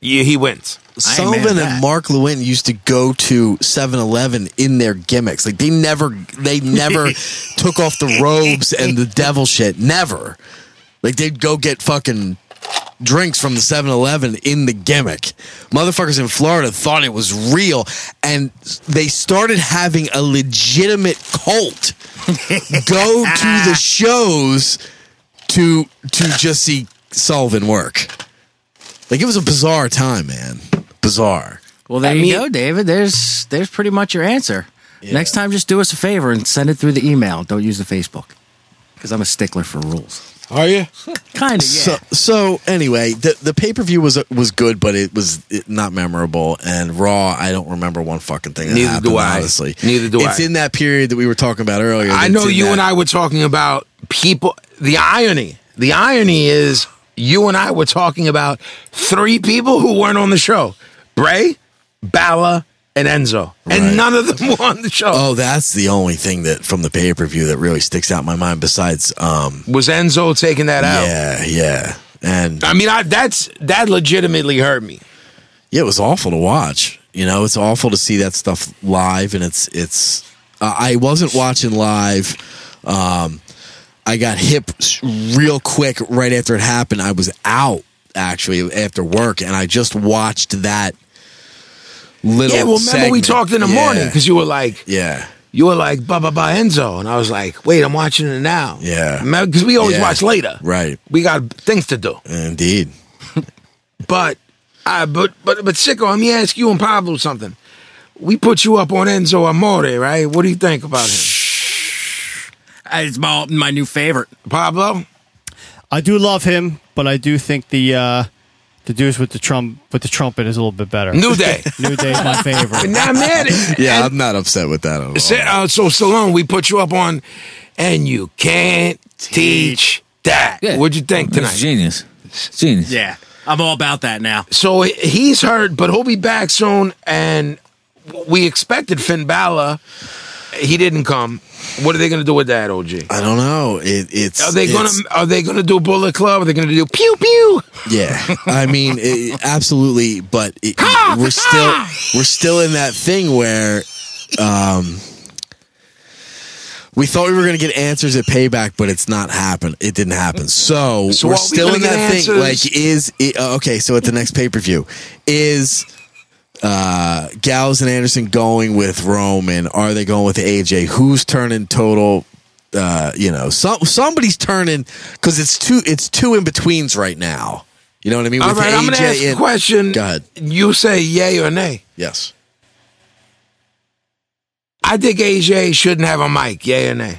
S4: Yeah, he wins.
S3: mad at
S5: Sullivan and
S3: that.
S5: Mark Lewin used to go to 7-Eleven in their gimmicks. Like they never
S3: *laughs*
S5: they never took off the robes and the devil shit. Never. Like they'd go get fucking drinks from the 7-Eleven in the gimmick. Motherfuckers in Florida thought it was real and they started having a legitimate
S3: *laughs*
S5: cult go to the shows to to just see Sullivan work. Like it was a bizarre time, man. Bizarre.
S3: Well, there
S4: I
S3: you
S4: mean-
S3: go, David. There's there's pretty much your answer. Next time, just do us a favor and send it through the email. Don't use the Facebook because I'm a stickler for rules.
S7: Are you?
S3: Kind of. Yeah.
S5: So, so anyway, the the pay per view was was good, but it was it, not memorable. And Raw, I don't remember one fucking thing. That
S4: Neither do
S5: happened,
S4: I.
S5: Honestly,
S4: Neither do
S5: It's
S4: I.
S5: in that period that we were talking about earlier.
S4: I
S5: It's
S4: know
S5: in
S4: you
S5: that-
S4: and I were talking about people. The irony. The irony is you and I were talking about three people who weren't on the show: Bray, Bala, and Enzo,
S5: Right.
S4: and none of them *laughs* were on the show.
S5: Oh, that's the only thing that from the pay per view that really sticks out in my mind. Besides, um,
S4: Was Enzo taking that out?
S5: yeah, yeah, and
S4: I mean, I, that's that legitimately hurt me.
S5: yeah, it was awful to watch. You know, it's awful to see that stuff live, and it's it's. Uh, I wasn't watching live. Um, I got hip s- real quick right after it happened. I was out actually after work, and I just watched that little.
S4: Yeah, well, remember we
S5: segment.
S4: talked in the
S5: Yeah,
S4: morning because you were like,
S5: yeah,
S4: you were like, "Ba ba ba, Enzo," and I was like, "Wait, I'm watching it now."
S5: Yeah.
S4: because we always
S5: Yeah.
S4: watch later.
S5: right,
S4: We got things to do.
S5: indeed.
S4: But I, but but but sicko, let me ask you and Pablo something. We put you up on Enzo Amore, right? What do you think about him,
S3: Uh, It's my my new favorite.
S4: Pablo?
S1: I do love him, but I do think the uh, the dudes with the trump with the trumpet is a little bit better.
S4: New
S5: *laughs*
S4: Day.
S1: New Day's my
S2: *laughs*
S1: favorite.
S4: now, man.
S5: Yeah, I'm not upset with that at all.
S4: Sa- uh, so Stallone, we put you up on, and you can't teach that.
S2: Yeah.
S4: What'd you think tonight?
S2: That's genius. Genius.
S3: Yeah, I'm all about that now.
S4: So he- he's hurt, but he'll be back soon. And we expected Finn Balor. He didn't come. What are they going to do with that, OG?
S5: I don't know. It, it's
S4: Are they going
S5: it's-
S4: to Are they going to do Bullet Club? Are they going to do pew pew?
S5: Yeah, I mean, it, absolutely. But it, we're still we're still in that thing where, um, we thought we were going to get answers at payback, but it's not happened. It didn't happen. So,
S4: So
S5: we're
S4: are we
S5: still
S4: gonna
S5: in
S4: get
S5: that thing.
S4: answers?
S5: Like, is it, uh, okay. So at the next pay per view, is uh, Gals and Anderson going with Roman? Are they going with AJ? Who's turning total? uh, you know, some somebody's turning because it's two it's two in betweens right now. You know what I mean?
S4: All right, I'm gonna
S5: AJ
S4: ask you a
S5: and-
S4: question.
S5: Go ahead.
S4: You say yay or nay.
S5: Yes.
S4: I think AJ shouldn't have a mic. Yay or nay?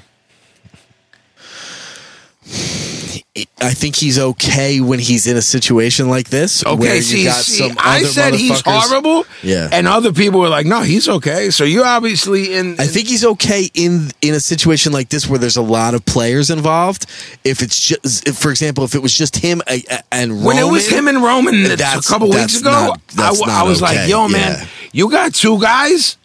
S5: I think he's okay when he's in a situation like this. where
S4: Okay,
S5: you
S4: see,
S5: got
S4: see
S5: some
S4: I
S5: other
S4: said he's
S5: motherfuckers-
S4: horrible.
S5: Yeah.
S4: And other people were like, no, he's okay. So you're obviously in.
S5: I think he's okay in in a situation like this where there's a lot of players involved. If it's just, if, for example, if it was just him uh, uh, and Roman,
S4: when it was him and Roman a
S5: That's-
S4: couple
S5: that's
S4: weeks ago,
S5: not-
S4: I,
S5: that's
S4: w-
S5: not
S4: I was like,
S5: okay,
S4: yo, man,
S5: yeah.
S4: you got two guys?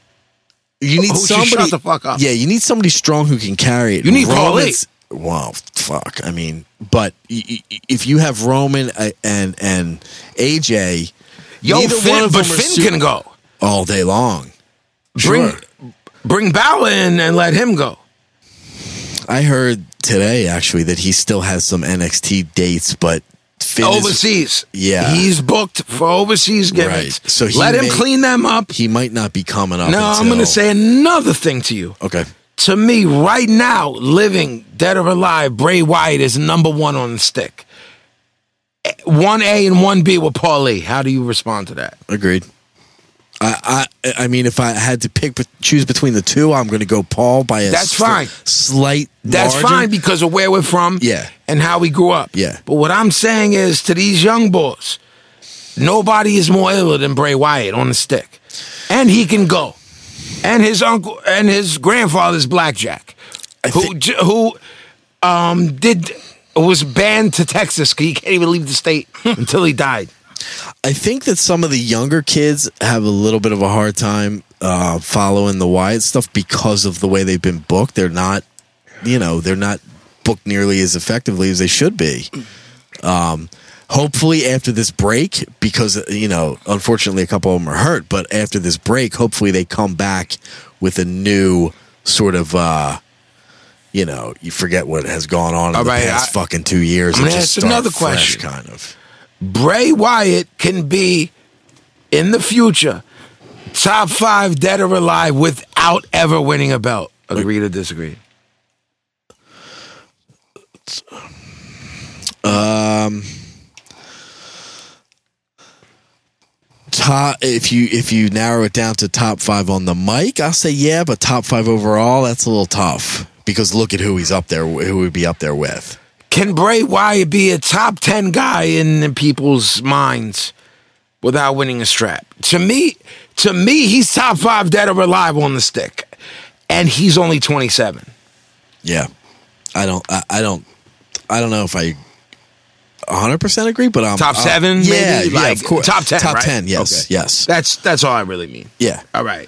S5: you need
S4: who should
S5: somebody.
S4: shut Oh, the fuck up?
S5: Yeah, you need somebody strong who can carry it.
S4: You need
S5: Roman's- Wow, fuck. I mean, but y- y- if you have Roman uh, and and AJ,
S4: Yo,
S5: neither
S4: Finn,
S5: one of
S4: but
S5: them are
S4: Finn
S5: su-
S4: can go.
S5: all day long.
S4: Bring, bring Balor in and let him go.
S5: I heard today actually that he still has some NXT dates, but Finn is-
S4: overseas.
S5: yeah.
S4: He's booked for overseas gimmicks.
S5: Right. So he
S4: let him
S5: may-
S4: clean them up.
S5: he might not be coming up.
S4: Now, I'm
S5: until-
S4: going to say another thing to you.
S5: okay.
S4: To me, right now, living, dead or alive, Bray Wyatt is number one on the stick. 1A and 1B with Paulie. How do you respond to that?
S5: Agreed. I, I I mean, if I had to pick bet- choose between the two, I'm going to go Paul by a
S4: That's fine.
S5: slight.
S4: That's
S5: margin.
S4: fine because of where we're from
S5: Yeah.
S4: and how we grew up.
S5: Yeah.
S4: But what I'm saying is to these young boys, nobody is more iller than Bray Wyatt on the stick. And he can go. And his uncle and his grandfather's blackjack. who
S5: thi-
S4: j- who um did was banned to Texas 'cause he can't even leave the state *laughs* until he died.
S5: I think that some of the younger kids have a little bit of a hard time uh, following the Wyatt stuff because of the way they've been booked. They're not, you know, they're not booked nearly as effectively as they should be. Um, hopefully, after this break, because you know, unfortunately, a couple of them are hurt. But after this break, hopefully, they come back with a new sort of. Uh, you know, you forget what has gone on in
S4: All
S5: the
S4: right,
S5: past
S4: I-
S5: fucking two years.
S4: I'm
S5: and
S4: gonna
S5: just
S4: ask
S5: start
S4: another
S5: fresh,
S4: question.
S5: kind of.
S4: Bray Wyatt can be in the future top five dead or alive without ever winning a belt. Agree to disagree.
S5: top if you if you narrow it down to top five on the mic, I'll say yeah, but top five overall, that's a little tough because look at who he's up there, who he'd be up there with.
S4: Can Bray Wyatt be a top 10 guy in the people's minds without winning a strap? To me, to me, he's top five dead or alive on the stick. And he's only 27.
S5: Yeah, I don't, I, I don't, I don't know if I. 100% agree, but I'm
S4: Top
S5: I'm-
S4: seven,
S5: Uh, yeah,
S4: maybe?
S5: yeah,
S4: Like,
S5: of course.
S4: top 10,
S5: top
S4: right?
S5: ten, yes,
S4: Okay.
S5: yes,
S4: That's that's all I really mean.
S5: yeah.
S4: All right.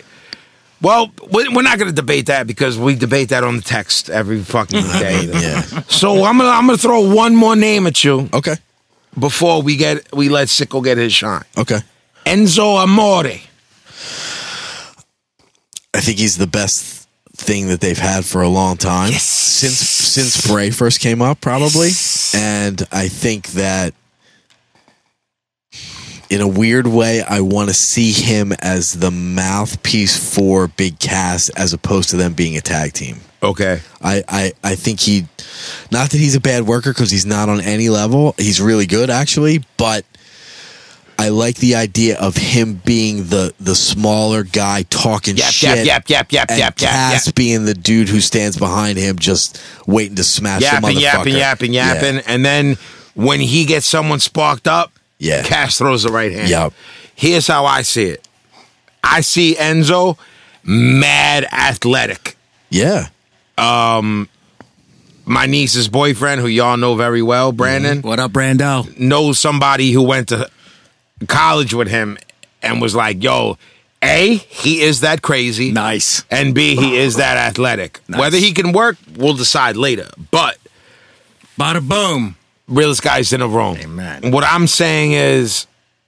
S4: Well, we- we're not going to debate that because we debate that on the text every
S5: *laughs*
S4: fucking day.
S5: Yeah.
S4: So I'm gonna I'm gonna throw one more name at you
S5: Okay,
S4: before we get we let Sicko get his shine.
S5: okay.
S4: Enzo Amore.
S5: I think he's the best thing that they've had for a long time since since Bray first came up, probably. And I think that in a weird way, I want to see him as the mouthpiece for Big Cass as opposed to them being a tag team.
S4: Okay.
S5: I, I, I think he, not that he's a bad worker because he's not on any level. He's really good actually, but I like the idea of him being the the smaller guy talking
S4: Yap
S5: shit.
S4: yap yap yap yap
S5: And
S4: yap yap yap.
S5: Cass being the dude who stands behind him, just waiting to smash the
S4: Yapping
S5: motherfucker.
S4: yapping yapping yapping, and then when he gets someone sparked up,
S5: Yeah.
S4: Cash throws the right hand.
S5: Yup.
S4: Here's how I see it. I see Enzo mad athletic.
S5: Yeah,
S4: my niece's boyfriend, who y'all know very well,
S5: Mm-hmm.
S4: Brandon,
S3: What up, Brando?
S4: knows somebody who went to college with him and was like, yo, A, he is that crazy.
S3: Nice.
S4: And B, he is that athletic. Whether he can work, we'll decide later. But
S3: Bada boom.
S4: realest guys in the room.
S3: Amen.
S4: What I'm saying is,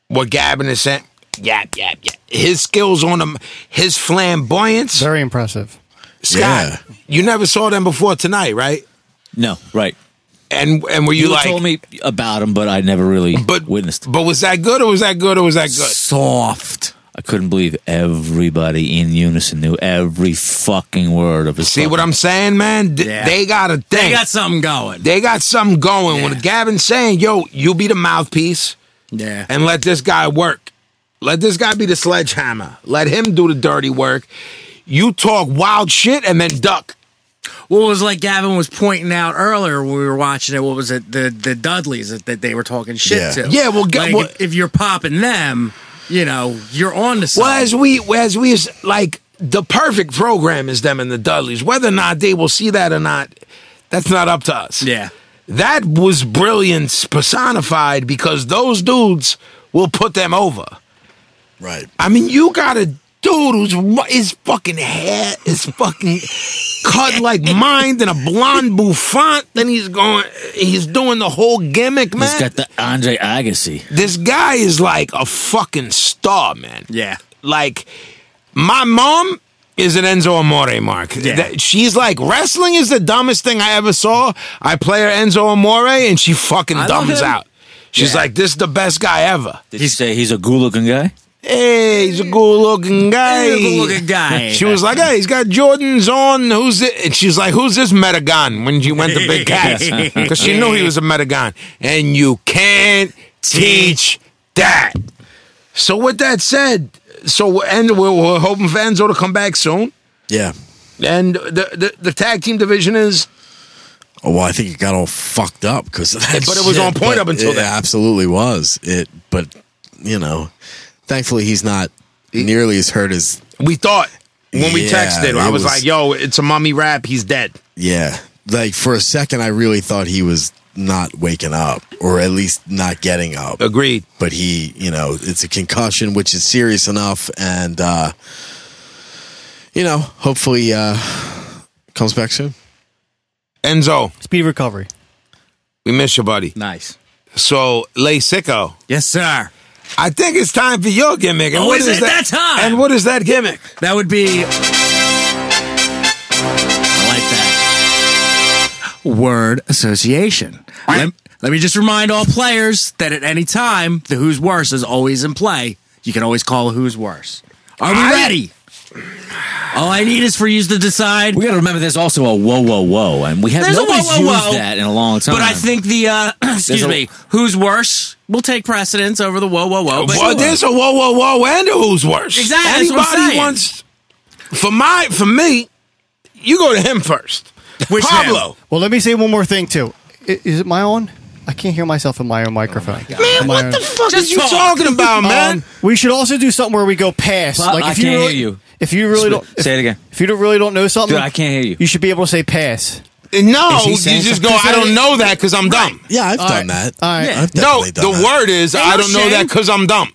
S4: what Gavin is saying, yap, yap, yap. His skills on him, his flamboyance.
S1: Very impressive.
S4: Scott,
S5: Yeah.
S4: you never saw them before tonight, right?
S2: No, right.
S4: And and were you,
S2: You
S4: like
S2: told me about him, but I never really
S4: but
S2: witnessed.
S4: But was that good or was that good or was that good?
S3: Soft.
S2: I couldn't believe everybody in unison knew every fucking word of his.
S4: See what
S2: fucking-
S4: I'm saying, man? D-
S3: Yeah.
S4: They got a thing.
S3: They got something going.
S4: They got something going. When Gavin's saying, yo, you be the mouthpiece
S3: yeah.
S4: and let this guy work. Let this guy be the sledgehammer. Let him do the dirty work. You talk wild shit and then duck.
S3: What was like Gavin was pointing out earlier when we were watching it? What was it? The the Dudleys that, that they were talking shit
S5: Yeah.
S3: to.
S4: Yeah, well, Ga-
S3: like,
S4: well-
S3: if, if you're popping them, you know you're on to
S4: Well, as
S3: something.
S4: we as we like the perfect program is them and the Dudleys. Whether or not they will see that or not, that's not up to us.
S3: yeah,
S4: That was brilliance personified because those dudes will put them over.
S5: Right.
S4: I mean, you got a dude who's ru- his fucking hair is fucking
S3: *laughs*
S4: cut like mine and a blonde bouffant. Then he's going, he's doing the whole gimmick, man.
S2: He's got the Andre Agassi.
S4: this guy is like a fucking star, man.
S3: yeah.
S4: Like, my mom is an Enzo Amore mark. That- she's like, wrestling is the dumbest thing I ever saw. I play her Enzo Amore and she fucking
S3: I love
S4: dumbs
S3: him.
S4: out. She's
S3: Yeah.
S4: like, this is the best guy ever.
S2: Did you say he's a good looking guy?
S4: Hey, he's a good looking guy.
S3: looking guy.
S4: *laughs* She was like, "Hey, he's got Jordans on. Who's it?" And she's like, "Who's this Metagon?" When she went to
S5: *laughs*
S4: Big Cats, because she knew he was a Metagon, and you can't teach that. So with that said, so and we're, we're hoping for Enzo to come back soon,
S5: Yeah.
S4: and the the, the tag team division is
S5: Oh, well, I think it got all fucked up because of that.
S4: But it was
S5: shit,
S4: on point
S5: but
S4: up until
S5: it
S4: then.
S5: absolutely was it. But you know, thankfully he's not nearly as hurt as
S4: we thought when we
S5: Yeah,
S4: texted. I
S5: it
S4: was,
S5: was-
S4: like, "Yo, it's a mummy rap. He's dead."
S5: Yeah. Like for a second, I really thought he was not waking up or at least not getting up.
S4: Agreed.
S5: But he, you know, it's a concussion, which is serious enough. And, uh, you know, hopefully uh, comes back soon.
S4: Enzo,
S1: Speed recovery.
S4: we miss you, buddy.
S2: Nice.
S4: So lay sicko.
S3: yes, sir.
S4: I think it's time for your gimmick. And
S3: Oh,
S4: what
S3: is
S4: is
S3: it
S4: that
S3: that time?
S4: And what is that gimmick?
S3: That would be. I like that. Word association. Let, let me just remind all players that at any time, the who's worse is always in play. You can always call who's worse. Are we
S4: I-
S3: ready? All I need is for you to decide.
S2: We got to remember there's also a whoa, whoa, whoa, and we have
S3: There's a
S2: nobody's
S3: whoa, whoa,
S2: used
S3: whoa,
S2: that in a long time.
S3: But I think the uh, *clears throat* excuse
S2: There's a-
S3: me, who's worse will take precedence over the whoa whoa whoa. But
S4: well, there's a whoa, whoa, whoa, and a who's worse.
S3: Oh, Exactly, that's
S4: Anybody
S3: what I'm saying.
S4: wants for my for me, you go to him first.
S3: Which
S4: Pablo.
S1: Well, let me say one more thing too. I- Is it my own? I can't hear myself in my own
S2: Oh,
S1: microphone.
S4: Man,
S1: My
S4: what
S1: own-
S4: the fuck
S3: Just
S4: is you
S3: talk.
S4: talking about, man?
S1: Um, we should also do something where we go past.
S2: Pa-
S1: like if
S2: I
S1: you
S2: can't
S1: really,
S2: hear you.
S1: If you really don't, if,
S2: say it again.
S1: if you don't really don't know something,
S2: Dude, I can't hear you.
S1: You should be able to say pass.
S4: no,
S2: Is he
S4: you
S2: saying
S4: just go,
S2: something?
S4: I don't know that because I'm dumb.
S5: Yeah, I've
S1: All
S5: done
S1: right.
S5: that.
S1: All right.
S5: I've
S4: No,
S5: definitely done
S4: the
S5: that.
S4: word is I
S3: no
S4: don't know that
S3: shame.
S4: because I'm dumb.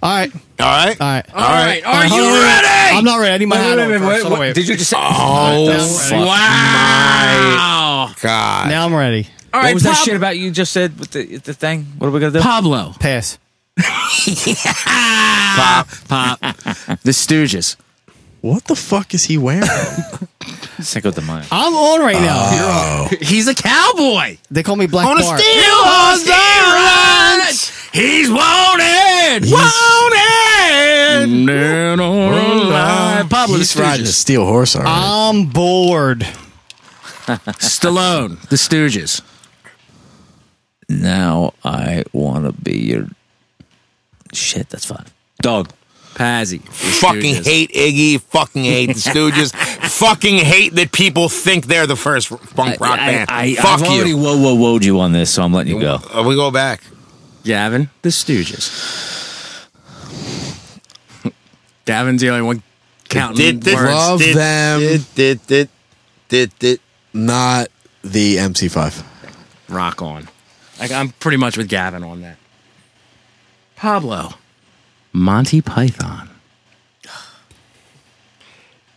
S1: All right.
S4: All right?
S1: All right.
S4: All right.
S3: Are
S1: Hold
S3: you
S1: on, wait, wait.
S3: ready?
S1: I'm not ready. I need my
S2: Wait,
S1: hat
S2: wait,
S1: on
S2: wait,
S1: first.
S2: wait, Uh,
S1: Hold on,
S2: what-
S1: wait.
S2: Did you just say?
S4: Oh,
S1: Now I'm ready.
S3: Wow!
S4: God.
S1: Now I'm ready.
S3: All
S2: What
S3: right,
S2: was that
S3: Pab-
S2: shit about you just said with the, the thing? What are we gonna do?
S3: Pablo.
S1: Pass.
S3: Pop, pop. the Stooges.
S5: What the fuck is he wearing?
S1: *laughs*
S2: Cinco de Mayo.
S1: I'm on right now.
S2: Uh,
S1: You're on.
S3: He's a cowboy.
S1: They call me Black
S4: On a
S1: Bart.
S4: steel horse that runs.
S3: He's wanted. Wanted. Man or alive. Pablo
S5: He's
S3: the
S5: riding a
S3: Stooges.
S5: steel horse already.
S1: I'm bored.
S3: Stallone. The Stooges.
S2: Now I want to be your shit. That's fine. Dog.
S3: Pazzi. the
S4: Fucking
S3: Stooges.
S4: hate Iggy. Fucking hate the Stooges. fucking hate that people think they're the first punk rock
S2: I,
S4: band.
S2: I, I,
S4: Fuck
S2: I've
S4: you.
S2: already whoa whoa woed you on this, so I'm letting you go.
S4: Uh, we go back.
S3: Gavin. The Stooges. Gavin's the only one counting
S4: Did- did-
S3: words.
S5: Love
S4: did-
S5: them.
S4: did, did, did, did.
S5: Not the MC5.
S3: Rock on. Like I'm pretty much with Gavin on that. Pablo. Monty Python.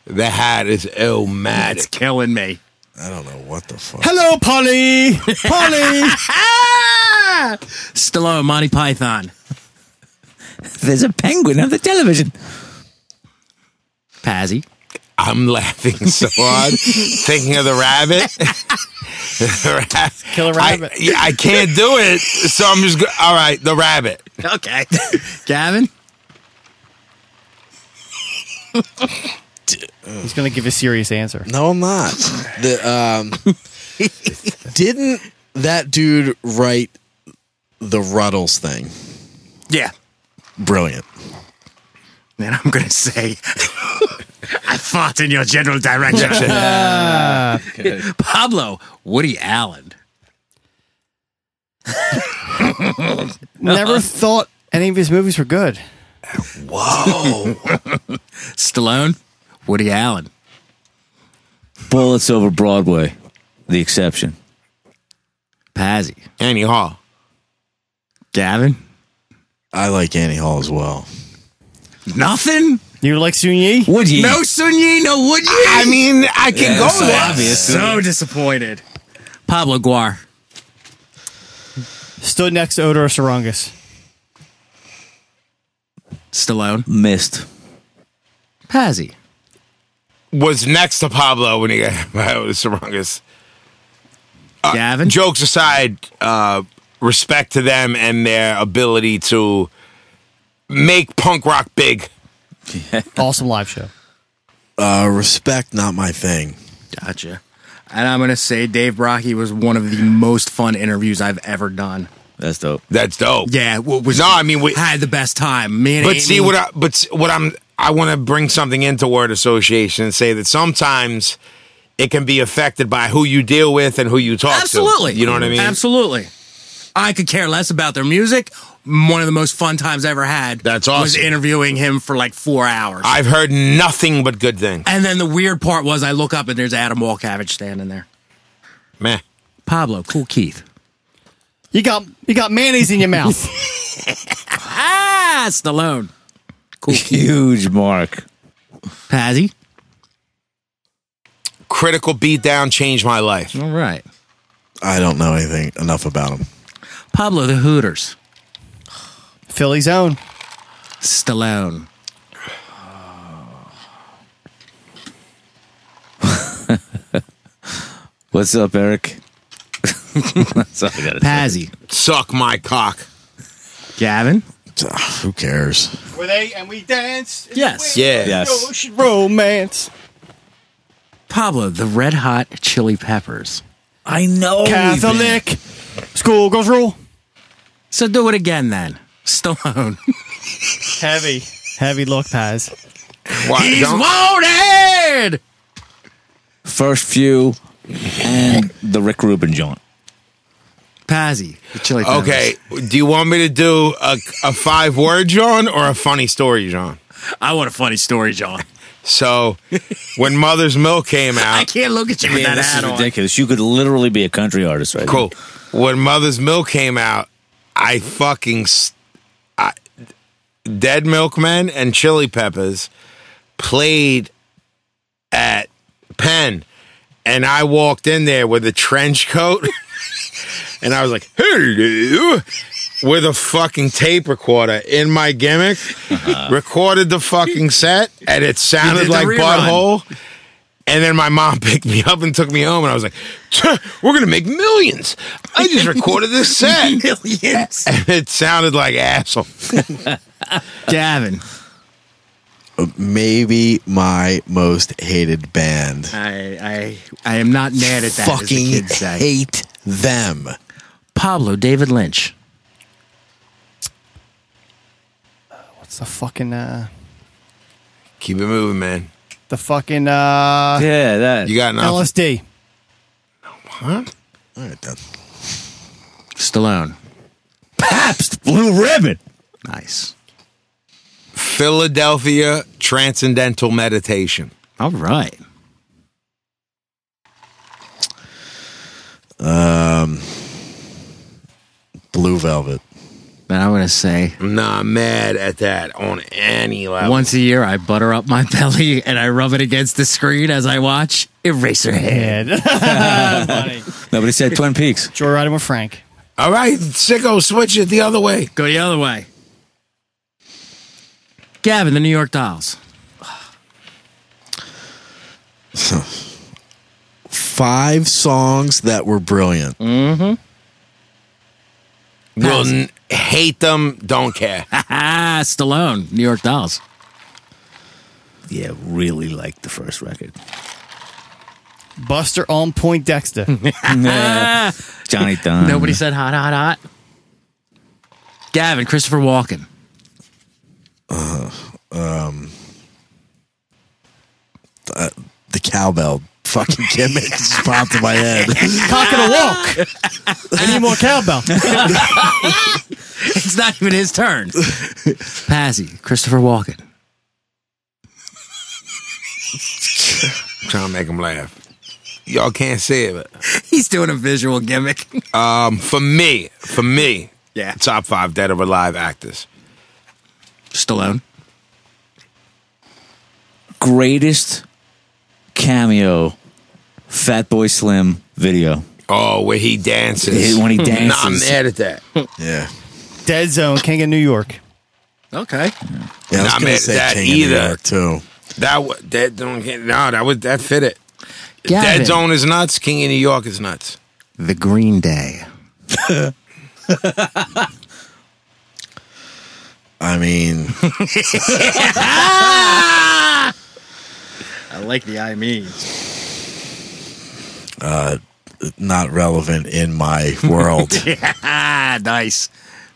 S4: The hat is
S3: That's
S4: illmatic.
S3: killing me.
S5: I don't know what the fuck.
S1: Hello, Polly. *laughs* Polly.
S3: Ah! Stallone, Monty Python,
S2: There's a penguin on the television.
S3: Pazzi.
S4: I'm laughing so hard thinking of the rabbit. *laughs* the rab-
S1: Kill a rabbit.
S4: I, yeah, I can't
S3: *laughs*
S4: do it. So I'm just go- all right. The rabbit.
S3: Okay. Gavin,
S1: He's going to give a serious answer.
S5: No, I'm not. The, *laughs* um, didn't that dude write the Ruddles thing?
S3: Yeah.
S5: Brilliant.
S3: Then I'm going to say, *laughs* I fought in your general direction. *laughs* Pablo, Woody Allen.
S1: Never thought any of his movies were good.
S3: Stallone, Woody Allen.
S2: Bullets over Broadway, the exception.
S3: Pazzi.
S4: Annie Hall.
S3: Gavin.
S5: I like Annie Hall as well.
S3: Nothing.
S1: You like Sun Yi?
S2: Would you?
S3: No Sun Yi, no Woody.
S4: I mean, I can go
S2: so
S4: there.
S2: obvious.
S3: so disappointed. Pablo Guar.
S1: Stood next to Odor Sarungus.
S3: Stallone.
S2: missed.
S3: Pazzi.
S4: Was next to Pablo when he got *laughs* by the Sarongas.
S2: Uh,
S3: Gavin.
S4: Jokes aside, uh, respect to them and their ability to make punk rock big.
S1: Awesome live show.
S5: Uh, respect, not my thing.
S3: Gotcha. And I'm going to say Dave Brockie was one of the most fun interviews I've ever done.
S2: That's dope.
S4: That's dope.
S3: Yeah, w- was
S4: No, I mean, we,
S3: had the best time. Me and
S4: But see
S3: Amy-
S4: what I but s- what I'm I want to bring something into word association and say that sometimes it can be affected by who you deal with and who you talk
S3: Absolutely.
S4: to. You know what I mean?
S3: Absolutely. I could care less about their music. One of the most fun times I ever had.
S4: That's
S3: Was
S4: awesome.
S3: interviewing him for like four hours.
S4: I've heard nothing but good things.
S3: and then the weird part was I look up and there's Adam Walcavage standing there.
S4: Meh.
S3: Pablo, cool Keith.
S1: You got you got mayonnaise in your mouth. *laughs*
S3: Ah, Stallone. Cool Keith.
S2: *laughs* Huge mark.
S3: Pazzi.
S4: Critical beatdown changed my life.
S3: All right.
S5: I don't know anything enough about him.
S3: Pablo the Hooters.
S1: Philly's own.
S3: Stallone.
S2: What's up, Eric? *laughs* That's all I gotta say.
S3: Pazzi.
S4: Suck my cock.
S3: Gavin.
S5: Who cares?
S1: Were they and we danced?
S3: Yes.
S4: Yeah.
S2: Yes.
S1: Ocean romance.
S3: Pablo the Red Hot Chili Peppers.
S2: I know.
S1: Catholic. Schoolgirls rule.
S3: So do it again then. *laughs* Stallone.
S1: Heavy. Heavy look, Paz.
S4: Why, don't-
S3: wanted.
S2: First few and the Rick Rubin joint.
S3: Pazzi. The chili peppers.
S4: okay. Do you want me to do a, a five word John or a funny story John?
S3: I want a funny story, John.
S4: So when Mother's Milk came
S3: I *laughs*
S4: out,
S3: can't look at you with
S2: Man,
S3: that
S2: this
S3: hat
S2: is
S3: on.
S2: ridiculous. You could literally be a country artist right
S4: Cool. When Mother's Milk came out, I fucking s I Dead Milkmen and Chili Peppers played at Penn, and I walked in there with a trench coat, *laughs* and I was like, "Hey, you," with a fucking tape recorder in my gimmick, recorded the fucking set, and it
S3: Uh-huh.
S4: sounded
S3: the
S4: like
S3: rerun.
S4: butthole. And then my mom *laughs* picked me up and took me home, and I was like, "Tuh, "We're gonna make millions! I just
S3: *laughs*
S4: recorded this set."
S3: Millions.
S4: *laughs* And it sounded like asshole.
S3: Gavin.
S5: Maybe my most hated band.
S3: I, I I am not mad at that. as the
S5: Fucking
S3: kids say.
S5: hate them.
S3: Pablo David Lynch.
S1: What's the fucking uh
S4: Keep it moving, man.
S1: the fucking
S2: now.
S1: uh
S2: Yeah, that.
S4: You got nothing.
S1: LSD.
S5: All right, then.
S3: Stallone.
S2: Pabst Blue Ribbon.
S3: Nice.
S4: Philadelphia Transcendental Meditation.
S3: All right.
S5: Blue Velvet.
S3: Then I'm gonna say
S4: I'm not mad at that on any level.
S3: once a year I butter up my *laughs* belly and I rub it against the screen as I watch Eraserhead.
S1: Yeah. *laughs* Funny.
S2: Nobody said Twin Peaks.
S1: Joyriding with Frank.
S4: All right, sicko, switch it the other way.
S3: Go the other way. Gavin, the New York Dolls.
S5: Five songs that were brilliant.
S3: Mm.
S4: Will n- *laughs* hate them, don't care.
S3: Ah, Stallone, New York Dolls.
S2: yeah, really liked the first *laughs* record.
S1: Buster on Point Dexter.
S2: Yeah. Johnny Dunn.
S3: Nobody said hot, hot, hot. Gavin, Christopher Walken. *laughs*
S5: The cowbell fucking gimmick
S3: *laughs*
S5: just popped in my head.
S1: Cock and a walk. *laughs* I need more cowbell.
S3: It's not even his turn. *laughs* Pazzy, Christopher Walken. *laughs*
S4: trying to make him laugh. Y'all can't say it. But,
S8: He's doing a visual gimmick.
S4: um, for me, for me,
S8: Yeah.
S4: top five dead or alive actors.
S3: *laughs* Stallone.
S2: greatest cameo Fat Boy Slim video.
S4: Oh, where he dances. Hmm.
S2: When he
S4: Nah, I'm
S2: dances.
S4: mad at that. Nah,
S5: yeah.
S1: Dead Zone, King of New York.
S3: Okay.
S5: Yeah, I was
S4: Not
S5: gonna
S4: mad at
S5: say
S4: that
S5: King of New
S4: either.
S5: York, too.
S4: That wa- that don't get no. That was that fit it.
S3: Gavin.
S4: Dead Zone is nuts. King of New York is nuts.
S8: The Green Day.
S5: I mean,
S8: I like the I mean.
S3: *laughs*
S5: not relevant in my
S3: *laughs*
S5: world.
S3: Ah, nice.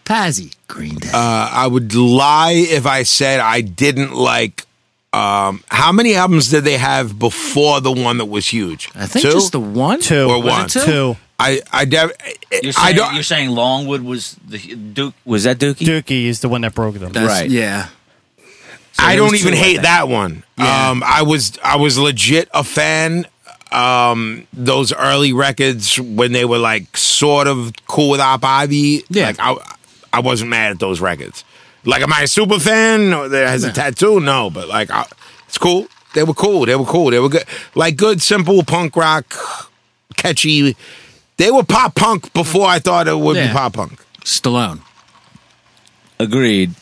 S3: Pazzy, Green Day.
S4: Uh, I would lie if I said I didn't like. Um, how many albums did they have before the one that was huge?
S3: I think
S4: Two?
S3: just the one.
S1: Two.
S4: or
S3: Was it
S4: one.
S3: two?
S1: Two.
S4: I I, def-
S2: You're
S4: I
S2: saying,
S4: don't.
S2: you're saying Longwood was the Duke? Was that Dookie?
S1: Dookie is the one that broke them.
S3: That's-
S2: Right.
S3: Yeah.
S4: I
S3: there
S4: don't
S3: was
S4: even
S3: two, I
S4: hate
S3: think.
S4: that one. Um, I was I was legit a fan. Um, those early records when they were like sort of cool with Op Ivy.
S3: Yeah.
S4: like I I wasn't mad at those records. Like, am I a super fan or that has a tattoo? No, but like, I, it's cool. They were cool. They were cool. They were good. Like good, simple punk rock, catchy. They were pop punk before I thought it would be
S3: Yeah.
S4: pop punk.
S3: Stallone.
S2: Agreed.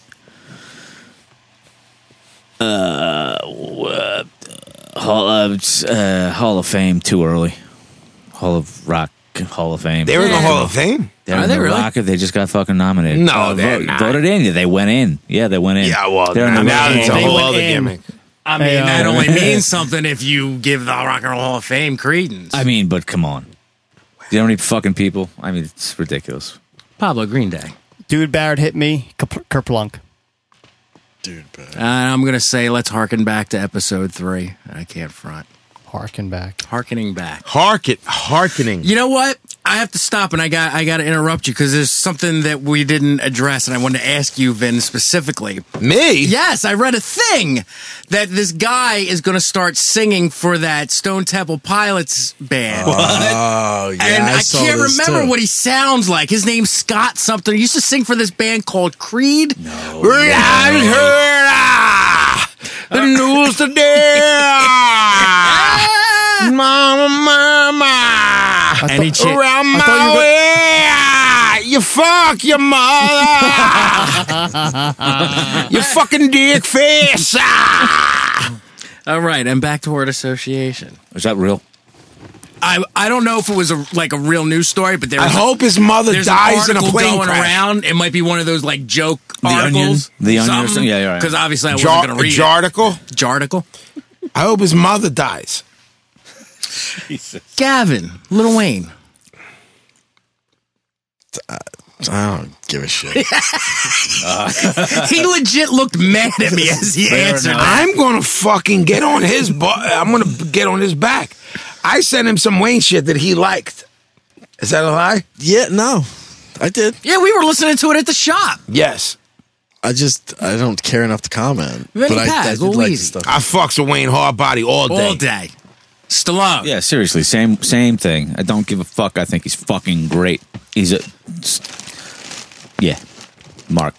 S2: Uh, w- uh, Hall, uh, s- uh, Hall of Fame too early. Hall of Rock Hall of Fame.
S4: They were in the Hall of Fame.
S2: They're
S3: Are
S2: in
S3: they
S2: the
S3: really? Oh,
S2: Rock if they just got fucking nominated.
S4: No, they're
S2: vote-
S4: not.
S2: voted in. Yeah, They went in. Yeah, they went in.
S4: Yeah, well,
S2: they're in
S4: now,
S2: the
S4: now
S2: Rock
S4: it's a
S2: Hall of
S1: They
S4: whole
S1: went
S4: other
S1: in.
S4: gimmick.
S3: I
S1: Hey,
S3: mean, that
S1: uh,
S3: only means something if you give the Rock and Roll Hall of Fame credence.
S2: I mean, but come on. You know how many fucking people? I mean, it's ridiculous.
S3: Pablo Green Day.
S1: Dude Barrett hit me. Kep- Kerplunk.
S3: Uh, I'm going to say, let's harken back to episode three. I can't front.
S1: Harken back.
S3: Harkening back.
S4: Harken, harkening.
S3: You know what? I have to stop and I got I got to interrupt you because there's something that we didn't address and I wanted to ask you, Vin, specifically.
S4: Me?
S3: Yes, I read a thing that this guy is going to start singing for that Stone Temple Pilots band.
S5: Oh yeah,
S3: and I,
S5: saw
S3: can't
S5: this,
S3: remember
S5: too.
S3: what he sounds like. His name's Scott something. He used to sing for this band called Creed.
S4: I heard ah, the news *laughs* today. ah, mama, mama.
S3: And he
S1: thought-
S3: cha-
S4: Around
S1: I thought you
S4: my
S1: were go-
S4: way. ah, You fuck your *laughs* mother. you fucking dick face. ah.
S3: All right, and back to word association.
S2: Is that real?
S3: I I don't know if it was a, like a real news story, but there
S4: I
S3: was
S4: hope his mother
S3: there's an
S4: dies in a
S3: article
S4: plane
S3: going
S4: crash.
S3: around. It might be one of those like joke
S2: Onion?
S3: articles.
S2: The Onion or something? Yeah, you're right.
S3: Because obviously I
S4: Jar-
S3: wasn't going to read
S4: a jarticle.
S3: it. Jarticle.
S4: I hope his mother dies.
S3: Gavin, Little Wayne.
S5: I don't give a shit.
S3: He legit looked mad at me as he answered. that.
S4: I'm gonna fucking get on his. Bu- I'm gonna b- get on his back. I sent him some Wayne shit that he liked. Is that a lie?
S5: *laughs* yeah, no, I did.
S3: Yeah, we were listening to it at the shop.
S4: Yes.
S5: I just I don't care enough to comment.
S3: Vinny
S5: but I,
S3: Paz,
S5: I did
S3: Lil
S5: like the
S3: Weezy.
S5: stuff.
S4: I fucks with Wayne hard body all day.
S3: All day. Stallone.
S2: Yeah, seriously, same same thing. I don't give a fuck. I think he's fucking great. He's a s- yeah, Mark.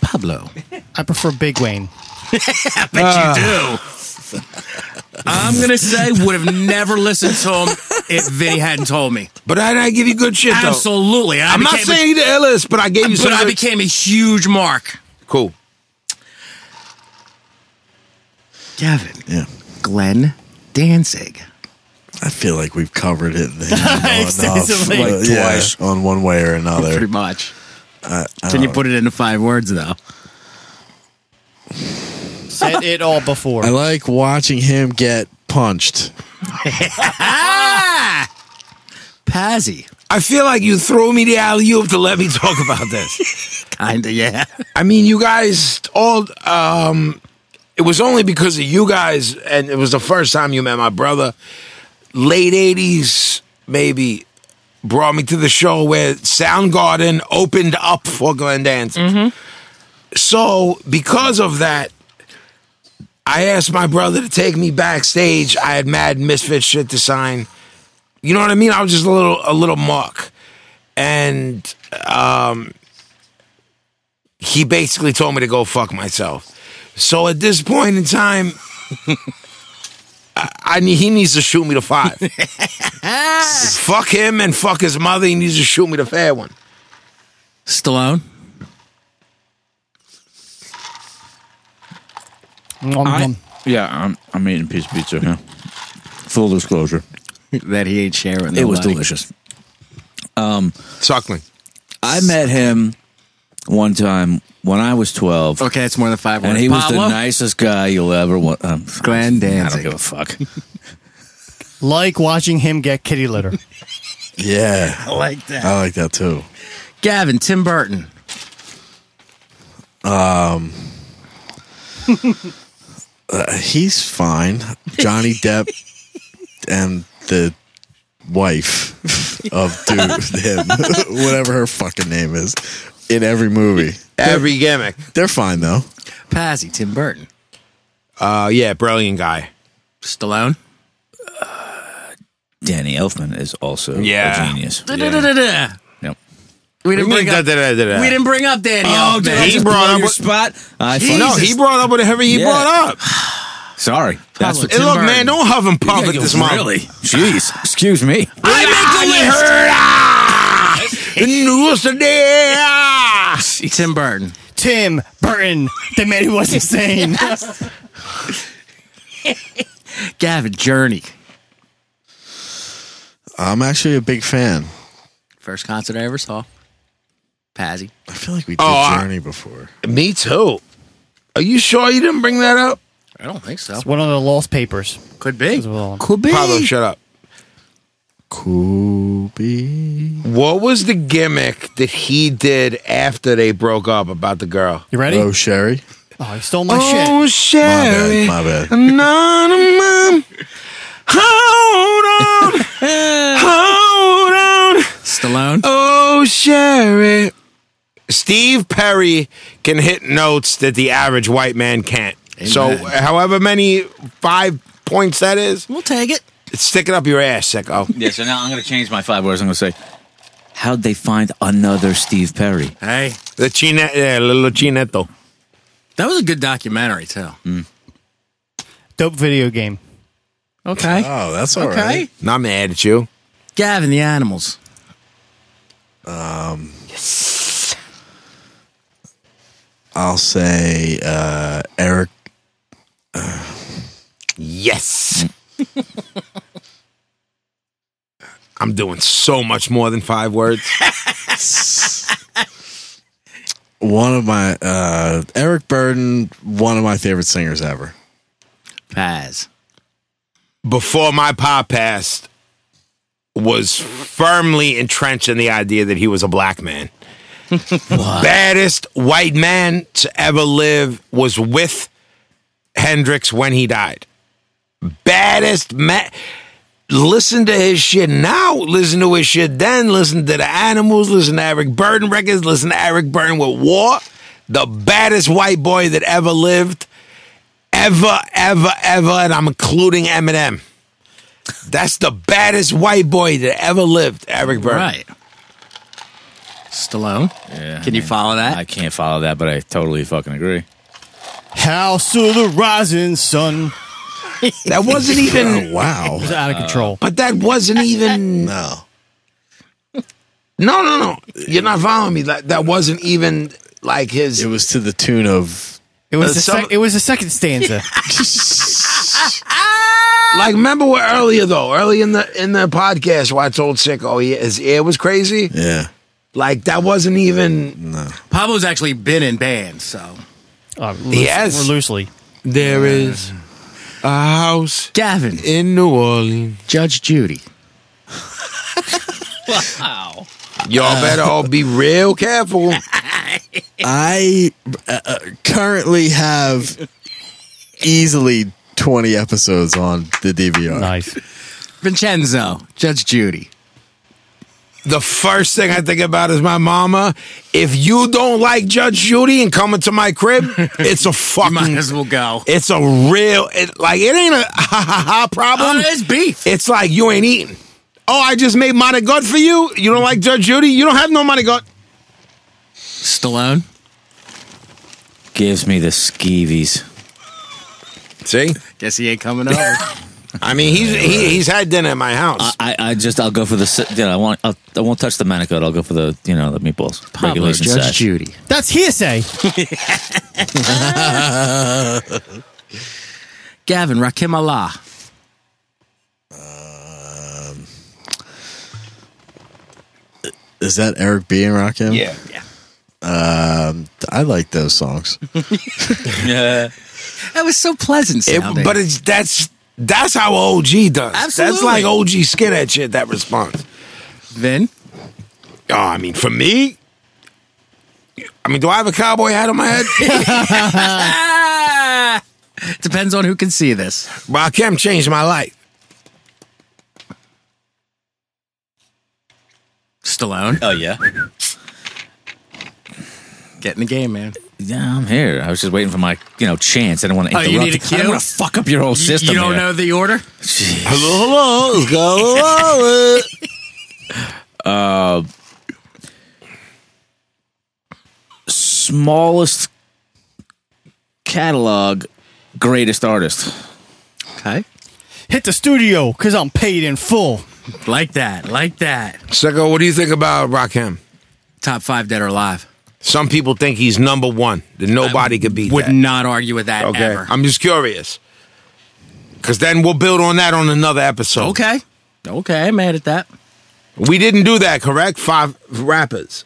S3: Pablo.
S1: I prefer Big Wayne.
S3: Bet you do. I'm gonna say would have never listened to him if Vinny hadn't told me.
S4: But I, I give you good shit though.
S3: Absolutely. I
S4: I'm not
S3: became
S4: saying he the illest, but I gave you
S3: a,
S4: some.
S3: but I
S4: good-
S3: became a huge mark.
S4: cool.
S3: Gavin.
S5: Yeah,
S3: Glenn Danzig.
S5: I feel like we've covered *laughs* it then enough,
S1: Extensively.
S5: uh,
S1: Like
S5: yeah, on one way or another.
S3: Pretty much. Uh, oh. Can you put it into five words though?
S1: Say at it all before.
S5: *laughs* I like watching him get punched.
S3: Pazzy.
S4: I feel like you threw me the alley oop to let me *laughs* talk about this.
S3: Kinda, yeah.
S4: I mean, you guys all. Um, it was only because of you guys, and it was the first time you met my brother. Late '80s, maybe, brought me to the show where Soundgarden opened up for Glenn Danzig. So, because of that, I asked my brother to take me backstage. I had mad misfit shit to sign. You know what I mean? I was just a little, a little muck, and he basically told me to go fuck myself. So at this point in time, *laughs* I, I need, he needs to shoot me to five. fuck him and fuck his mother. He needs to shoot me the fair one.
S9: Stallone.
S1: Nom, nom.
S2: Yeah, I'm, I'm eating a piece of pizza here. Full disclosure,
S3: that he ain't sharing.
S2: it was
S3: nobody.
S2: delicious.
S4: Suckling.
S2: I met him one time when I was 12.
S3: Okay, it's more than five
S2: And
S3: words.
S2: he was
S9: Pablo?
S2: the nicest guy you'll ever want. Um,
S3: Glenn
S2: I don't
S3: Danzig.
S2: give a fuck. *laughs*
S1: Like watching him get kitty litter.
S5: Yeah,
S3: I like that.
S5: I like that too.
S3: Gavin, Tim Burton.
S5: Uh, he's fine. Johnny Depp and the wife of dude him, *laughs* whatever her fucking name is, in every movie.
S4: Every gimmick.
S5: They're fine though.
S3: Pazzy, Tim Burton.
S4: Uh, yeah, brilliant guy.
S3: Stallone.
S2: Danny Elfman is also
S4: Yeah.
S2: a genius.
S3: Da-da-da-da-da.
S2: Yep.
S3: We
S4: What do
S3: didn't
S4: you mean,
S3: bring up.
S4: da-da-da-da-da?
S3: We didn't bring up Danny. Oh,
S4: I
S2: He
S4: just
S2: brought
S4: blow
S2: up
S4: your
S2: your spot. I fucking-
S4: No, he brought up whatever he
S2: Yeah.
S4: brought up.
S2: Sorry. That's what
S4: And look, man, don't huff and puff
S2: Yeah,
S4: at
S2: you-
S4: this moment.
S2: Really? Jeez. Excuse me.
S4: I make the list. News today.
S3: Tim Burton.
S1: Tim Burton, the man who was *laughs* insane.
S3: Gavin, Journey.
S5: I'm actually a big fan.
S3: First concert I ever saw. Pazzy.
S5: I feel like we did
S4: Oh, I-
S5: Journey before.
S4: Me too. Are you sure you didn't bring that up?
S3: I don't think so.
S1: One of the lost papers.
S3: Could be.
S1: Well,
S3: Could be.
S4: Pablo, shut up.
S5: Cool be
S4: What was the gimmick that he did after they broke up about the girl?
S1: You ready?
S5: Oh, Sherry.
S1: Oh, he stole my shit.
S4: Oh, Sherry, *laughs*
S5: My bad. My bad.
S4: none of mine. Hold
S5: *laughs*
S4: on, hold on.
S3: Stallone.
S4: Oh, Sherry. Steve Perry can hit notes that the average white man can't. So, however many five points that is,
S3: We'll take it.
S4: stick it up your ass, sicko.
S2: Yeah, so now I'm going to change my five words. I'm going to say, how'd they find another Steve Perry?
S3: Hey,
S4: The chine, yeah, little chineto.
S3: that was a good documentary too.
S1: Dope video game.
S3: Okay.
S5: Oh, that's all
S3: okay.
S5: right.
S4: Not mad at you.
S3: Gavin, the animals.
S5: I'll say uh, Eric.
S4: Yes. I'm doing so much more than five words.
S5: One of my uh, Eric Burden, one of my favorite singers ever.
S3: Paz.
S4: Before my pop passed, was firmly entrenched in the idea that he was a black man. Baddest white man to ever live was with Hendrix when he died. Baddest man. Listen to his shit now. Listen to his shit then. Listen to the animals. Listen to Eric Burden records. Listen to Eric Burden with War. The baddest white boy that ever lived. Ever, ever, ever. And I'm including Eminem. That's the baddest white boy that ever lived, Eric Burden.
S3: Right. Stallone.
S2: Yeah,
S3: Can you follow that?
S2: I can't follow that, but I totally fucking agree.
S1: House of the Rising Sun.
S4: That wasn't even.
S5: Oh, wow.
S1: It's out of control.
S4: But that wasn't even.
S5: *laughs* No.
S4: No, no, no. You're not following me. That that wasn't even like his.
S5: It was to the tune of.
S1: It was
S4: Uh,
S1: the
S4: some-
S1: sec- it was the second stanza.
S4: Like remember what earlier though, early in the in the podcast where I told Sicko he, his ear was crazy.
S5: Yeah.
S4: Like that wasn't even.
S3: Pablo's actually been in bands, so
S1: Uh, loose-
S4: Yes.
S1: Or loosely.
S4: There is a house
S3: Gavin,
S4: in New Orleans.
S3: Judge Judy.
S5: Uh.
S4: Y'all better all be real careful.
S5: I uh, uh, currently have easily 20 episodes on the DVR.
S10: Nice.
S3: Vincenzo, Judge *laughs* Judy.
S4: The first thing I think about is my mama. If you don't like Judge Judy and coming to my crib, it's
S5: *laughs*
S4: a
S3: Might
S4: fucking.
S3: as well go.
S4: It's a real. It, like it ain't a *laughs* ha ha ha problem.
S3: it's beef.
S4: It's like you ain't eating. Oh, I just made money good for you. You don't like Judge Judy? You don't have no money good.
S3: Stallone.
S2: Gives me the skeevies.
S4: See,
S3: Guess he ain't coming *laughs* over.
S4: I mean, he's he, he's had dinner at my house.
S2: I, I, I just I'll go for the s- you know, I want I'll, I won't touch the manicotti. I'll go for the you know the meatballs
S3: Pablo,
S2: regulation
S3: Judge
S2: size.
S3: Judy.
S1: *laughs* That's hearsay.
S3: Gavin, Rakim Allah.
S5: Is that Eric B. and Rakim?
S4: yeah.
S5: Um, I like those songs.
S2: Yeah.
S3: That was so pleasant
S4: It-
S3: sounding.
S4: but it's that's that's how OG does. That's
S3: Absolutely.
S4: like OG skinhead shit. That response.
S3: Vin,
S4: Oh, I mean, for me, I mean, do I have a cowboy hat on my *laughs* head?
S3: Ah! depends on who can see this.
S4: Rakim changed my life.
S3: Stallone,
S2: Oh yeah.
S3: get in the game, man.
S2: Yeah, I'm here. I was just waiting for my you know chance. I don't want to
S3: Oh,
S2: interrupt.
S3: you need a
S2: I
S3: cue?
S2: don't want to fuck up your whole
S3: You,
S2: system.
S3: don't
S2: here.
S3: know the order?
S4: Hello, hello, let's *laughs* go.
S2: Smallest catalog, greatest artist.
S3: Okay.
S1: Hit the studio because I'm paid in full.
S3: Like that. Like that.
S4: Sicko, what do you think about Rakim?
S3: Top five dead or alive.
S4: Some people think he's number one. That nobody could beat
S3: Would
S4: that.
S3: not argue with that
S4: Okay,
S3: ever.
S4: I'm just curious. Cause then we'll build on that on another episode.
S3: okay. Okay, I'm mad at that.
S4: We didn't do that, correct? Five rappers.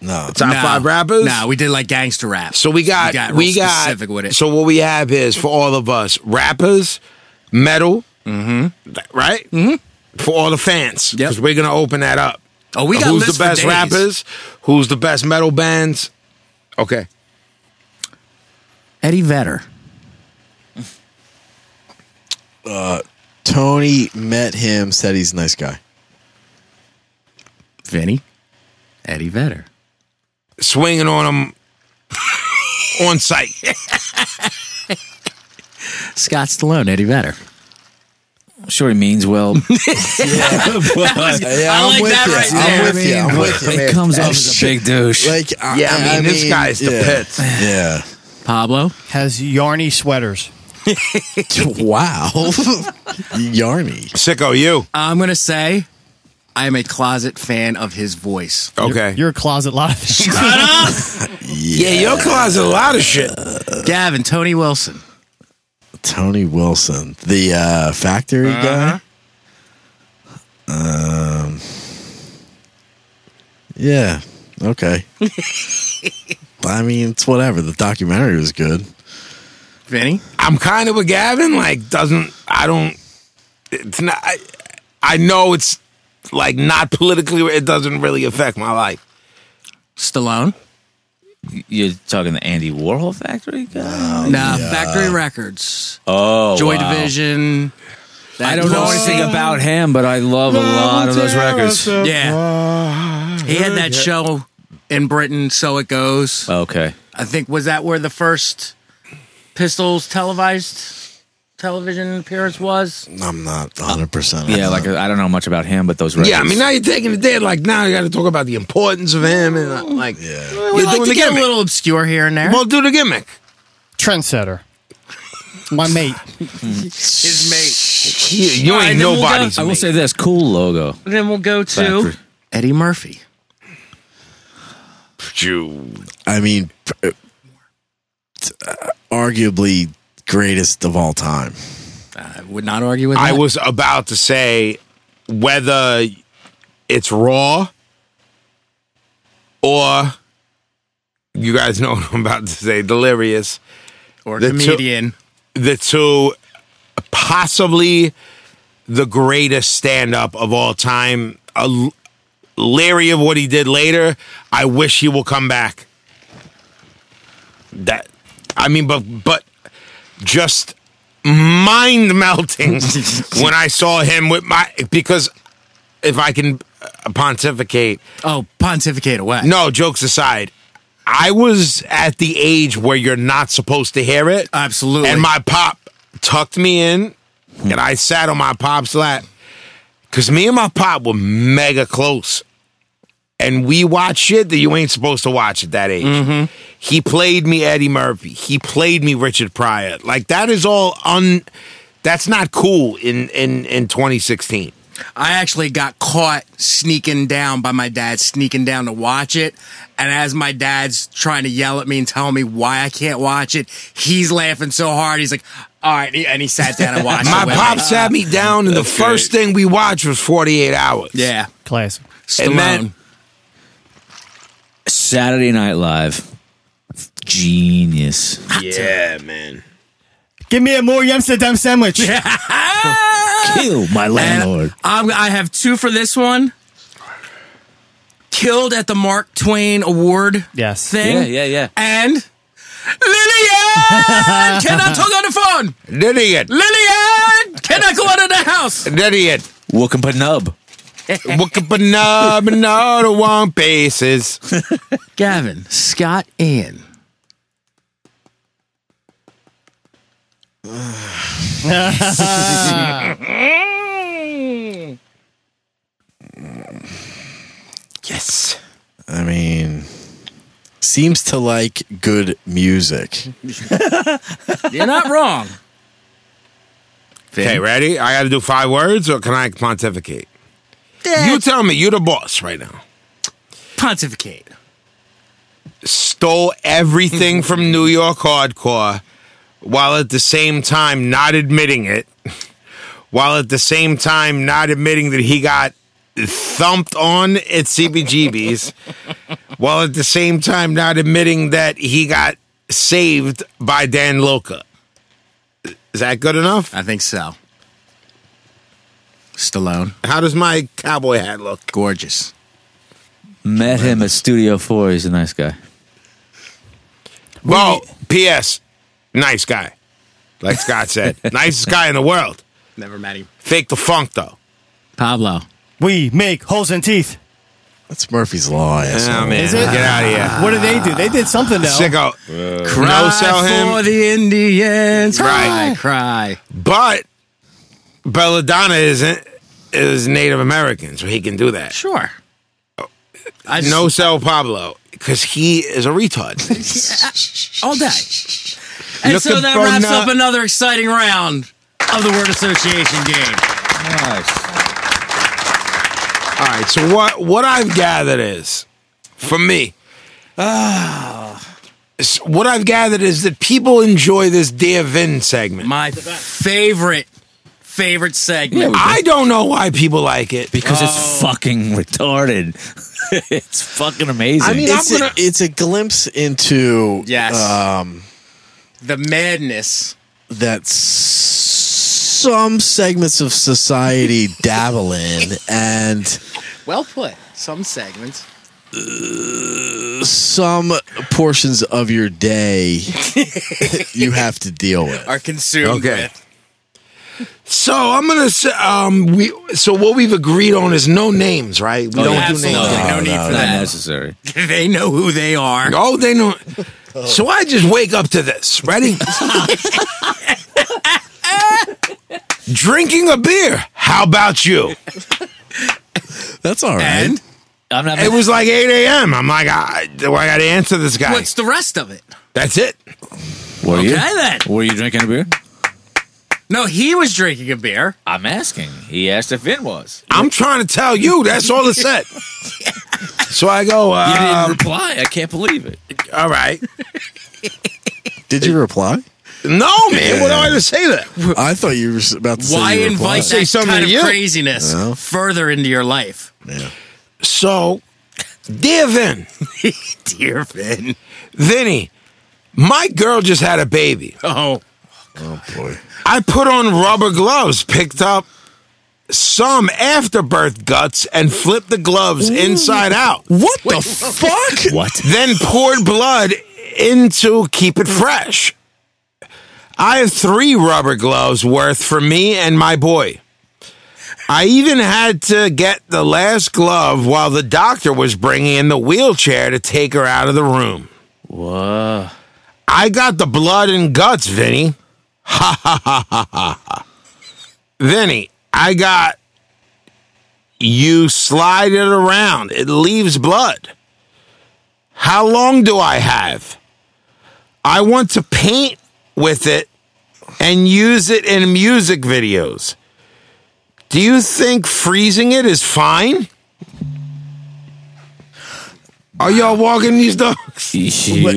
S5: No.
S4: Top five rappers.
S3: No, we did like gangster rap.
S4: So we got,
S3: You got real
S4: we got
S3: specific with it.
S4: So what we have is for all of us rappers, metal, mm-hmm. right? Mm-hmm. For all the fans,
S3: Yep.
S4: because we're gonna open that up.
S3: oh, we got
S4: who's
S3: lists
S4: the
S3: for
S4: best
S3: days.
S4: rappers? Who's the best metal bands? Okay,
S3: Eddie Vedder.
S5: Tony met him, said he's a nice guy.
S3: Vinny. Eddie Vedder.
S4: swinging
S3: *laughs*
S4: on them on site.
S3: Scott Stallone, Eddie Vedder.
S2: I'm sure he means *laughs* well.
S5: Yeah, I am with you. I'm with you. I'm with you.
S2: It comes off as a big douche.
S5: Like, I,
S4: Yeah, I mean, this guy's the
S5: yeah.
S4: pits.
S5: Yeah.
S3: Pablo.
S1: Has yarny sweaters.
S5: *laughs* Wow. Yarny.
S4: Sicko, you
S3: I'm going to say I am a closet fan of his voice.
S4: okay?
S1: You're a closet lot of things.
S4: yeah, your closet a lot of shit.
S3: Gavin, Tony Wilson.
S5: Tony Wilson, the uh, factory guy. Um, yeah. Okay. I mean, it's whatever. The documentary was good.
S3: Vinny.
S4: I'm kind of with Gavin. Like, doesn't I don't? It's not. I, I know it's like not politically. It doesn't really affect my life.
S3: Stallone.
S2: You're talking the Andy Warhol factory guy.
S3: nah, Factory Records.
S2: Oh,
S3: Joy
S2: wow.
S3: Division.
S2: I don't know anything about him, but I love a lot of those records.
S3: Yeah. He had that show in Britain, So It Goes.
S4: Uh.
S2: Okay.
S3: I think, was that where the first Pistols televised television appearance was?
S5: I'm not 100. percent
S2: Yeah, like I don't know much about him, but those records.
S4: Yeah, I mean now you're taking it there. Like now you got to talk about the importance of him and uh, like
S5: yeah.
S4: you're
S3: Like
S4: doing
S3: to
S4: the
S3: get a
S4: gimmick.
S3: little obscure here and there.
S4: well, do the gimmick.
S1: Trendsetter. My mate.
S3: his mate.
S4: You, you
S3: then
S4: ain't
S3: we'll go-
S4: nobody's.
S2: I will
S4: mate.
S2: say this cool logo.
S3: Then we'll go to
S2: Factory.
S3: Eddie Murphy.
S5: I mean, p- uh, arguably greatest of all time.
S3: I would not argue with that.
S4: I was about to say whether it's raw or you guys know what I'm about to say. Delirious.
S3: or
S4: the two-
S3: comedian.
S4: the two, possibly the greatest stand up of all time. A, leery of what he did later, I wish he will come back. That, I mean, but, but just mind melting when I saw him with my, because if I can uh, pontificate,
S11: Oh, pontificate away.
S4: no, jokes aside, I was at the age where you're not supposed to hear it.
S11: Absolutely.
S4: And my pop tucked me in, and I sat on my pop's lap. Cause me and my pop were mega close. And we watched shit that you ain't supposed to watch at that age. He played me Eddie Murphy. He played me Richard Pryor. Like that is all un that's not cool in in in 2016.
S11: I actually got caught sneaking down by my dad, sneaking down to watch it. And as my dad's trying to yell at me and tell me why I can't watch it, he's laughing so hard. He's like, all right. And he sat down and watched
S4: My
S11: it. with
S4: pop
S11: me.
S4: sat me down and the first thing we watched was 48 hours.
S11: Yeah.
S1: Classic.
S4: And
S11: Stallone.
S4: then
S2: Saturday Night Live. Genius.
S4: Yeah, man.
S1: Give me a more Amsterdam sandwich.
S2: Kill my landlord.
S3: I'm, I have two for this one. Killed at the Mark Twain Award
S1: Yes.
S3: thing.
S2: Yeah, yeah, yeah.
S3: And Lillian cannot talk on the phone.
S4: Idiot.
S3: Lillian cannot go out of the house.
S4: Idiot.
S2: Welcome Panub.
S4: Look up another one bases.
S3: Gavin, Scott, Ian.
S4: Yes.
S5: I mean, seems to like good music.
S3: You're not wrong.
S4: Okay, ready? I got to do five words or can I pontificate? You tell me. You're the boss right now.
S3: Pontificate.
S4: Stole everything from New York hardcore while at the same time not admitting it, while at the same time not admitting that he got thumped on at CBGB's, while at the same time not admitting that he got saved by Dan Loca. Is that good enough?
S11: I think so. Stallone.
S4: How does my cowboy hat look?
S11: Gorgeous.
S2: Met him at Studio 4. He's a nice guy.
S4: Well, P.S. Nice guy. Like Scott *laughs* said, nicest guy in the world.
S11: Never met him.
S4: Fake the funk though.
S3: Pablo.
S1: We make holes in teeth.
S5: That's Murphy's Law.
S3: Oh,
S5: asshole.
S1: Is it?
S4: Get out of here.
S1: What did they do? They did something though.
S4: Sicko. no sell
S3: For
S4: him.
S3: the Indians.
S4: Right.
S3: Cry, cry.
S4: But Belladonna isn't is Native American, so he can do that.
S3: Sure. I just,
S4: No sell Pablo. Because he is a *laughs* retard.
S3: all day. And so
S4: Looking
S3: that
S4: for
S3: wraps
S4: no-
S3: up another exciting round of the word association game.
S4: All right, so what what I've gathered is, for me, ah, s- what I've gathered is that people enjoy this Dear Vin segment.
S3: My favorite, favorite segment.
S4: I don't know why people like it.
S2: Because it's fucking retarded. *laughs* it's fucking amazing.
S4: I mean,
S5: It's
S4: I'm
S5: a,
S4: gonna-
S5: it's a glimpse into
S3: Yes.
S5: um,
S3: The madness.
S5: that s- some segments of society dabble in, and
S3: Well put. Some segments.
S5: some portions of
S3: *laughs*
S5: your day you have to deal with.
S3: Are consumed
S4: Oh, Okay.
S3: with.
S4: So I'm gonna say, um, we. So what we've agreed on is no names, right? We don't
S3: Oh, absolutely.
S4: do names.
S3: No, need for
S2: not
S3: that.
S2: necessary.
S3: *laughs* They know who they are.
S4: Oh, they know. So I just wake up to this.
S3: *laughs*
S4: Ready? Drinking a beer. How about you?
S5: That's all right.
S3: And
S2: I'm not.
S4: It was like 8 a.m. I'm like, I, do I got to answer this guy?
S3: what's the rest of it?
S4: That's it.
S2: were
S3: Okay
S2: you?
S3: then.
S2: Were you drinking a beer?
S3: No, he was drinking a beer.
S2: I'm asking. He asked if Vin was.
S4: I'm trying to tell you. That's all it said. So I go.
S2: He didn't
S4: Um,
S2: reply. I can't believe it.
S4: all right.
S5: Did you reply?
S4: No, man. What do I just say that?
S5: I thought you were s- about to say
S3: Why
S5: you
S3: invite
S5: replied.
S3: that
S4: something
S3: kind of
S4: to you.
S3: craziness further into your life?
S4: So, dear Vin,
S3: Dear Finn.
S4: Vinny, my girl just had a baby.
S3: Oh,
S4: I put on rubber gloves, picked up some afterbirth guts, and flipped the gloves inside out.
S5: What the fuck?
S2: What?
S4: Then poured blood into keep it fresh. I have three rubber gloves worth for me and my boy. I even had to get the last glove while the doctor was bringing in the wheelchair to take her out of the room.
S2: Whoa.
S4: I got the blood and guts, Vinny. Ha ha ha ha ha ha. Vinny, I got you slide it around. It leaves blood. How long do I have? I want to paint with it and use it in music videos. Do you think freezing it is fine? Are y'all walking these dogs?
S2: You,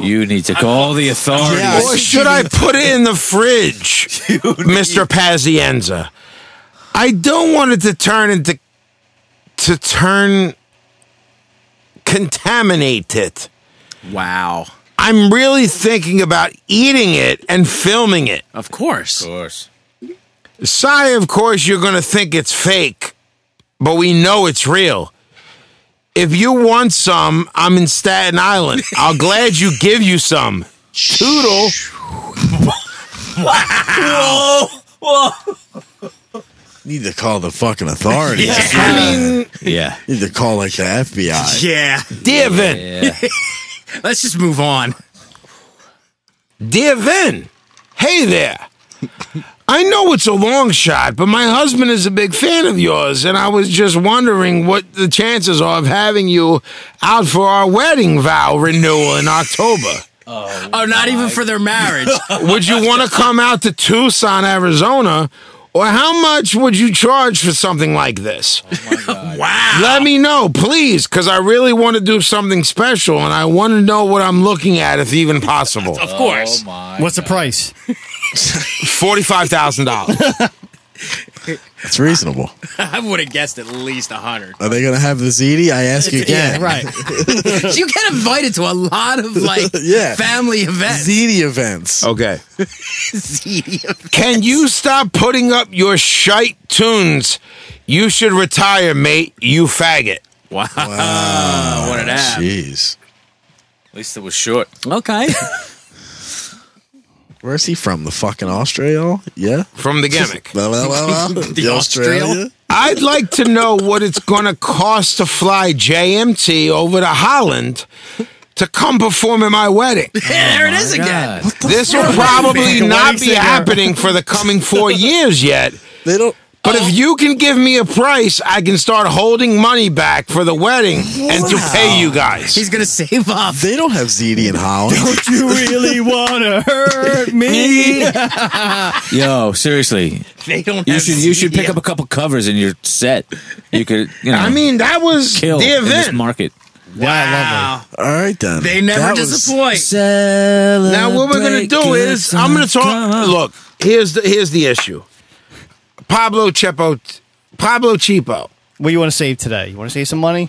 S2: you need to call the authorities.
S5: Yeah.
S4: Or should I put it in the fridge, Mr. Pazienza? I don't want it to turn into to turn contaminated.
S3: Wow.
S4: I'm really thinking about eating it and filming it.
S3: Of course.
S2: Of course.
S4: Sai, of course, you're going to think it's fake, but we know it's real. If you want some, I'm in Staten Island. I'll glad you give you some. Toodle.
S5: Need to call the fucking authorities.
S2: Yeah.
S5: *laughs* Need to call like the FBI.
S3: Yeah.
S4: Dear Vin,
S2: Yeah.
S3: Let's just move on.
S4: Dear Vin, hey there. I know it's a long shot, but my husband is a big fan of yours, and I was just wondering what the chances are of having you out for our wedding vow renewal in October.
S3: Oh, not even for their marriage.
S4: Would you want to come out to Tucson, Arizona, or how much would you charge for something like this?
S3: wow.
S4: Let me know, please, because I really want to do something special, and I want to know what I'm looking at, if even possible.
S3: Of
S2: Oh,
S3: course.
S1: What's the price?
S4: $45,000.
S5: That's reasonable.
S3: I would have guessed at least a hundred.
S5: Are they gonna have this Edie? I ask you again.
S1: Right.
S3: you get invited to a lot of like
S5: Yeah.
S3: family
S5: *laughs*
S3: events.
S5: Ziti events.
S3: Oh,
S4: Okay. Can you stop putting up your shite tunes? You should retire, mate. You faggot.
S3: Wow. what an app.
S5: Jeez.
S2: At least it was short.
S3: Okay. *laughs*
S5: Where's he from? The fucking Australia? Yeah.
S4: From the gimmick.
S5: Blah,
S12: *laughs*
S5: blah, blah, blah. the Australia?
S4: I'd like to know what it's going to cost to fly JMT over to Holland to come perform at my wedding.
S3: there it is again.
S4: This will
S2: *laughs*
S4: probably not be happening for the coming four years yet.
S5: They don't.
S4: But if you can give me a price, I can start holding money back for the wedding and to pay you guys.
S3: He's gonna save up. *laughs*
S5: They don't have Ziti in Holland.
S1: you really wanna hurt me?
S2: Yo, seriously.
S3: They don't.
S2: You
S3: have
S2: should you should pick
S3: CDL.
S2: up a couple covers in your set. You could you know
S4: I mean, that was
S2: kill
S4: the
S2: in this
S4: event.
S2: market.
S3: Wow.
S5: All right, then.
S3: They never
S5: That was-
S3: disappoint.
S4: Now what we're gonna do is I'm gonna talk. Look, here's the here's the issue. Pablo Chepo, Pablo Chepo.
S1: What do you want to save today? You want to save some money?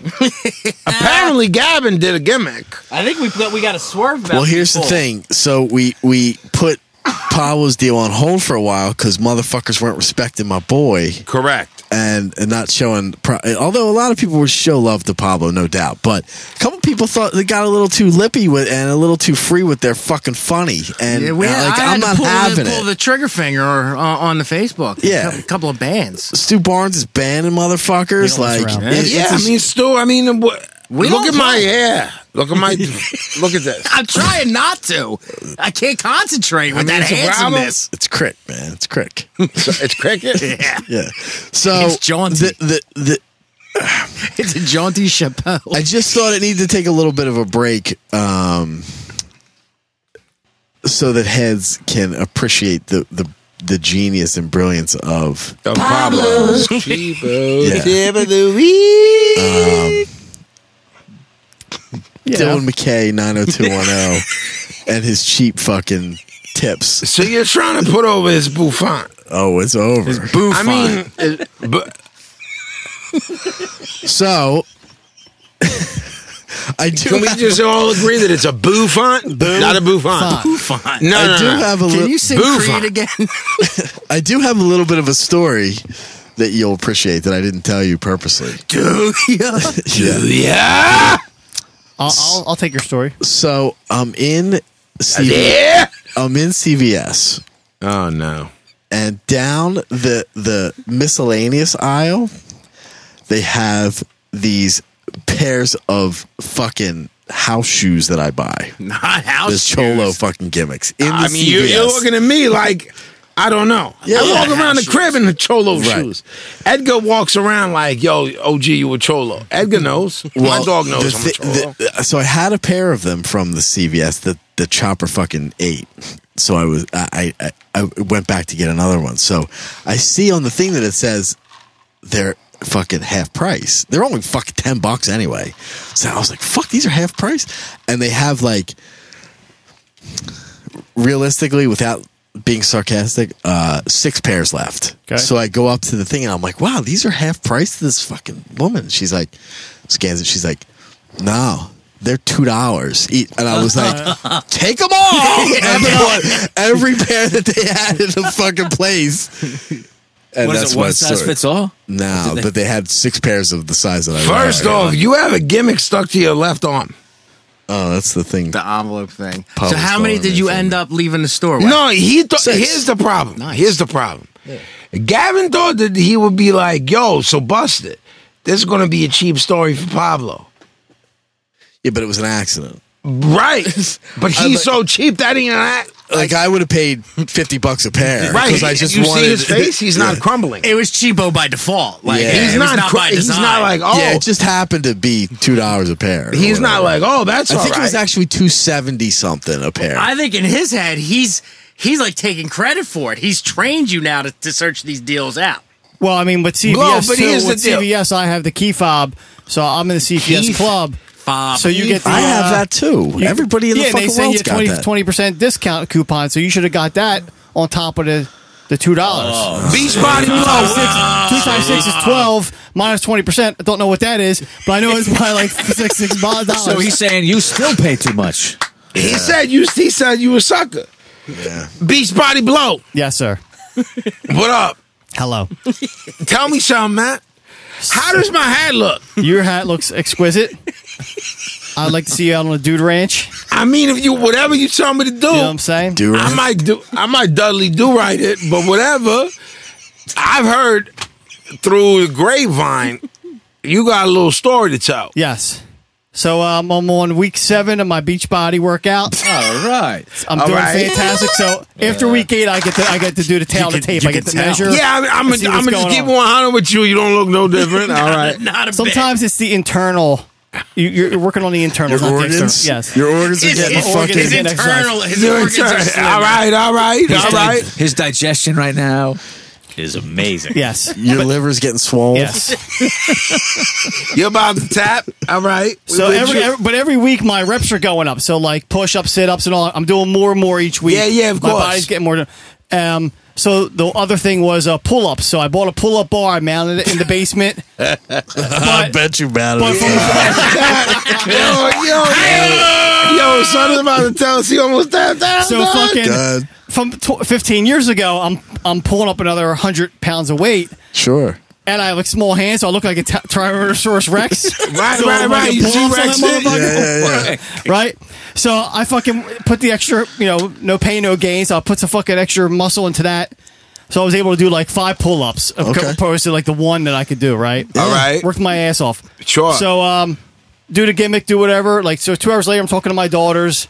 S4: Apparently, Gavin did a gimmick.
S13: I think we got, we got a swerve.
S5: Well, here's the thing. So we we put Pablo's deal on hold for a while because motherfuckers weren't respecting my boy
S4: Correct.
S5: and, and not showing. Pro- although a lot of people would show love to Pablo, no doubt, but a couple people thought they got a little too lippy with and a little too free with their fucking funny. And
S12: Yeah, we,
S5: uh, like,
S12: I had
S5: I'm not
S12: to pull,
S5: having
S12: the,
S5: it.
S12: pull the trigger finger uh, on the Facebook.
S5: Yeah.
S12: a couple, couple of bands.
S5: Stu Barnes is banning motherfuckers. Like,
S1: around.
S5: it- it's
S4: Yeah,
S5: a
S4: I mean, Stu. I mean, what,
S12: We
S4: look
S12: don't
S4: at my
S12: play.
S4: hair. Look at *laughs* my. look at this.
S12: I'm trying not to. I can't concentrate with
S4: mean,
S12: that
S4: it's a problem.
S12: handsomeness.
S5: It's crick, man. It's crick.
S4: So it's *laughs* cricket.
S5: Yeah. So
S12: It's jaunty.
S5: The, the, the,
S12: It's a jaunty chapeau.
S5: I just thought it needed to take a little bit of a break, um, so that heads can appreciate the the, the genius and brilliance of.
S4: The *laughs* Pablo
S5: Yeah.
S4: Chepo.
S5: Um, Dylan McKay, nine zero two one zero, and his cheap fucking tips.
S4: So you're trying to put over his bouffant.
S5: Oh, it's over.
S4: I mean, it- but
S5: so *laughs* I do.
S4: Can we
S5: have-
S4: just all agree that it's a boo font?
S5: Boo
S4: Not a boo font.
S1: font.
S14: Fine.
S4: No,
S5: I
S4: no,
S5: do
S4: no.
S5: have a
S3: Can
S5: little.
S3: you sing
S4: Boo
S3: Creed
S4: font.
S3: again?
S5: I do have a little bit of a story that you'll appreciate that I didn't tell you
S4: *laughs*
S5: purposely.
S3: Do
S5: *laughs*
S3: ya?
S4: yeah.
S1: I'll, I'll, I'll take your story.
S5: So I'm in CVS.
S4: Yeah.
S5: I'm in CVS,
S4: Oh no.
S5: and down the the miscellaneous aisle, they have these pairs of fucking house shoes that I buy.
S14: Not house
S5: This cholo fucking gimmicks. In the
S4: I mean, you,
S5: CVS.
S4: you're looking at me like I don't know.
S5: Yeah,
S4: I
S5: yeah.
S4: walk around the crib in the cholo
S5: Right.
S4: shoes. Edgar walks around like, "Yo, OG, you a cholo." Edgar knows. My dog knows
S5: the
S4: I'm a
S5: thi-
S4: cholo.
S5: the- uh, so I had a pair of them from the CVS that the chopper fucking ate. So I was I, I I went back to get another one. So I see on the thing that it says they're fucking half price. They're only fucking ten bucks anyway. So I was like, fuck, these are half price, and they have like realistically without. Being sarcastic, uh, six pairs left.
S1: Okay.
S5: So I go up to the thing and I'm like, wow, these are half price to this fucking woman. She's like, scans it. She's like, no, they're two dollars. E, And I was
S2: *laughs*
S5: like, take them all. And they bought every pair that they had in the fucking place. And
S2: What is
S5: that's
S2: it?
S5: my
S2: One size
S5: story.
S2: fits all.
S5: No, but they had six pairs of the size that I
S4: First
S5: wanted.
S4: off, you have a gimmick stuck to your left arm.
S5: oh, that's *laughs* the thing.
S3: the envelope thing.
S5: Paul
S3: so
S5: was
S3: how many
S5: calling
S3: did
S5: me
S3: you
S5: for
S3: end
S5: me.
S3: up leaving the store? with?
S4: No, he thought.
S5: Six.
S4: Here's the problem.
S3: Nice.
S4: Here's the problem. Gavin thought that he would be like, "Yo, so busted. This is going to be a cheap story for Pablo."
S5: Yeah, but it was an accident.
S4: Right,
S5: *laughs*
S4: but
S5: I like-
S4: he's so cheap that he not
S5: Like I would have paid fifty bucks a pair.
S4: right.
S5: 'cause I just
S4: you
S5: wanted
S4: see his face; he's not crumbling.
S3: it was cheapo by default. Like
S5: Yeah.
S3: it
S4: He's
S3: was
S4: not.
S3: not
S4: cr-
S3: by
S4: he's
S3: design.
S4: not like oh.
S5: Yeah, it just happened to be two dollars a pair. or
S4: he's not
S5: whatever.
S4: like oh, that's
S5: I
S4: all
S5: think it was
S4: right.
S5: actually two seventy something a pair.
S3: I think in his head, he's he's like taking credit for it. He's trained you now to, to search these deals out.
S1: Well, I mean, with CVS,
S4: Well, but
S1: too,
S4: here's the
S1: with
S4: deal.
S1: CVS, I have the key fob, so I'm in the CVS
S4: Key f-
S1: club.
S3: Fob.
S1: So you get the,
S5: I have
S1: uh,
S5: that too.
S1: you-
S5: Everybody in the
S1: yeah,
S5: fucking
S1: they send
S5: world's
S1: you a
S5: got that.
S1: 20 percent discount coupon, so you should have got that on top of the the two dollars.
S4: Beach Body
S1: Two times
S4: Blow.
S1: six, two times six is twelve minus twenty percent. I don't know what that is, but I know it's probably like *laughs* six six dollars.
S2: So he's saying you still pay too much.
S4: He said you. He said you a sucker. Beach Body Blow.
S1: yes, sir.
S4: What up?
S1: Hello.
S4: Tell me something, man. How does my hat look?
S1: Your hat looks exquisite. I'd like to see you out on a dude ranch.
S4: I mean, if you whatever you tell me to do,
S1: You know what I'm saying?
S5: Do
S4: I might do. I might Dudley do right it, but whatever. I've heard through the grapevine, you got a little story to tell.
S1: Yes. So um, I'm on week seven of my beach body workout.
S2: All right.
S1: I'm
S4: All
S1: doing
S4: right.
S1: fantastic. So after week eight, I get to I get to do the tail of the
S3: can-
S1: tape.
S3: you
S1: I get
S3: can
S1: to
S3: tell.
S1: measure.
S4: Yeah, I mean, I'm
S1: see
S4: gonna I'm
S1: what's
S4: gonna
S1: going
S4: keep
S1: on.
S4: 100 with you. You don't look no
S1: *laughs*
S4: different. All right.
S3: Not a
S1: Sometimes it's the internal. you- You're, you're working on the internal,
S5: Your
S1: not the external.
S5: organs?
S1: Yes.
S5: Your organs are
S3: His,
S5: getting
S3: his,
S1: organs
S5: fucking.
S1: is
S3: his
S1: getting exercised.
S3: internal, his
S4: You're
S3: organs are
S4: excited.
S3: slim.
S4: all right, all right, all
S2: His,
S4: right.
S2: di- his digestion right now is amazing.
S1: Yes.
S5: your liver's getting swollen.
S1: Yes.
S4: You're about to tap. All right.
S1: *laughs*
S4: We
S1: So
S4: with
S1: every,
S4: you.
S1: every but every week my reps are going up. So like push ups, sit ups, and all. I'm doing more and more each week.
S4: Yeah, yeah, of
S1: my
S4: course.
S1: body's getting more. done. Um. So the other thing was uh, pull ups. So I bought a pull up bar. I mounted it in the basement.
S5: *laughs* I
S1: But,
S5: bet you mad
S1: but
S5: at
S1: from
S4: *laughs*
S5: it.
S4: yo, yo, yo, yo, son is about to tell us he almost tapped out.
S1: So
S4: dog.
S1: fucking
S5: God.
S1: from tw- 15 years ago, I'm I'm pulling up another 100 pounds of weight,
S5: Sure.
S1: and I have like small hands, so I look like a t- Tyrannosaurus Rex.
S4: *laughs* Right,
S1: So
S4: right,
S1: if I
S4: right.
S1: can
S4: You
S1: pull
S4: see
S1: off on
S4: Rex
S1: that
S4: it? Yeah,
S1: motherfucker,
S5: Yeah, yeah,
S1: Right, so I fucking put the extra, you know, no pain, no gain. So I put some fucking extra muscle into that. So I was able to do like five pull ups
S5: Okay.
S1: opposed to like the one that I could do. Right,
S4: All right.
S1: worked my ass off.
S4: Sure.
S1: So um, do the gimmick, do whatever. Like so, two hours later, I'm talking to my daughters,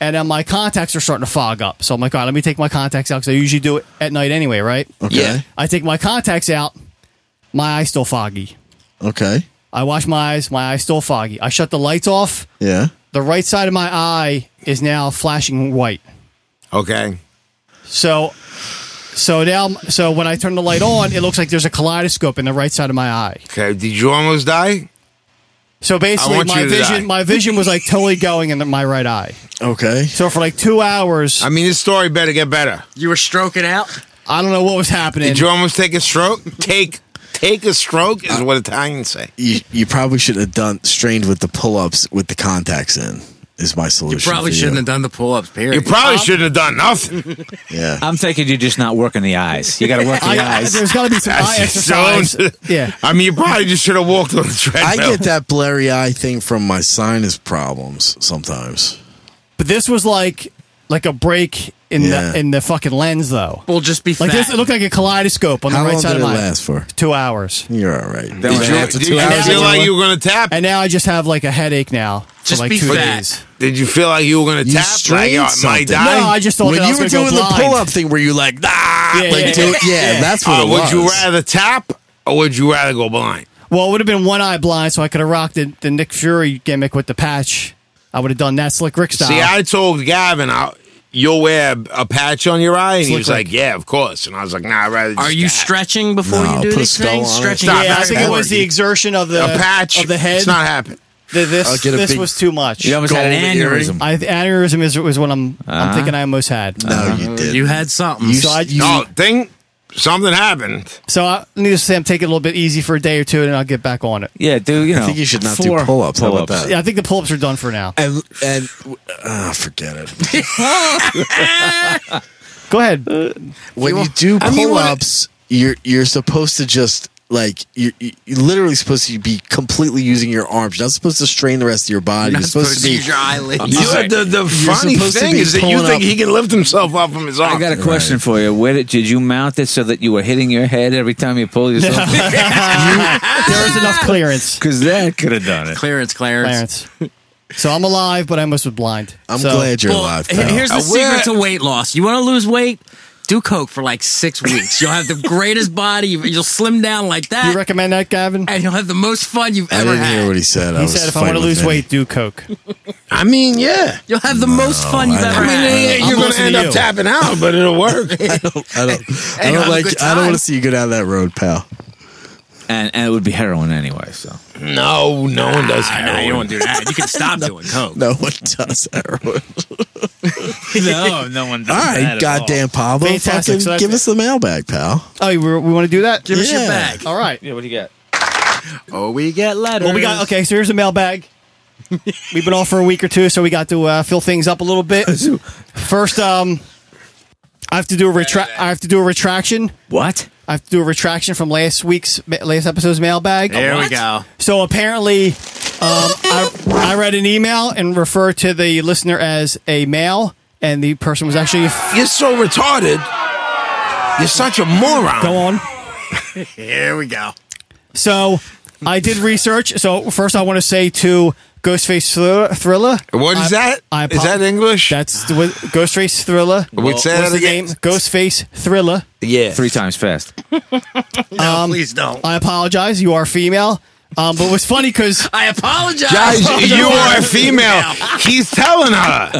S1: and then my contacts are starting to fog up. So I'm like, all right, let me take my contacts out because I usually do it at night anyway, right?
S4: *laughs*
S5: Okay.
S4: Yeah.
S1: I take my contacts out, my eye's still foggy.
S5: Okay.
S1: I wash my eyes, my eye's still foggy. I shut the lights off.
S5: Yeah.
S1: The right side of my eye is now flashing white.
S4: Okay.
S1: So, so now, so when I turn the light on, it looks like there's a kaleidoscope in the right side of my eye.
S4: Okay. Did you almost die?
S1: So basically,
S4: want
S1: my
S4: you to
S1: vision,
S4: die.
S1: my vision was like totally going in the, my right eye.
S5: Okay.
S1: So for like two hours,
S4: I mean, this story better get better.
S3: You were stroking out.
S1: I don't know what was happening.
S4: Did you almost take a stroke? Take take a stroke is what Italians say.
S5: You, you probably should have done strained with the pull ups with the contacts in. Is my solution.
S15: Probably
S5: for
S15: shouldn't have done the pull ups,
S4: You
S15: period.
S4: probably shouldn't have done nothing.
S5: you. Yeah.
S2: I'm thinking you're just not working the eyes. You got to work the
S1: I, I-
S2: eyes.
S1: there's got to be
S5: *laughs*
S1: some eye
S4: That's your own-
S1: exercise. *laughs* Yeah.
S4: I mean, you probably just should have walked on the treadmill.
S5: I get that blurry eye thing from my sinus problems sometimes.
S1: But this was like like a break in
S5: Yeah.
S1: the in the fucking lens though.
S3: We'll just be fat.
S1: Like this, it looked like a kaleidoscope on
S5: How
S1: the right
S5: long
S1: side
S5: did it
S1: of my
S5: last for?
S1: two hours.
S5: You're all right.
S2: Don't worry,
S4: Did you,
S2: after
S4: did
S2: two
S4: you
S2: hours,
S4: feel
S2: you
S4: like
S2: know
S4: you were going to tap?
S1: And now I just have like a headache now.
S3: Just
S1: for like
S3: be
S1: two
S3: fat.
S1: days.
S4: Did you feel like you were going to
S5: You
S4: tap? Like,
S5: strained
S4: uh, my
S5: something.
S1: No,
S4: die?
S1: I just thought
S5: when
S1: that
S5: you
S1: I
S5: were
S1: was gonna
S5: doing
S1: go
S5: the
S1: blind.
S5: pull up thing, where you like, ah,
S1: Yeah,
S5: like
S1: yeah,
S5: do
S1: yeah.
S5: it. Yeah,
S1: Yeah.
S5: that's what
S4: Uh,
S5: it
S4: would
S5: was.
S4: you rather tap or would you rather go blind?
S1: Well, it would have been one eye blind, so I could have rocked the, the Nick Fury gimmick with the patch. I would have done that slick Rick style.
S4: See, I told Gavin, I, you'll wear a, a patch on your eye. And he
S1: Look
S4: was
S1: like-
S4: like, yeah, of course. And I was like, nah, I'd rather just
S3: Are you
S4: tap.
S3: stretching before
S5: No,
S3: you do
S5: put a
S3: these
S5: skull
S3: things?
S5: on it.
S3: Stretching.
S4: Stop.
S3: your
S1: yeah, I
S3: back
S1: think it was
S3: forward.
S1: the exertion of the
S4: a patch
S1: of the head.
S4: It's not happening.
S1: The-
S5: I'll
S1: this
S5: get a
S1: this
S5: big-
S1: was too much.
S2: You almost had an
S5: Gold earring.
S2: aneurysm.
S1: I, aneurysm is was what I'm I'm thinking I almost had.
S5: No, you
S1: Uh,
S5: did.
S3: You had something.
S5: You,
S1: So I-
S5: you-
S4: No, thing, something happened.
S1: So I need to say I'm taking it a little bit easy for a day or two, and then I'll get back on it.
S2: Yeah, do you know?
S5: think you should not do
S2: four
S5: pull-ups. How about that?
S1: Yeah, I think the pull-ups are done for now.
S5: and and ah, forget it.
S1: Go ahead.
S3: Uh,
S5: When you do
S3: I mean,
S5: pull
S3: what it-
S5: ups, you're you're supposed to just like you're, you're literally supposed to be completely using your arms. You're not supposed to strain the rest of your body. You're supposed, to be.
S3: use your eyelids.
S4: You *laughs*
S2: All right.
S4: the, the funny
S5: supposed to
S4: thing
S5: be
S4: is that you
S5: pulling
S4: think
S5: up-
S4: he can lift himself up from his arm.
S2: I got a question for you. Where did, did you mount it so that you were hitting your head every time you pulled yourself?
S1: there
S2: *laughs*
S1: was enough clearance.
S2: Because that could have done it.
S3: Clearance, *laughs* clearance.
S1: Clarence. So I'm alive, but I almost was blind.
S5: I'm
S1: So-
S5: glad you're
S3: Well,
S5: alive.
S3: he-
S5: pal.
S3: here's the
S4: Uh, where-
S3: secret to weight loss. You want to lose weight? Do coke for like six weeks. You'll have the greatest body. You'll slim down like
S1: Do
S3: that,
S1: you recommend that, Gavin?
S3: and you'll have the most fun you've
S5: I
S3: ever
S5: didn't hear
S3: had.
S5: what he said. I
S1: He
S5: was
S1: said, "If I want to
S5: fighting with
S1: lose
S5: him.
S1: weight, do coke."
S4: I mean, yeah.
S3: You'll have the most fun you've
S5: I
S3: ever
S5: didn't.
S3: had.
S4: Yeah,
S1: I'm
S4: you're going to
S1: listening
S4: end
S1: to
S4: up
S1: you.
S4: tapping out, but it'll work.
S5: I don't, I
S3: have
S5: don't
S3: a
S5: like.
S3: good
S5: I don't want
S3: time.
S5: to see you go down that road, pal.
S2: And, and it would be heroin anyway. So
S4: no, no one does
S3: *laughs* No, you
S4: heroin.
S3: don't wanna do that. You can stop doing coke.
S5: No one *laughs* does heroin.
S2: *laughs* no, no one.
S5: All right, goddamn Pablo,
S1: Fantastic.
S5: fucking
S1: So that's
S5: give
S1: it.
S5: us the mailbag, pal.
S1: Oh, we, we want to do that?
S3: Give us your
S5: Yeah.
S3: bag.
S1: All right.
S2: Yeah, what do you got?
S15: Oh, we get letters.
S1: Well, we got okay. So here's a
S3: *laughs*
S1: mailbag. We've been off for a week or two, so we got to uh, fill things up a little
S3: *laughs*
S1: bit. First, um, I have to do a retra- I have to do a retraction.
S2: What?
S1: I have to do a retraction from last week's ma- last episode's mailbag.
S3: There we go.
S1: So apparently, um, I, I read an email and referred to the listener as a male, and the person was actually
S4: You're so retarded. You're such a moron.
S1: go on.
S15: Here we go.
S1: So I did research. So first, I want to say to Ghostface Thriller. Thriller
S4: What is
S1: I-
S4: that? Is
S1: I
S4: that
S1: apologize.
S4: English?
S1: That's the, with Ghostface Thriller.
S4: Wait, say that
S1: What's the
S4: again.
S1: name? Ghostface Thriller.
S4: yeah.
S2: Three times fast.
S15: Please don't.
S1: I apologize. You are female. Um, but it was funny because
S3: I apologize. *laughs*
S4: Guys, you are a female. He's telling her.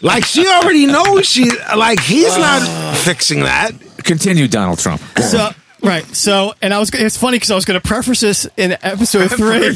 S4: Like, she already knows she, like, he's not fixing that.
S2: Continue, Donald Trump.
S1: so right. So and I was it's funny because I was going to preface this in episode three.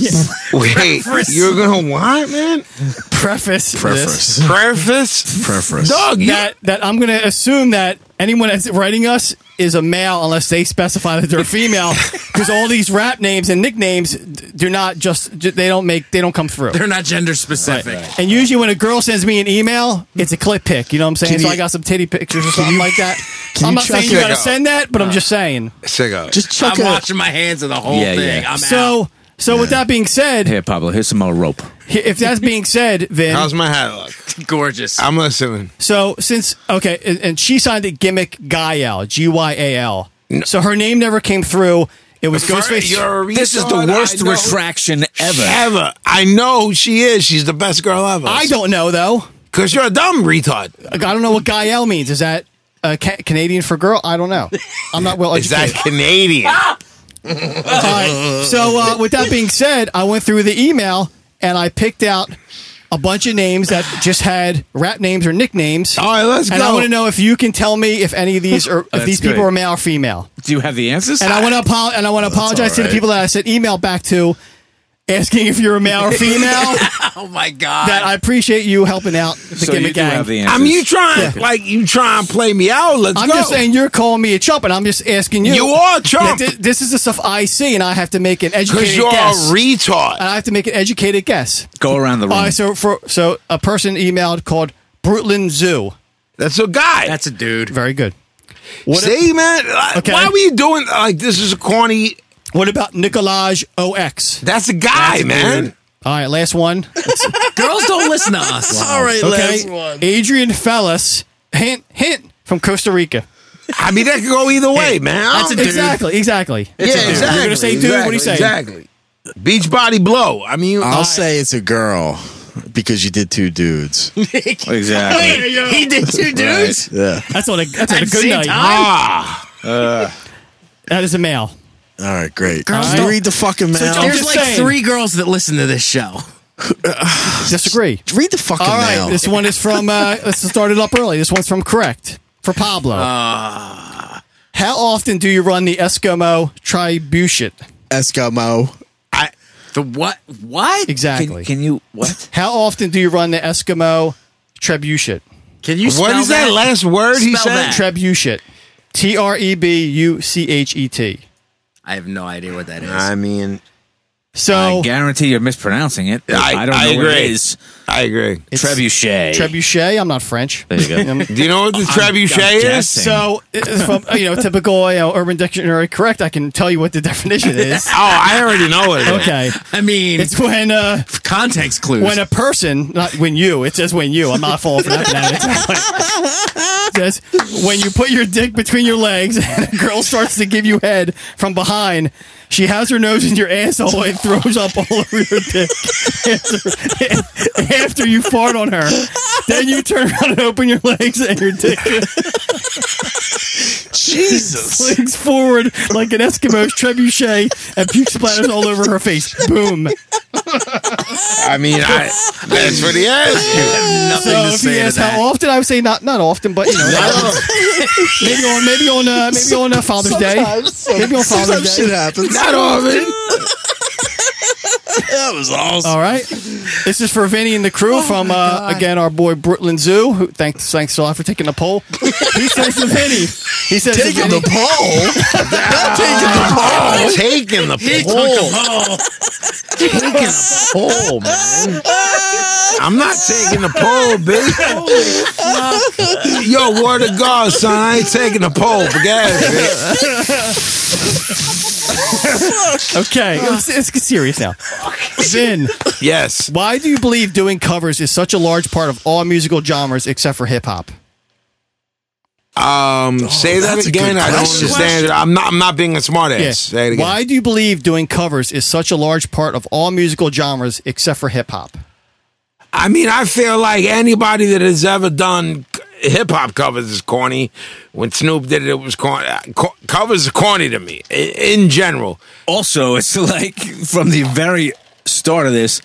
S4: Wait, you're going to what, man?
S1: preface. Preface.
S5: Preference,
S4: Preface?
S5: preference.
S4: Dog, you,
S1: That that I'm going to assume that anyone that's writing us is a male unless they specify that they're
S5: *laughs*
S1: female because all these rap names and nicknames d- do not just d- they don't make they don't come through.
S3: They're not gender specific.
S1: And usually when a girl sends me an email, it's a clip pic. You know what I'm saying?
S5: Can
S1: so
S5: you-
S1: I got some titty pictures or something like that.
S5: *laughs* can
S1: I'm
S5: you
S1: not
S5: check
S1: saying you
S5: it
S1: gotta
S4: out?
S1: send that, but I'm just saying.
S4: Sicko.
S5: Just check
S3: I'm
S5: out.
S3: washing my hands of the whole
S2: Yeah,
S3: thing.
S2: yeah.
S3: I'm out.
S1: So so with that being said,
S2: Here, Pablo. Here's some more rope.
S1: if that's being said, Vin,
S4: How's my hat look?
S3: gorgeous.
S4: I'm listening.
S1: so since okay, and, and she signed it gimmick Guyal, G Y A L. So her name never came through. It was Ghostface.
S4: You're a
S2: This is the
S4: retard.
S2: worst
S4: I know-
S2: retraction ever.
S4: Ever. I know who she is. She's the best girl ever.
S1: I don't know though.
S4: Because you're a dumb retard.
S1: I don't know what Guyal means. Is that uh, ca- Canadian for girl? I don't know. I'm not well
S4: *laughs* Is
S1: educated.
S4: that Canadian?
S1: All right. So, uh, with that being said, I went through the email and I picked out a bunch of names that just had rap names or nicknames.
S4: All right, let's
S1: and
S4: go.
S1: I want to know if you can tell me if any of
S4: *laughs*
S1: these are if these people
S2: great.
S1: are male or female.
S2: Do you have the answers?
S1: And I want to apo- and I want to apologize to the
S5: right.
S1: people that I sent email back to. asking if you're a male or female.
S3: Oh my god.
S1: that I appreciate you helping out the
S2: So you
S1: gimmick
S2: do
S1: gang.
S2: have the answers.
S4: I mean, you trying like you trying to play me out? Let's
S1: I'm
S4: go.
S1: just saying you're calling me a chump, and I'm just asking you.
S4: You are a chump.
S1: That thi- this is the stuff I see, and I have to make an educated
S4: because you're
S1: guess. Uh,
S4: a retard.
S1: and I have to make an educated guess.
S2: go around the room.
S1: All right, so for so a person emailed called Brutland Zoo.
S4: That's a guy.
S16: That's a dude.
S1: Very good. What,
S4: See, man, like,
S1: Okay.
S4: why were you doing like this? Is a corny.
S1: what about Nicolaj OX?
S4: That's a guy, man.
S1: All right, last one.
S3: Girls don't listen to us.
S5: All right,
S1: Okay, Adrian Fellas. Hint, hint from Costa Rica.
S4: I mean, that could go either way, man. I
S3: That's a
S4: don't-
S3: dude.
S1: Exactly, exactly.
S4: yeah,
S1: You're
S4: exactly.
S1: gonna say dude? What do you say?
S4: Exactly. Beach body blow. I mean, uh,
S5: I'll say it's a girl because you did two dudes.
S2: exactly.
S3: He did two dudes.
S5: Yeah.
S1: That's on a that's on a
S3: At the
S1: good
S3: same
S1: night. Uh,
S3: time?
S4: ah,
S1: That is a male.
S5: All right, great.
S1: Girls
S5: Just
S1: don't-
S5: read the fucking mail.
S1: I'm
S3: There's
S1: just
S3: like
S1: saying.
S3: three girls that listen to this show.
S1: Disagree.
S5: read the fucking
S1: All right,
S5: mail.
S1: this one is from.
S3: *laughs*
S1: Uh, let's start it up early. This one's from correct for Pablo.
S2: Ah.
S1: How often do you run the Eskimo tribution?
S5: Eskimo.
S3: The what? What?
S1: Exactly.
S2: Can, can you
S1: *laughs*
S2: what?
S1: How often do you run the Eskimo trebuchet?
S3: Can you?
S4: what
S3: spell
S4: is that, last word he
S3: Spell
S4: said?
S3: that.
S1: Trebuchet. T R E B U C H E T.
S3: I have no idea what that is.
S4: I mean,
S2: I
S1: So
S2: guarantee you're mispronouncing it.
S4: I-
S2: don't know
S4: I
S2: what it
S4: agree.
S2: is.
S4: I agree.
S1: It's-
S2: Trebuchet.
S1: trebuchet. I'm not French.
S2: there you
S1: *laughs*
S2: go.
S4: Do you know what the trebuchet is?
S2: guessing.
S1: So it's from uh, you know typical you know, Urban Dictionary correct, I can tell you what the definition is.
S4: *laughs* Oh, I already know what it is.
S1: Okay,
S3: I mean,
S1: it's when uh,
S3: context clues.
S1: when a person, not when you, it says when you. I'm not falling for that. now. It says when you put your dick between your legs *laughs* and a girl starts to give you head from behind, she has her nose in your asshole and throws up all over your dick *laughs* after, after you fart on her. Then you turn around and open your legs and your dick
S5: Jesus.
S1: flings forward like an *laughs* Eskimo's trebuchet and puke splatters all over her face. Boom.
S4: I mean, I, that's for the ass.
S1: So if you ask how often, I would say not not often, but you know, *laughs* maybe on maybe on uh, maybe on uh, Father's Day, maybe on
S5: Some
S1: Father's
S5: shit
S1: Day.
S5: *laughs* happens.
S4: Not often.
S5: That was awesome.
S1: All right, this is for Vinny and the crew from uh, again our boy Brooklyn Zoo. Who, thanks thanks a lot for taking the poll. He says to Vinny, he says to
S5: Taking
S1: Vinny,
S5: the poll. Not taking the poll.
S4: Oh, taking the poll.
S3: Taking a
S4: Poll, man. I'm not taking the poll, bitch. Yo, word of God, son. I ain't taking the poll. Forget it, bitch.
S1: okay, let's, let's get serious now. Vin,
S4: Yes.
S1: why do you believe doing covers is such a large part of all musical genres except for hip hop?
S4: Um, say that
S5: that's a
S4: again.
S5: good
S4: I don't
S5: question.
S4: understand it. I'm not. I'm not being a smartass.
S1: Yeah.
S4: Say it again.
S1: Why do you believe doing covers is such a large part of all musical genres except for hip hop?
S4: I mean, I feel like anybody that has ever done hip hop covers is corny. When Snoop did it, it was corny. Co- covers are corny to me i- in general.
S2: also, it's like from the very start of this,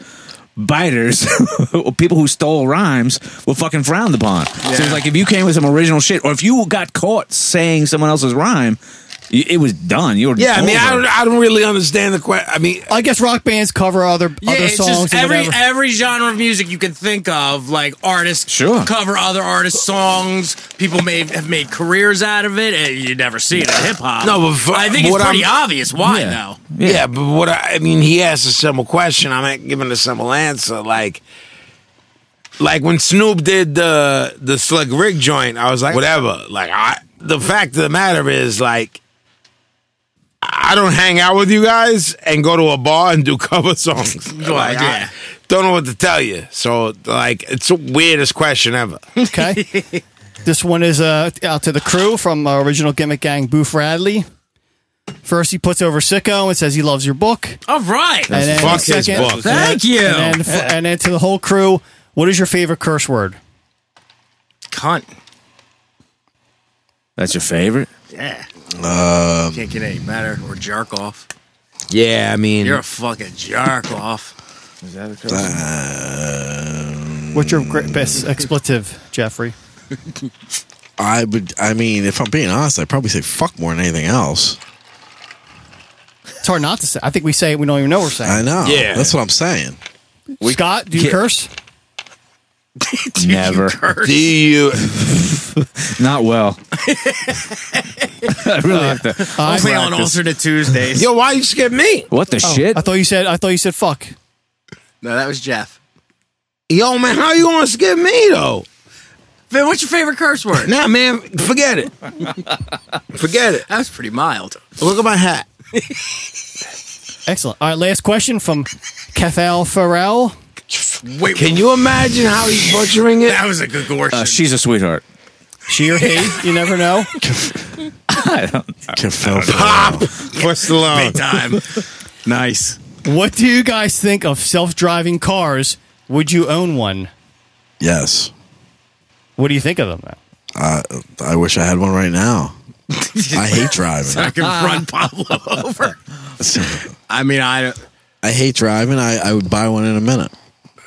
S2: biters, *laughs* or people who stole rhymes, were fucking frowned upon. So it's like if you came with some original shit, or if you got caught saying someone else's rhyme, y- it was done. You were
S4: Yeah, I mean, I
S2: over.
S4: don't. I don't really understand the question. I mean,
S1: I guess rock bands cover other
S3: Yeah,
S1: other
S3: it's
S1: songs.
S3: just
S1: and
S3: every *laughs*
S1: whatever.
S3: every genre of music you can think of, like artists
S2: Sure.
S3: cover other artists' songs. People may have made careers out of it, and you never see it in hip hop.
S4: No, but for-
S3: I think it's
S4: what
S3: pretty
S4: I'm-
S3: obvious why
S2: Yeah.
S3: now.
S4: yeah. but what I, I mean, he asked a simple question. I'm not giving a simple answer. Like, like when Snoop did the the Slick Rick joint, I was like, whatever. Like, I the fact of the matter is, like, I don't hang out with you guys and go to a bar and do *laughs* cover songs. like,
S3: yeah.
S4: I don't know what to tell you. So, like, it's the weirdest question ever.
S1: okay. this one is uh, out to the crew from uh, original gimmick gang Boof Radley. First, he puts over sicko and says he loves your book.
S3: All right,
S1: And then
S4: Fuck his
S1: second-
S4: book.
S1: and
S3: Thank you.
S1: then- And then, and then to the whole crew, what is your favorite curse word?
S3: cunt.
S2: That's
S4: *laughs*
S2: your favorite.
S3: Yeah, can't get any better. Or jerk off.
S4: Yeah, I mean,
S3: You're a fucking *laughs* jerk off.
S1: What's your great best expletive, Jeffrey?
S5: I would. I mean, if I'm being honest, I'd probably say fuck more than anything else.
S1: it's hard not to say. I think we say it. We don't even know we're saying.
S5: I
S1: it.
S5: know.
S4: Yeah.
S5: That's what I'm saying.
S1: Scott, do you
S2: can't-
S1: curse?
S2: Never.
S4: Do you? *laughs*
S2: Not well. *laughs* I really
S1: Uh,
S2: have to.
S1: I,
S3: Only on alternate
S4: *laughs*
S3: Tuesdays.
S4: Yo, why you skip me?
S2: What the shit?
S1: oh. I thought you said. I thought you said fuck.
S3: No, that was Jeff.
S4: Yo, man, how you gonna skip me though?
S3: Vin, what's your favorite curse word?
S4: Nah, man, forget it. forget it.
S3: That was pretty *laughs* mild.
S4: Look at my hat.
S1: Excellent. All right, last question from Kethel Farrell.
S4: Wait, can you imagine how he's butchering it?
S3: was a good gorge.
S2: Uh, she's a sweetheart.
S1: She or he? You never know.
S4: Pop for Stallone.
S3: time. nice.
S1: What do you guys think of self-driving cars? Would you own one?
S5: Yes.
S1: What do you think of them? Though?
S5: I I wish I had one right now. *laughs* I hate driving.
S3: I can run Pablo over. Ah. I mean, I
S5: *laughs* I hate driving. I, I would buy one in a minute.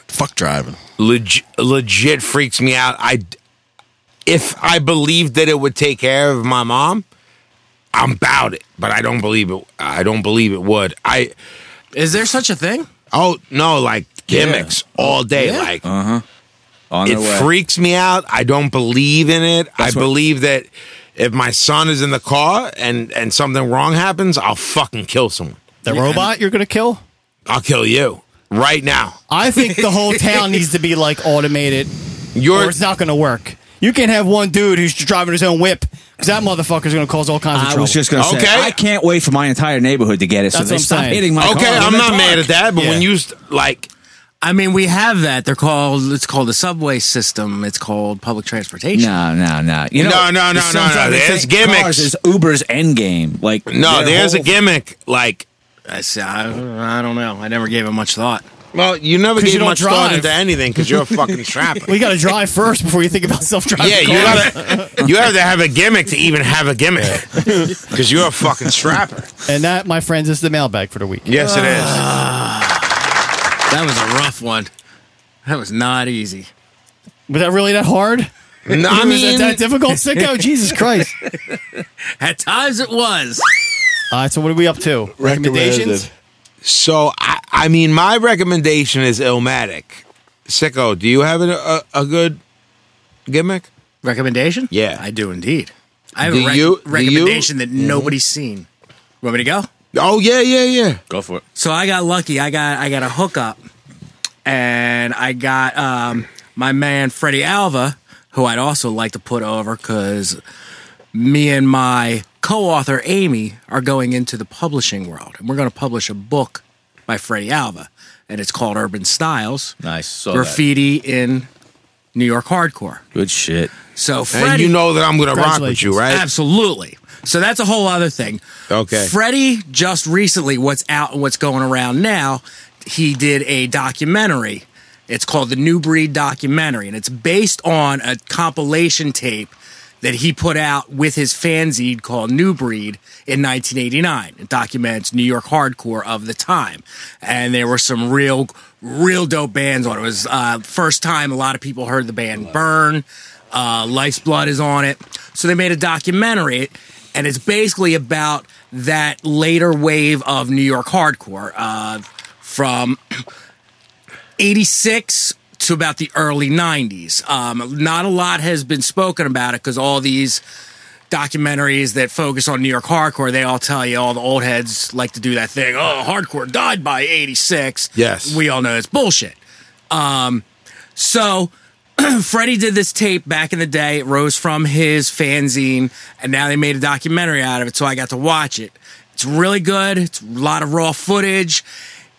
S5: Fuck driving.
S4: Leg- legit freaks me out. I if I believed that it would take care of my mom, I'm about it. But I don't believe it. I don't believe it would. I
S3: is there such a thing?
S4: oh no, like gimmicks all day.
S3: Uh-huh.
S4: Like
S2: On her way.
S4: it freaks me out. I don't believe in it. I believe that if my son is in the car and and something wrong happens, I'll fucking kill someone.
S1: The robot you're gonna kill?
S4: I'll kill you right now.
S1: I think the whole town needs to be like automated, or
S4: You're
S1: it's not gonna work. You can't have one dude who's driving his own whip because that motherfucker's gonna cause all kinds of
S2: I
S1: trouble.
S2: was just gonna
S4: Okay.
S2: say I can't wait for my entire neighborhood to get it, so
S1: That's
S2: they
S1: what I'm
S2: stop
S1: saying.
S2: hitting my car.
S4: okay.
S2: when
S4: I'm
S2: they
S4: not
S2: park.
S4: mad at that. But when
S1: Yeah.
S4: you st- like.
S3: I mean, we have that. They're called. It's called the subway system. It's called public transportation.
S2: No, no, no. You know,
S4: No, no, no,
S2: sometimes
S4: no, no.
S2: they
S4: There's
S2: think
S4: gimmicks.
S2: Cars is Uber's end game. Like
S4: No,
S2: their
S4: there's a
S2: whole-
S4: gimmick. Like,
S3: I, see, I, I don't know. I never gave it much thought.
S4: well, you never
S1: 'Cause
S4: gave
S1: you don't
S4: much thought
S1: drive.
S4: into anything because you're a fucking trapper.
S1: we gotta drive first before you think about self-driving.
S4: yeah, you
S1: cars.
S4: gotta, you have to have a gimmick to even have a gimmick because you're a fucking strapper.
S1: And that, my friends, is the mailbag for the week.
S4: Yes, it is.
S3: That was a rough one. That was not easy.
S1: Was that really that hard?
S4: No, I
S1: was that
S4: mean,
S1: that difficult, sicko? Jesus Christ!
S3: At times it was.
S1: All right, so what are we up to? Recommendations?
S4: so I, I mean, my recommendation is Illmatic. Sicko, do you have a, a, a good gimmick?
S3: Recommendation?
S4: Yeah.
S3: I do indeed. I have
S4: Do
S3: a rec-
S4: you- Mm-hmm. do you-
S3: recommendation that nobody's seen. Want me to go?
S4: Oh yeah, yeah, yeah.
S2: Go for it.
S3: So I got lucky. I got I got a hookup, and I got um, my man Freddie Alva, who I'd also like to put over because me and my co-author Amy are going into the publishing world, and we're going to publish a book by Freddie Alva, and it's called Urban Styles:
S2: Nice. Saw that.
S3: Graffiti in New York Hardcore.
S2: Good shit.
S3: So Freddie,
S4: And you know that I'm gonna rock with you,
S1: Congratulations.
S4: right?
S3: Absolutely. So that's a whole other thing.
S4: Okay.
S3: Freddie just recently, what's out and what's going around now, he did a documentary. It's called the New Breed Documentary, and it's based on a compilation tape that he put out with his fanzine called New Breed in 1989. It documents New York hardcore of the time, and there were some real, real dope bands on it. It was uh, first time a lot of people heard the band Burn. Uh, Life's Blood is on it. So they made a documentary, and it's basically about that later wave of New York hardcore uh, from 86 to about the early 90s. Um, not a lot has been spoken about it because all these documentaries that focus on New York hardcore, they all tell you all the old heads like to do that thing. Oh, hardcore died by 86.
S4: Yes.
S3: We all know it's bullshit. Um, so Freddie did this tape back in the day. It rose from his fanzine, and now they made a documentary out of it. So I got to watch it. It's really good. It's a lot of raw footage.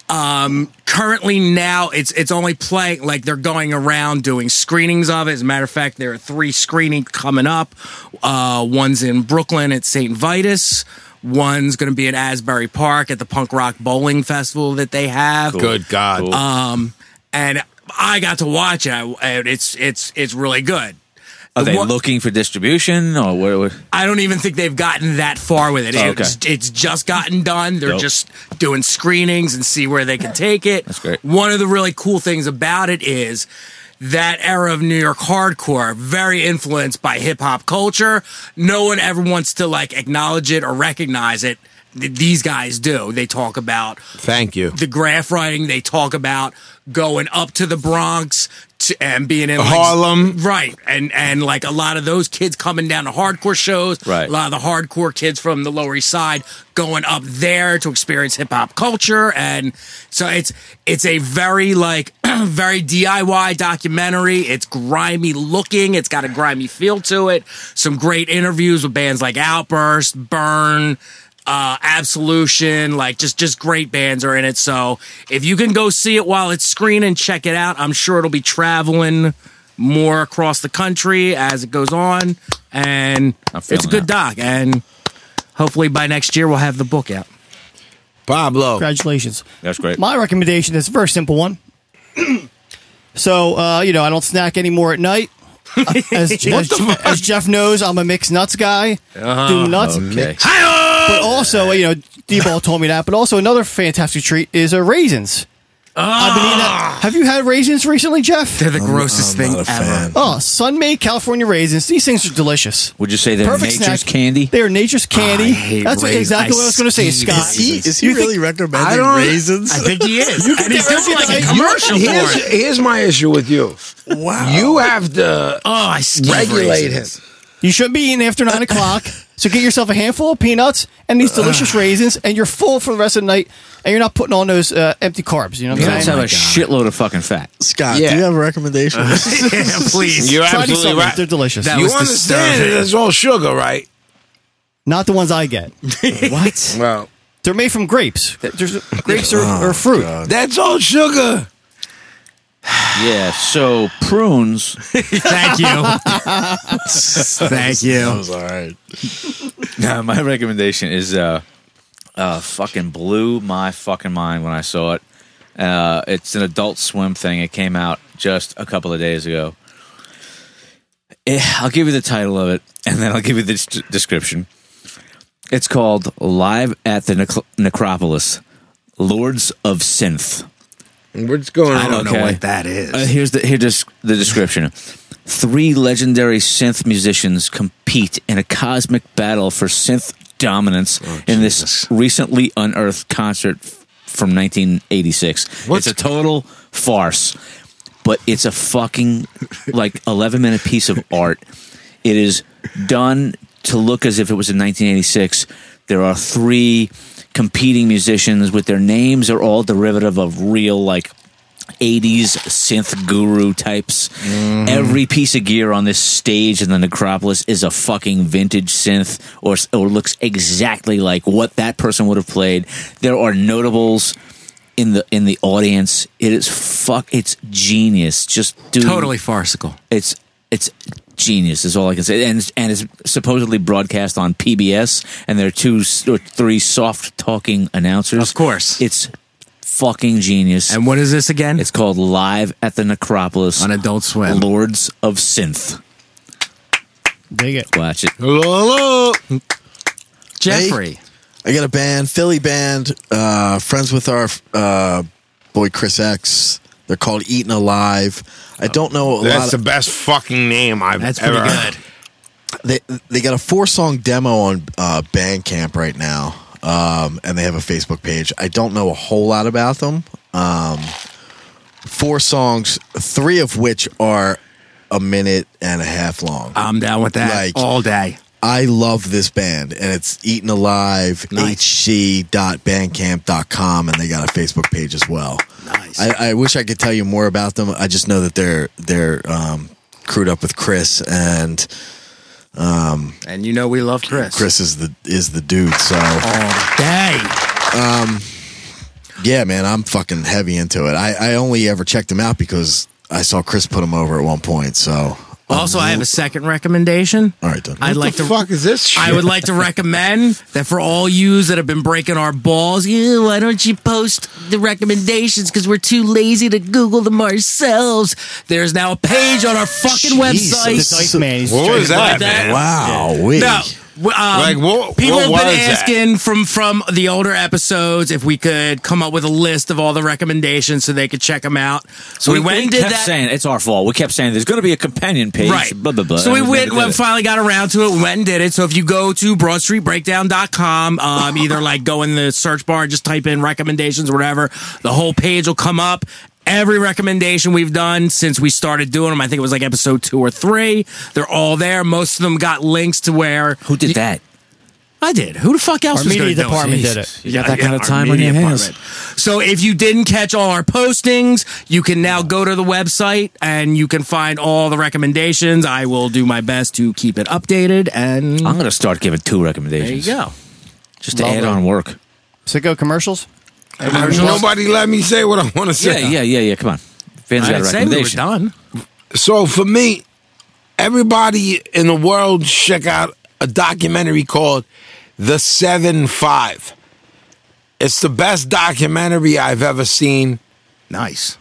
S3: Um, currently now, it's it's only playing like they're going around doing screenings of it. As a matter of fact, there are three screenings coming up. Uh, one's in Brooklyn at St. Vitus. One's going to be in Asbury Park at the Punk Rock Bowling Festival that they have
S4: Good God.
S3: Uh, and I got to watch it. I- and it's it's it's really good.
S2: Are they
S3: What-
S2: looking for distribution or where? where-
S3: I don't even think they've gotten that far with it.
S2: Oh,
S3: It's, it's just gotten done. They're
S2: Dope.
S3: just doing screenings and see where they can take it. That's
S2: great.
S3: One of the really cool things about it is that era of New York hardcore, very influenced by hip hop culture. No one ever wants to like acknowledge it or recognize it th- these guys do. They talk about
S4: Thank you.
S3: the graph writing. They talk about going up to the Bronx to, and being in like,
S4: Harlem.
S3: right? And and like a lot of those kids coming down to hardcore shows,
S2: Right.
S3: A lot of the hardcore kids from the Lower East Side going up there to experience hip hop culture, and so it's it's a very like *clears throat* very DIY documentary. It's grimy looking. It's got a grimy feel to it. Some great interviews with bands like Outburst, Burn uh absolution like just just great bands are in it so if you can go see it while it's screening check it out i'm sure it'll be traveling more across the country as it goes on and
S2: I'm
S3: it's a
S2: feeling
S3: good doc and hopefully by next year we'll have the book out
S4: Pablo.
S1: Congratulations.
S2: That's great.
S1: My recommendation is a very simple one. *clears throat* so, uh, you know, I don't snack anymore at night. As, as, as Jeff knows, I'm a mixed nuts guy. Do nuts.
S2: okay.
S1: But also, you know, D-Ball told me that. But also, another fantastic treat is uh, raisins. I've been eating that. Have you had raisins recently, Jeff?
S3: *laughs* they're the grossest thing ever
S1: Oh, sun-made California raisins. These things are delicious.
S2: Would you say they're
S1: Perfect
S2: nature's
S1: snack.
S2: candy?
S1: They are nature's candy.
S3: hate
S1: That's what-
S3: raisins.
S1: exactly
S3: I
S1: what I was going to say,
S3: see
S1: Scott.
S5: Is he, is he
S1: You think-
S5: really recommending
S4: I don't-
S5: raisins?
S3: i think he is and he's doing like a
S1: You-
S3: commercial for
S4: Here's,
S3: it
S4: here's my issue with you.
S5: wow.
S4: You have to
S3: oh i skeeve
S4: regulate him.
S3: raisins.
S1: You shouldn't be eating after nine o'clock. So get yourself a handful of peanuts and these delicious raisins, and you're full for the rest of the night, and you're not putting on those uh, empty carbs. You know what
S2: You
S1: I'm
S2: guys
S1: saying?
S2: have a shitload of fucking fat.
S5: Scott,
S4: Yeah.
S5: do you have a *laughs*
S3: *laughs*
S5: recommendation?
S3: yeah, please
S4: You're
S1: Try these
S4: absolutely
S1: supplements;
S4: right.
S1: They're delicious.
S3: That
S4: You
S3: was
S4: understand
S3: disturbing.
S4: it's all sugar, right?
S1: not the ones I get.
S2: What?
S4: Well,
S1: They're made from grapes. There's, grapes are, are fruit.
S4: that's all sugar.
S2: Yeah. So prunes.
S3: *laughs* thank you thank
S5: That
S3: you
S5: was all right.
S2: *laughs* Nah, my recommendation is uh, uh, fucking blew my fucking mind when I saw it. Uh, it's an Adult Swim thing. It came out just a couple of days ago. Eh, I'll give you the title of it, and then I'll give you the des- description. It's called "Live at the Nec- Necropolis: Lords of Synth."
S4: What's going
S3: i
S4: on?
S3: don't
S2: Okay.
S3: know what that is
S2: Uh, here's the here just the description. Three legendary synth musicians compete in a cosmic battle for synth dominance in this recently unearthed concert f- from 1986.
S4: What's-
S2: It's a total farce, but it's a fucking like 11 minute piece of art. It is done to look as if it was in 1986. There are three competing musicians with their names are all derivative of real like 80s synth guru types. Every piece of gear on this stage in the Necropolis is a fucking vintage synth or, or looks exactly like what that person would have played. There are notables in the in the audience. It is fuck it's genius. Just do
S3: totally farcical
S2: it's it's genius is all I can say. And and it's supposedly broadcast on PBS, and there are two s- or three soft talking announcers.
S3: Of course.
S2: it's fucking genius.
S3: and what is this again
S2: it's called Live at the Necropolis
S3: on adult swim
S2: Lords of Synth.
S1: Dig it.
S2: Watch it.
S4: Hello.
S3: jeffrey
S5: I got a band, Philly band, uh, friends with our uh, boy Chris X. They're called Eaten Alive. I don't know a
S4: That's
S5: lot.
S4: the
S5: Of,
S4: best fucking name I've
S3: that's pretty
S4: ever
S3: good
S5: they they got a four song demo on uh, Bandcamp right now, um, and they have a Facebook page. I don't know a whole lot about them. Um, four songs, three of which are a minute and a half long.
S3: i'm down with that
S5: Like-
S3: all day
S5: I love this band, and it's Eaten Alive
S3: Nice.
S5: HC.bandcamp.com, and they got a Facebook page as well.
S3: Nice.
S5: I, I wish I could tell you more about them. I just know that they're they're um, crewed up with Chris, and
S3: and you know we love chris
S5: Chris is the is the dude. So
S3: all day
S5: yeah, man, I'm fucking heavy into it. I, I only ever checked them out because I saw Chris put them over at one point. So
S3: Also, I have a second recommendation.
S5: all right, done.
S3: I'd like
S4: The
S3: to.
S4: fuck is this shit?
S3: *laughs* I would like to recommend that for all yous that have been breaking our balls, "Ew, why don't you post the recommendations? Because we're too lazy to Google them ourselves. There's now a page on our fucking
S5: Jesus.
S1: The
S3: website.
S1: Dice Man. He's
S4: what was
S1: drinking
S4: that,
S3: that.
S4: man?
S5: wow, we
S3: No, W- um,
S4: Like, what-
S3: people
S4: what
S3: have been
S4: was that?
S3: asking from from the older episodes if we could come up with a list of all the recommendations so they could check them out. So we, went and did
S2: kept
S3: that.
S2: saying it's our fault. We kept saying there's going to be a companion page.
S3: Right.
S2: Blah blah blah.
S3: So we
S2: And
S3: went,
S2: never did
S3: we
S2: it.
S3: finally got around to it. We went and did it. So if you go to BroadStreetBreakdown.com, um,
S2: *laughs*
S3: either like go in the search bar, just type in recommendations or whatever, the whole page will come up. Every recommendation we've done since we started doing them, I think it was like episode two or three, they're all there. Most of them got links to where
S2: Who did that?
S3: I did. Who the fuck else
S1: Our
S3: was
S1: media
S3: gonna do
S1: department
S3: it?
S1: did it.
S2: You got that kind of
S3: our
S2: time on
S3: media
S2: your hands.
S3: department. So if you didn't catch all our postings, you can now go to the website and you can find all the recommendations. I will do my best to keep it updated and
S2: I'm going to start giving two
S3: there you
S2: recommendations.
S3: go.
S2: Just to add on work.
S1: Sicko commercials.
S4: Nobody let me say what I want to
S2: Yeah,
S4: say.
S2: yeah, yeah, yeah. Come on. Fans
S3: I
S2: got a
S3: didn't say we were
S2: recommendation.
S3: done.
S4: So for me, everybody in the world should check out a documentary called The Seven Five. It's the best documentary I've ever seen.
S3: Nice.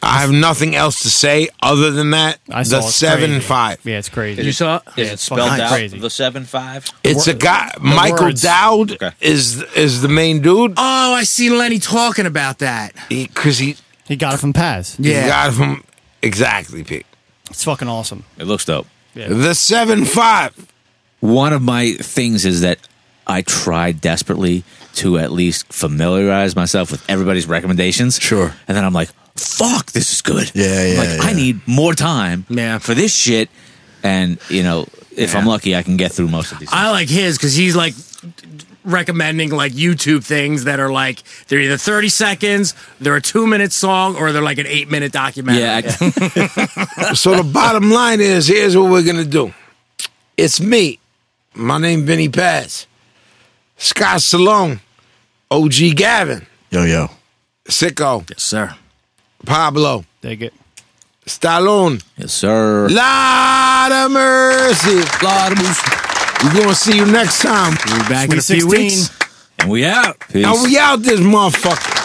S4: I have nothing else to say other than that.
S1: I saw
S4: the
S1: it's
S4: Seven
S1: crazy.
S4: Five.
S1: Yeah, it's crazy.
S3: You saw it?
S2: Is it spelled
S1: fucking
S2: out
S1: crazy.
S2: the seven five?
S4: It's a guy. Michael
S1: words.
S4: Dowd
S2: Okay.
S4: is is the main dude
S3: Oh, I see Lenny talking about that.
S4: because he,
S1: He got it from Paz.
S4: he got it from exactly Pete.
S1: It's fucking awesome.
S2: It looks dope.
S4: The Seven Five.
S2: One of my things is that I try desperately to at least familiarize myself with everybody's recommendations.
S5: Sure.
S2: And then I'm like, fuck, this is good.
S5: Yeah,
S2: I'm
S5: yeah,
S2: Like, I
S5: yeah.
S2: need more time
S3: Yeah.
S2: for this shit. And, you know, if I'm lucky, I can get through most of these.
S3: I like his because he's like recommending like YouTube things that are like they're either 30 seconds, they're a two minute song, or they're like an eight minute documentary.
S2: yeah, I, *laughs*
S4: So the bottom line is, here's what we're gonna do. It's me. My name Vinny Paz. Scott Salone. OG Gavin.
S5: Yo, yo.
S4: Sicko.
S3: Yes, sir.
S4: Pablo.
S1: Dig it.
S4: Stallone.
S2: yes, sir.
S4: Lot of mercy.
S2: Lot of moves.
S4: We're gonna see you next time.
S3: We'll be back in
S1: Sweet
S3: a
S1: 16.
S3: few weeks.
S2: And we out. Peace.
S4: Now we out this motherfucker.